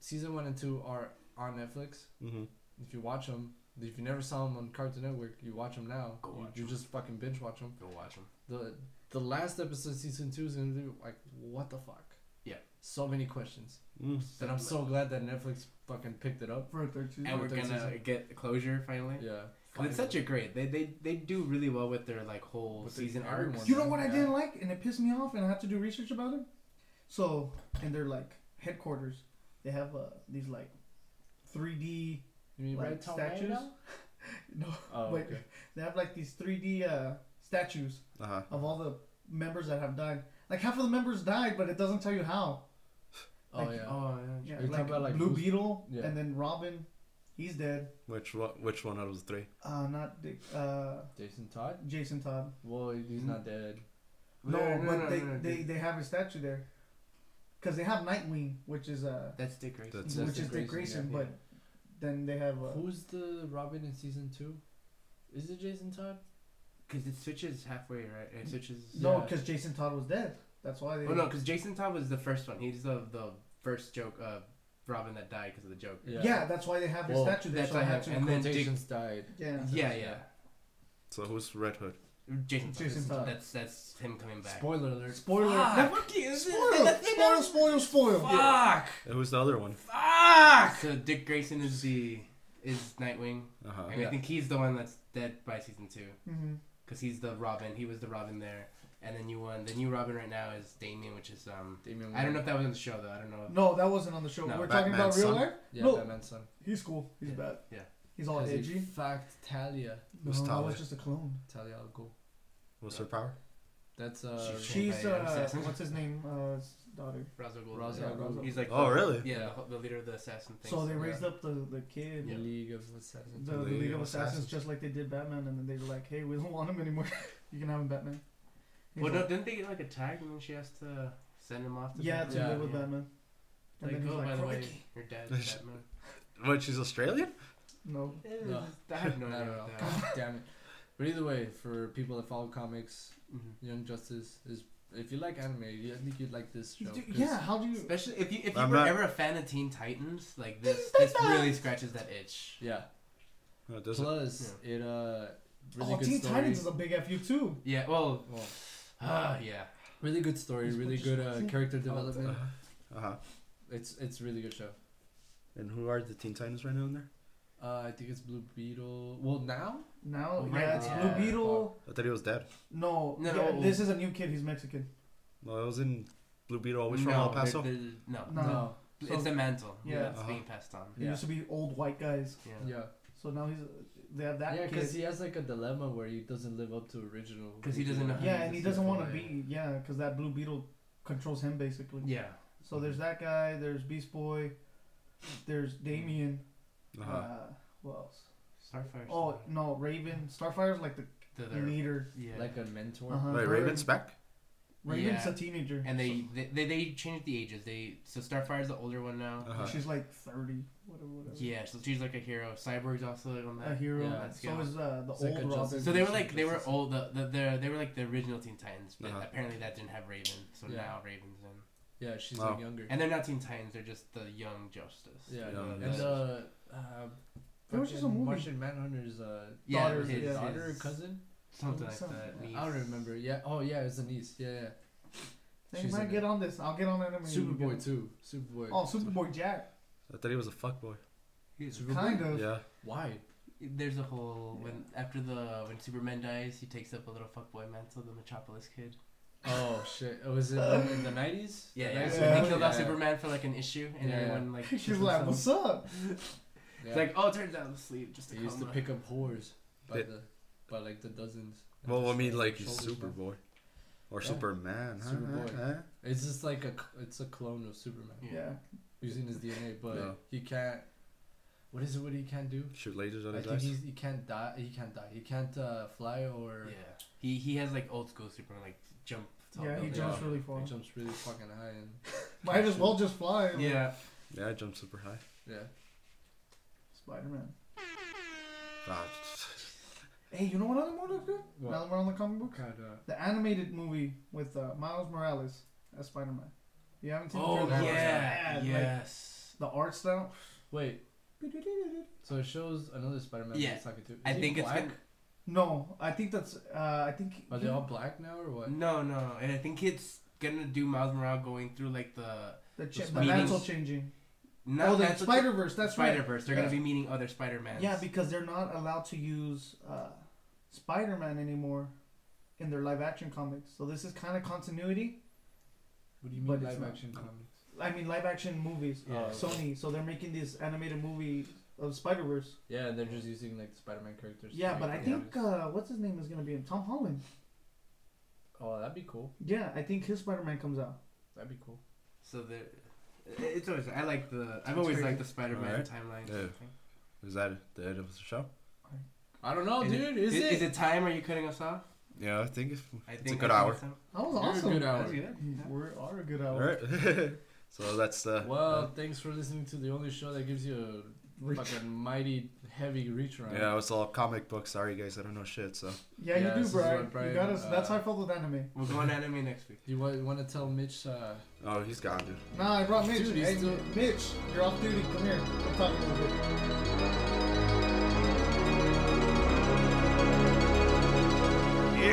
Speaker 3: season one and two are on Netflix.
Speaker 4: Mm-hmm.
Speaker 3: If you watch them, if you never saw them on Cartoon Network, you watch them now.
Speaker 6: Go
Speaker 3: you,
Speaker 6: watch
Speaker 3: you
Speaker 6: 'em.
Speaker 3: just fucking binge watch them.
Speaker 6: Go watch them.
Speaker 3: the The last episode of season two is gonna be like, what the fuck?
Speaker 6: Yeah.
Speaker 3: So many questions.
Speaker 4: Mm.
Speaker 3: And I'm so glad that Netflix fucking picked it up.
Speaker 5: For a third season.
Speaker 6: And we're
Speaker 3: third
Speaker 6: gonna
Speaker 3: season.
Speaker 6: get closure finally.
Speaker 3: Yeah.
Speaker 6: 'Cause it's such a great. They, they they do really well with their like whole
Speaker 3: With the-
Speaker 6: season
Speaker 3: everyone.
Speaker 6: arcs.
Speaker 5: You know what I
Speaker 3: Yeah.
Speaker 5: didn't like, and it pissed me off, and I had to do research about it. So, and they're like headquarters. They have uh, these like 3D
Speaker 3: You mean
Speaker 5: like
Speaker 3: Red
Speaker 5: statues.
Speaker 3: Tornado?
Speaker 5: no,
Speaker 3: Oh,
Speaker 5: wait.
Speaker 3: okay.
Speaker 5: They have like these 3D uh, statues
Speaker 4: Uh huh.
Speaker 5: of all the members that have died. Like half of the members died, but it doesn't tell you how.
Speaker 3: Oh
Speaker 5: Like, uh,
Speaker 3: yeah.
Speaker 6: Oh yeah.
Speaker 5: Yeah,
Speaker 3: Are you
Speaker 5: like,
Speaker 3: talking about, like,
Speaker 5: Blue
Speaker 3: who's-
Speaker 5: Beetle,
Speaker 3: Yeah.
Speaker 5: and then Robin, he's dead.
Speaker 4: Which one? Which one out of the three?
Speaker 5: Uh, not Dick, uh,
Speaker 3: Jason Todd?
Speaker 5: Jason Todd.
Speaker 3: Well, he's not dead.
Speaker 5: No, but they,
Speaker 6: no,
Speaker 5: they,
Speaker 6: dude.
Speaker 5: they have a statue there. Because they have Nightwing, which is uh,
Speaker 6: That's Dick Grayson.
Speaker 4: That's-
Speaker 5: which
Speaker 3: Dick
Speaker 5: is Dick
Speaker 3: Grayson,
Speaker 5: Grayson,
Speaker 3: yeah.
Speaker 5: but then they have uh,
Speaker 3: Who's the Robin in season two? Is it Jason Todd?
Speaker 6: Because it switches halfway, right? It switches.
Speaker 5: no,
Speaker 3: yeah.
Speaker 5: because Jason Todd was dead. That's why they.
Speaker 6: Oh no, because Jason Todd was the first one. He's the the first joke of Robin that died because of the joke.
Speaker 5: yeah.
Speaker 3: Yeah.
Speaker 5: that's why they have his
Speaker 3: Well,
Speaker 5: statue there.
Speaker 6: that's
Speaker 5: So I
Speaker 6: why
Speaker 5: had
Speaker 6: I-
Speaker 5: to.
Speaker 6: and then Dick-
Speaker 3: Quotations died.
Speaker 5: yeah.
Speaker 6: Yeah, yeah.
Speaker 3: Yeah.
Speaker 4: So who's Red Hood?
Speaker 6: Jason, Todd.
Speaker 5: Jason Todd.
Speaker 6: That's that's him coming back.
Speaker 3: Spoiler alert.
Speaker 5: Spoiler.
Speaker 6: Fuck.
Speaker 5: Spoil, spoil, spoil, spoil.
Speaker 6: Fuck.
Speaker 4: And Uh, who's the other one?
Speaker 6: Fuck. So Dick Grayson is the is Nightwing,
Speaker 4: Uh huh.
Speaker 6: and
Speaker 3: Yeah.
Speaker 6: I think he's the one that's dead by season two
Speaker 5: Mm-hmm.
Speaker 6: because he's the Robin. He was the Robin there, and the new one, the new Robin right now is Damien, which is um.
Speaker 3: Damian
Speaker 6: I don't
Speaker 3: Wayne.
Speaker 6: know if that was in the show though. I don't know. If,
Speaker 5: No, that wasn't on the show.
Speaker 6: No,
Speaker 5: We're talking about
Speaker 4: Batman's
Speaker 5: real
Speaker 4: son.
Speaker 5: life.
Speaker 3: Yeah,
Speaker 5: no.
Speaker 3: Batman's son.
Speaker 5: He's cool. He's
Speaker 6: Yeah.
Speaker 5: bad.
Speaker 6: Yeah.
Speaker 5: He's all
Speaker 3: 'Cause he
Speaker 5: edgy.
Speaker 3: fucked Talia.
Speaker 5: No,
Speaker 4: Who's
Speaker 5: that
Speaker 4: Tyler?
Speaker 5: was just a clone.
Speaker 3: Talia al Ghul.
Speaker 4: What's her power?
Speaker 3: That's uh.
Speaker 6: She- she-
Speaker 5: She's
Speaker 6: by an
Speaker 5: uh,
Speaker 6: assassin?
Speaker 5: what's his name? Uh, his daughter.
Speaker 6: Ra's al Ghul.
Speaker 3: Ra's
Speaker 5: al Ghul.
Speaker 6: He's like.
Speaker 4: Oh,
Speaker 6: the-
Speaker 4: really?
Speaker 6: Yeah,
Speaker 3: Yeah.
Speaker 6: The, the leader of the assassin thing.
Speaker 5: So they raised up the the kid.
Speaker 3: the League of Assassins.
Speaker 5: The, the League of Assassins, just like they did Batman, and then they were like, "Hey, we don't want him anymore. you can have him, Batman." He's
Speaker 6: Well, no,
Speaker 5: like,
Speaker 6: didn't they get like attacked and then she has to send him off to
Speaker 5: yeah, to
Speaker 6: something?
Speaker 3: Yeah.
Speaker 5: live with Batman. And
Speaker 6: Like,
Speaker 5: then he's
Speaker 6: oh, by the way,
Speaker 5: "Crikey."
Speaker 6: your dad's Batman.
Speaker 4: What? She's Australian?
Speaker 5: no.
Speaker 3: No.
Speaker 6: I have no
Speaker 3: Not
Speaker 6: idea
Speaker 3: at all.
Speaker 6: about that.
Speaker 3: God damn it. But either way, for people that follow comics,
Speaker 6: Mhm.
Speaker 3: Young Justice is. If you like anime, you- I think you'd like this show.
Speaker 5: Dude,
Speaker 3: 'cause
Speaker 5: yeah, how do you?
Speaker 6: Especially if you if you
Speaker 4: I'm
Speaker 6: were
Speaker 4: not-
Speaker 6: ever a fan of Teen Titans, like this this really scratches that itch.
Speaker 3: Yeah.
Speaker 4: No, does it?
Speaker 3: Plus, it uh. Really
Speaker 5: oh,
Speaker 3: good
Speaker 5: Teen
Speaker 3: story.
Speaker 5: Titans is a big fu too.
Speaker 6: Yeah. Well.
Speaker 3: Well,
Speaker 6: Uh, yeah.
Speaker 3: really good story.
Speaker 5: These
Speaker 3: Really
Speaker 5: bitches
Speaker 3: good
Speaker 5: want
Speaker 3: uh,
Speaker 5: it.
Speaker 3: character development.
Speaker 4: Uh huh.
Speaker 3: It's it's really good show.
Speaker 4: And who are the Teen Titans right now in there?
Speaker 3: Uh, I think it's Blue Beetle. Well, now
Speaker 5: Now,
Speaker 6: Oh, right,
Speaker 5: yeah, it's
Speaker 6: yeah.
Speaker 5: Blue Beetle.
Speaker 4: I thought he was dead.
Speaker 5: No,
Speaker 6: No,
Speaker 5: yeah,
Speaker 6: no.
Speaker 5: this is a new kid. He's Mexican.
Speaker 4: No, it was in Blue Beetle. Oh, Which
Speaker 6: no,
Speaker 4: from El Paso?
Speaker 6: the- the- no.
Speaker 5: No.
Speaker 3: no,
Speaker 5: So-
Speaker 6: It's a mantle.
Speaker 5: Yeah.
Speaker 6: Yeah. That's
Speaker 4: Uh-huh.
Speaker 6: being passed on.
Speaker 5: He
Speaker 3: Yeah.
Speaker 5: used to be old white guys,
Speaker 6: Yeah.
Speaker 3: yeah,
Speaker 5: so now he's they have that
Speaker 3: yeah,
Speaker 5: kid.
Speaker 3: because he has like a dilemma where he doesn't live up to original.
Speaker 6: 'Cause he doesn't know
Speaker 3: Uh-huh.
Speaker 6: how
Speaker 5: yeah,
Speaker 6: he's
Speaker 5: and he
Speaker 6: a
Speaker 5: doesn't want to
Speaker 6: superboy.
Speaker 5: be. Yeah, because that Blue Beetle controls him basically.
Speaker 6: Yeah.
Speaker 5: So there's that guy. There's Beast Boy. There's Damien.
Speaker 4: Uh-huh.
Speaker 5: Uh, who else?
Speaker 6: Starfire.
Speaker 5: Oh no, Raven. Starfire's like the
Speaker 6: The, their-
Speaker 5: leader.
Speaker 6: yeah.
Speaker 3: like a mentor.
Speaker 5: Uh-huh.
Speaker 4: Wait,
Speaker 5: Raven-
Speaker 4: Raven's back.
Speaker 5: Raven's
Speaker 6: Yeah.
Speaker 5: a teenager.
Speaker 6: And they, they they they changed the ages. They so Starfire's the older one now.
Speaker 4: Uh-huh.
Speaker 5: she's like thirty, whatever, whatever.
Speaker 6: Yeah, so she's like a hero. Cyborg's also on that.
Speaker 5: A hero.
Speaker 3: Yeah,
Speaker 6: that's
Speaker 5: so
Speaker 6: good.
Speaker 5: is uh, the
Speaker 3: It's like a
Speaker 5: old Robin.
Speaker 3: Justice
Speaker 6: So they were
Speaker 3: Justice
Speaker 6: like they were
Speaker 3: Justice.
Speaker 6: old. The, the, the they were like the original Teen Titans, but
Speaker 4: Uh-huh.
Speaker 6: apparently that didn't have Raven. So
Speaker 3: Yeah.
Speaker 6: now Raven's in,
Speaker 3: Yeah, she's
Speaker 4: Wow.
Speaker 3: like younger.
Speaker 6: and they're not Teen Titans. They're just the Young Justice.
Speaker 3: yeah,
Speaker 4: Yeah,
Speaker 3: and
Speaker 4: yeah.
Speaker 3: uh, uh,
Speaker 5: There was just a
Speaker 3: fucking
Speaker 5: movie.
Speaker 3: Martian Manhunter's uh,
Speaker 6: Yeah,
Speaker 3: daughter,
Speaker 5: his-
Speaker 3: his,
Speaker 5: yeah.
Speaker 3: daughter or
Speaker 6: his-
Speaker 3: cousin.
Speaker 6: something like
Speaker 5: Something
Speaker 6: that.
Speaker 5: like
Speaker 6: niece.
Speaker 3: I don't remember. Yeah. Oh yeah, it's a niece. Yeah, yeah.
Speaker 5: They
Speaker 3: She's
Speaker 5: might
Speaker 3: in
Speaker 5: get
Speaker 3: it.
Speaker 5: on this. I'll get on that. in a minute.
Speaker 3: Superboy too. Superboy.
Speaker 5: Oh, Superboy Jack.
Speaker 4: I thought he was a fuckboy.
Speaker 3: Superboy.
Speaker 5: Kind of.
Speaker 4: Yeah.
Speaker 3: Why?
Speaker 6: There's a whole when after the when Superman dies, he takes up a little fuckboy mantle, the Metropolis kid.
Speaker 3: Oh shit! Oh, was it um, in the nineties?
Speaker 6: Yeah,
Speaker 3: the
Speaker 6: yeah.
Speaker 3: 90s?
Speaker 6: So
Speaker 5: Yeah.
Speaker 6: they killed
Speaker 3: Yeah.
Speaker 6: off Superman for like an issue, and
Speaker 3: Yeah.
Speaker 6: everyone like
Speaker 5: She's
Speaker 6: shits
Speaker 5: like,
Speaker 6: themselves.
Speaker 5: what's up?
Speaker 3: Yeah.
Speaker 6: It's like oh, it turns out it was sleep. Just a
Speaker 3: They used to
Speaker 6: coma.
Speaker 3: pick up whores by
Speaker 4: Yeah.
Speaker 3: the by like the dozens. and
Speaker 4: Well, I
Speaker 3: just,
Speaker 4: mean, like he's
Speaker 3: shoulders down.
Speaker 4: Superboy, or
Speaker 3: Yeah.
Speaker 4: Superman. huh?
Speaker 3: Superboy.
Speaker 4: Huh?
Speaker 3: It's just like a c- it's a clone of Superman
Speaker 6: Yeah.
Speaker 5: Yeah.
Speaker 3: using his DNA, but
Speaker 4: No.
Speaker 3: he can't. What is it? What he can't do?
Speaker 4: Shoot lasers out
Speaker 3: I
Speaker 4: of
Speaker 3: think
Speaker 4: his eyes.
Speaker 3: he's, he can't die. He can't die. He can't uh, fly or.
Speaker 6: Yeah. He he has like old school Superman, like jump. tall
Speaker 5: Yeah, he
Speaker 6: buildings.
Speaker 5: jumps really far.
Speaker 3: He jumps really fucking high and
Speaker 5: Might as well just fly.
Speaker 6: Yeah.
Speaker 4: Yeah, I jumped super high.
Speaker 3: yeah.
Speaker 5: Spider Man.
Speaker 4: Ah,
Speaker 5: Hey, you know what other movie good?
Speaker 3: What?
Speaker 5: Now that we're on the comic book,
Speaker 3: Kind of.
Speaker 5: the animated movie with uh, Miles Morales as Spider Man. You haven't seen
Speaker 6: Oh
Speaker 5: the trailer?
Speaker 6: yeah.
Speaker 5: It's bad, like,
Speaker 6: yes.
Speaker 5: the art style.
Speaker 3: Wait. So it shows another Spider-Man.
Speaker 6: Yeah.
Speaker 3: that's talking to.
Speaker 6: I
Speaker 3: is he
Speaker 6: think it's
Speaker 3: black?
Speaker 6: gonna-
Speaker 5: No, I think that's. Uh, I think.
Speaker 3: Are they all black now or
Speaker 5: Mm,
Speaker 3: what?
Speaker 6: No, no, no. And I think it's gonna do Miles Morales going through like the
Speaker 5: The, cha-
Speaker 6: Those
Speaker 5: the mantle
Speaker 6: meetings.
Speaker 5: changing.
Speaker 6: not
Speaker 5: oh, the
Speaker 6: that's what-
Speaker 5: Spider Verse. That's right.
Speaker 6: Spider-Verse. They're gonna be meeting other Spider-Mans.
Speaker 5: Yeah, because they're not allowed to use uh, Spider Man anymore in their live action comics. So this is kind of continuity.
Speaker 3: What do you mean
Speaker 5: But it's
Speaker 3: live
Speaker 5: not.
Speaker 3: action comics?
Speaker 5: I mean, live action movies. uh,
Speaker 6: Yeah.
Speaker 5: Sony. So they're making this animated movie of Spider Verse.
Speaker 3: Yeah, and they're just using like Spider-Man characters. to
Speaker 5: Yeah,
Speaker 3: make
Speaker 5: but I
Speaker 3: the
Speaker 5: think
Speaker 3: movies.
Speaker 5: uh, what's his name is gonna be in Tom Holland. uh,
Speaker 3: oh, that'd be cool.
Speaker 5: Yeah, I think his Spider Man comes out.
Speaker 3: That'd be cool.
Speaker 6: So the it's always I like the
Speaker 5: It's
Speaker 6: I've always
Speaker 5: crazy.
Speaker 6: liked the Spider-Man
Speaker 4: Alright.
Speaker 6: timeline.
Speaker 4: Yeah. is that the end of the show?
Speaker 3: I don't know,
Speaker 6: Is it-
Speaker 3: dude. Is, it?
Speaker 6: Is it time? Are you cutting us off?
Speaker 4: Yeah, I think it's,
Speaker 6: I
Speaker 4: it's
Speaker 6: think
Speaker 4: a good
Speaker 6: I
Speaker 4: hour.
Speaker 6: think it's time.
Speaker 5: That was
Speaker 3: You're a
Speaker 5: awesome.
Speaker 3: good hour.
Speaker 6: That's good.
Speaker 5: We are a good hour.
Speaker 4: All right. so that's the. uh,
Speaker 3: Well, thanks for listening to the only show that gives you a fucking mighty heavy reach around.
Speaker 4: yeah, it's all comic books. Sorry, guys, I don't know shit. So
Speaker 5: Yeah,
Speaker 3: Yeah,
Speaker 5: you
Speaker 3: this
Speaker 5: do,
Speaker 3: is
Speaker 5: Brian.
Speaker 3: what Brian,
Speaker 5: you got us. that's
Speaker 3: uh,
Speaker 5: how I felt with anime.
Speaker 6: We'll go on anime next week.
Speaker 3: Do you want, want to tell Mitch? Uh,
Speaker 4: oh, he's gone, dude.
Speaker 5: Nah, I brought Mitch.
Speaker 3: Dude, he's
Speaker 5: hey,
Speaker 3: still-
Speaker 5: Mitch, you're off duty. Come here. I'm talking a little bit.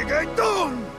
Speaker 1: Here I go.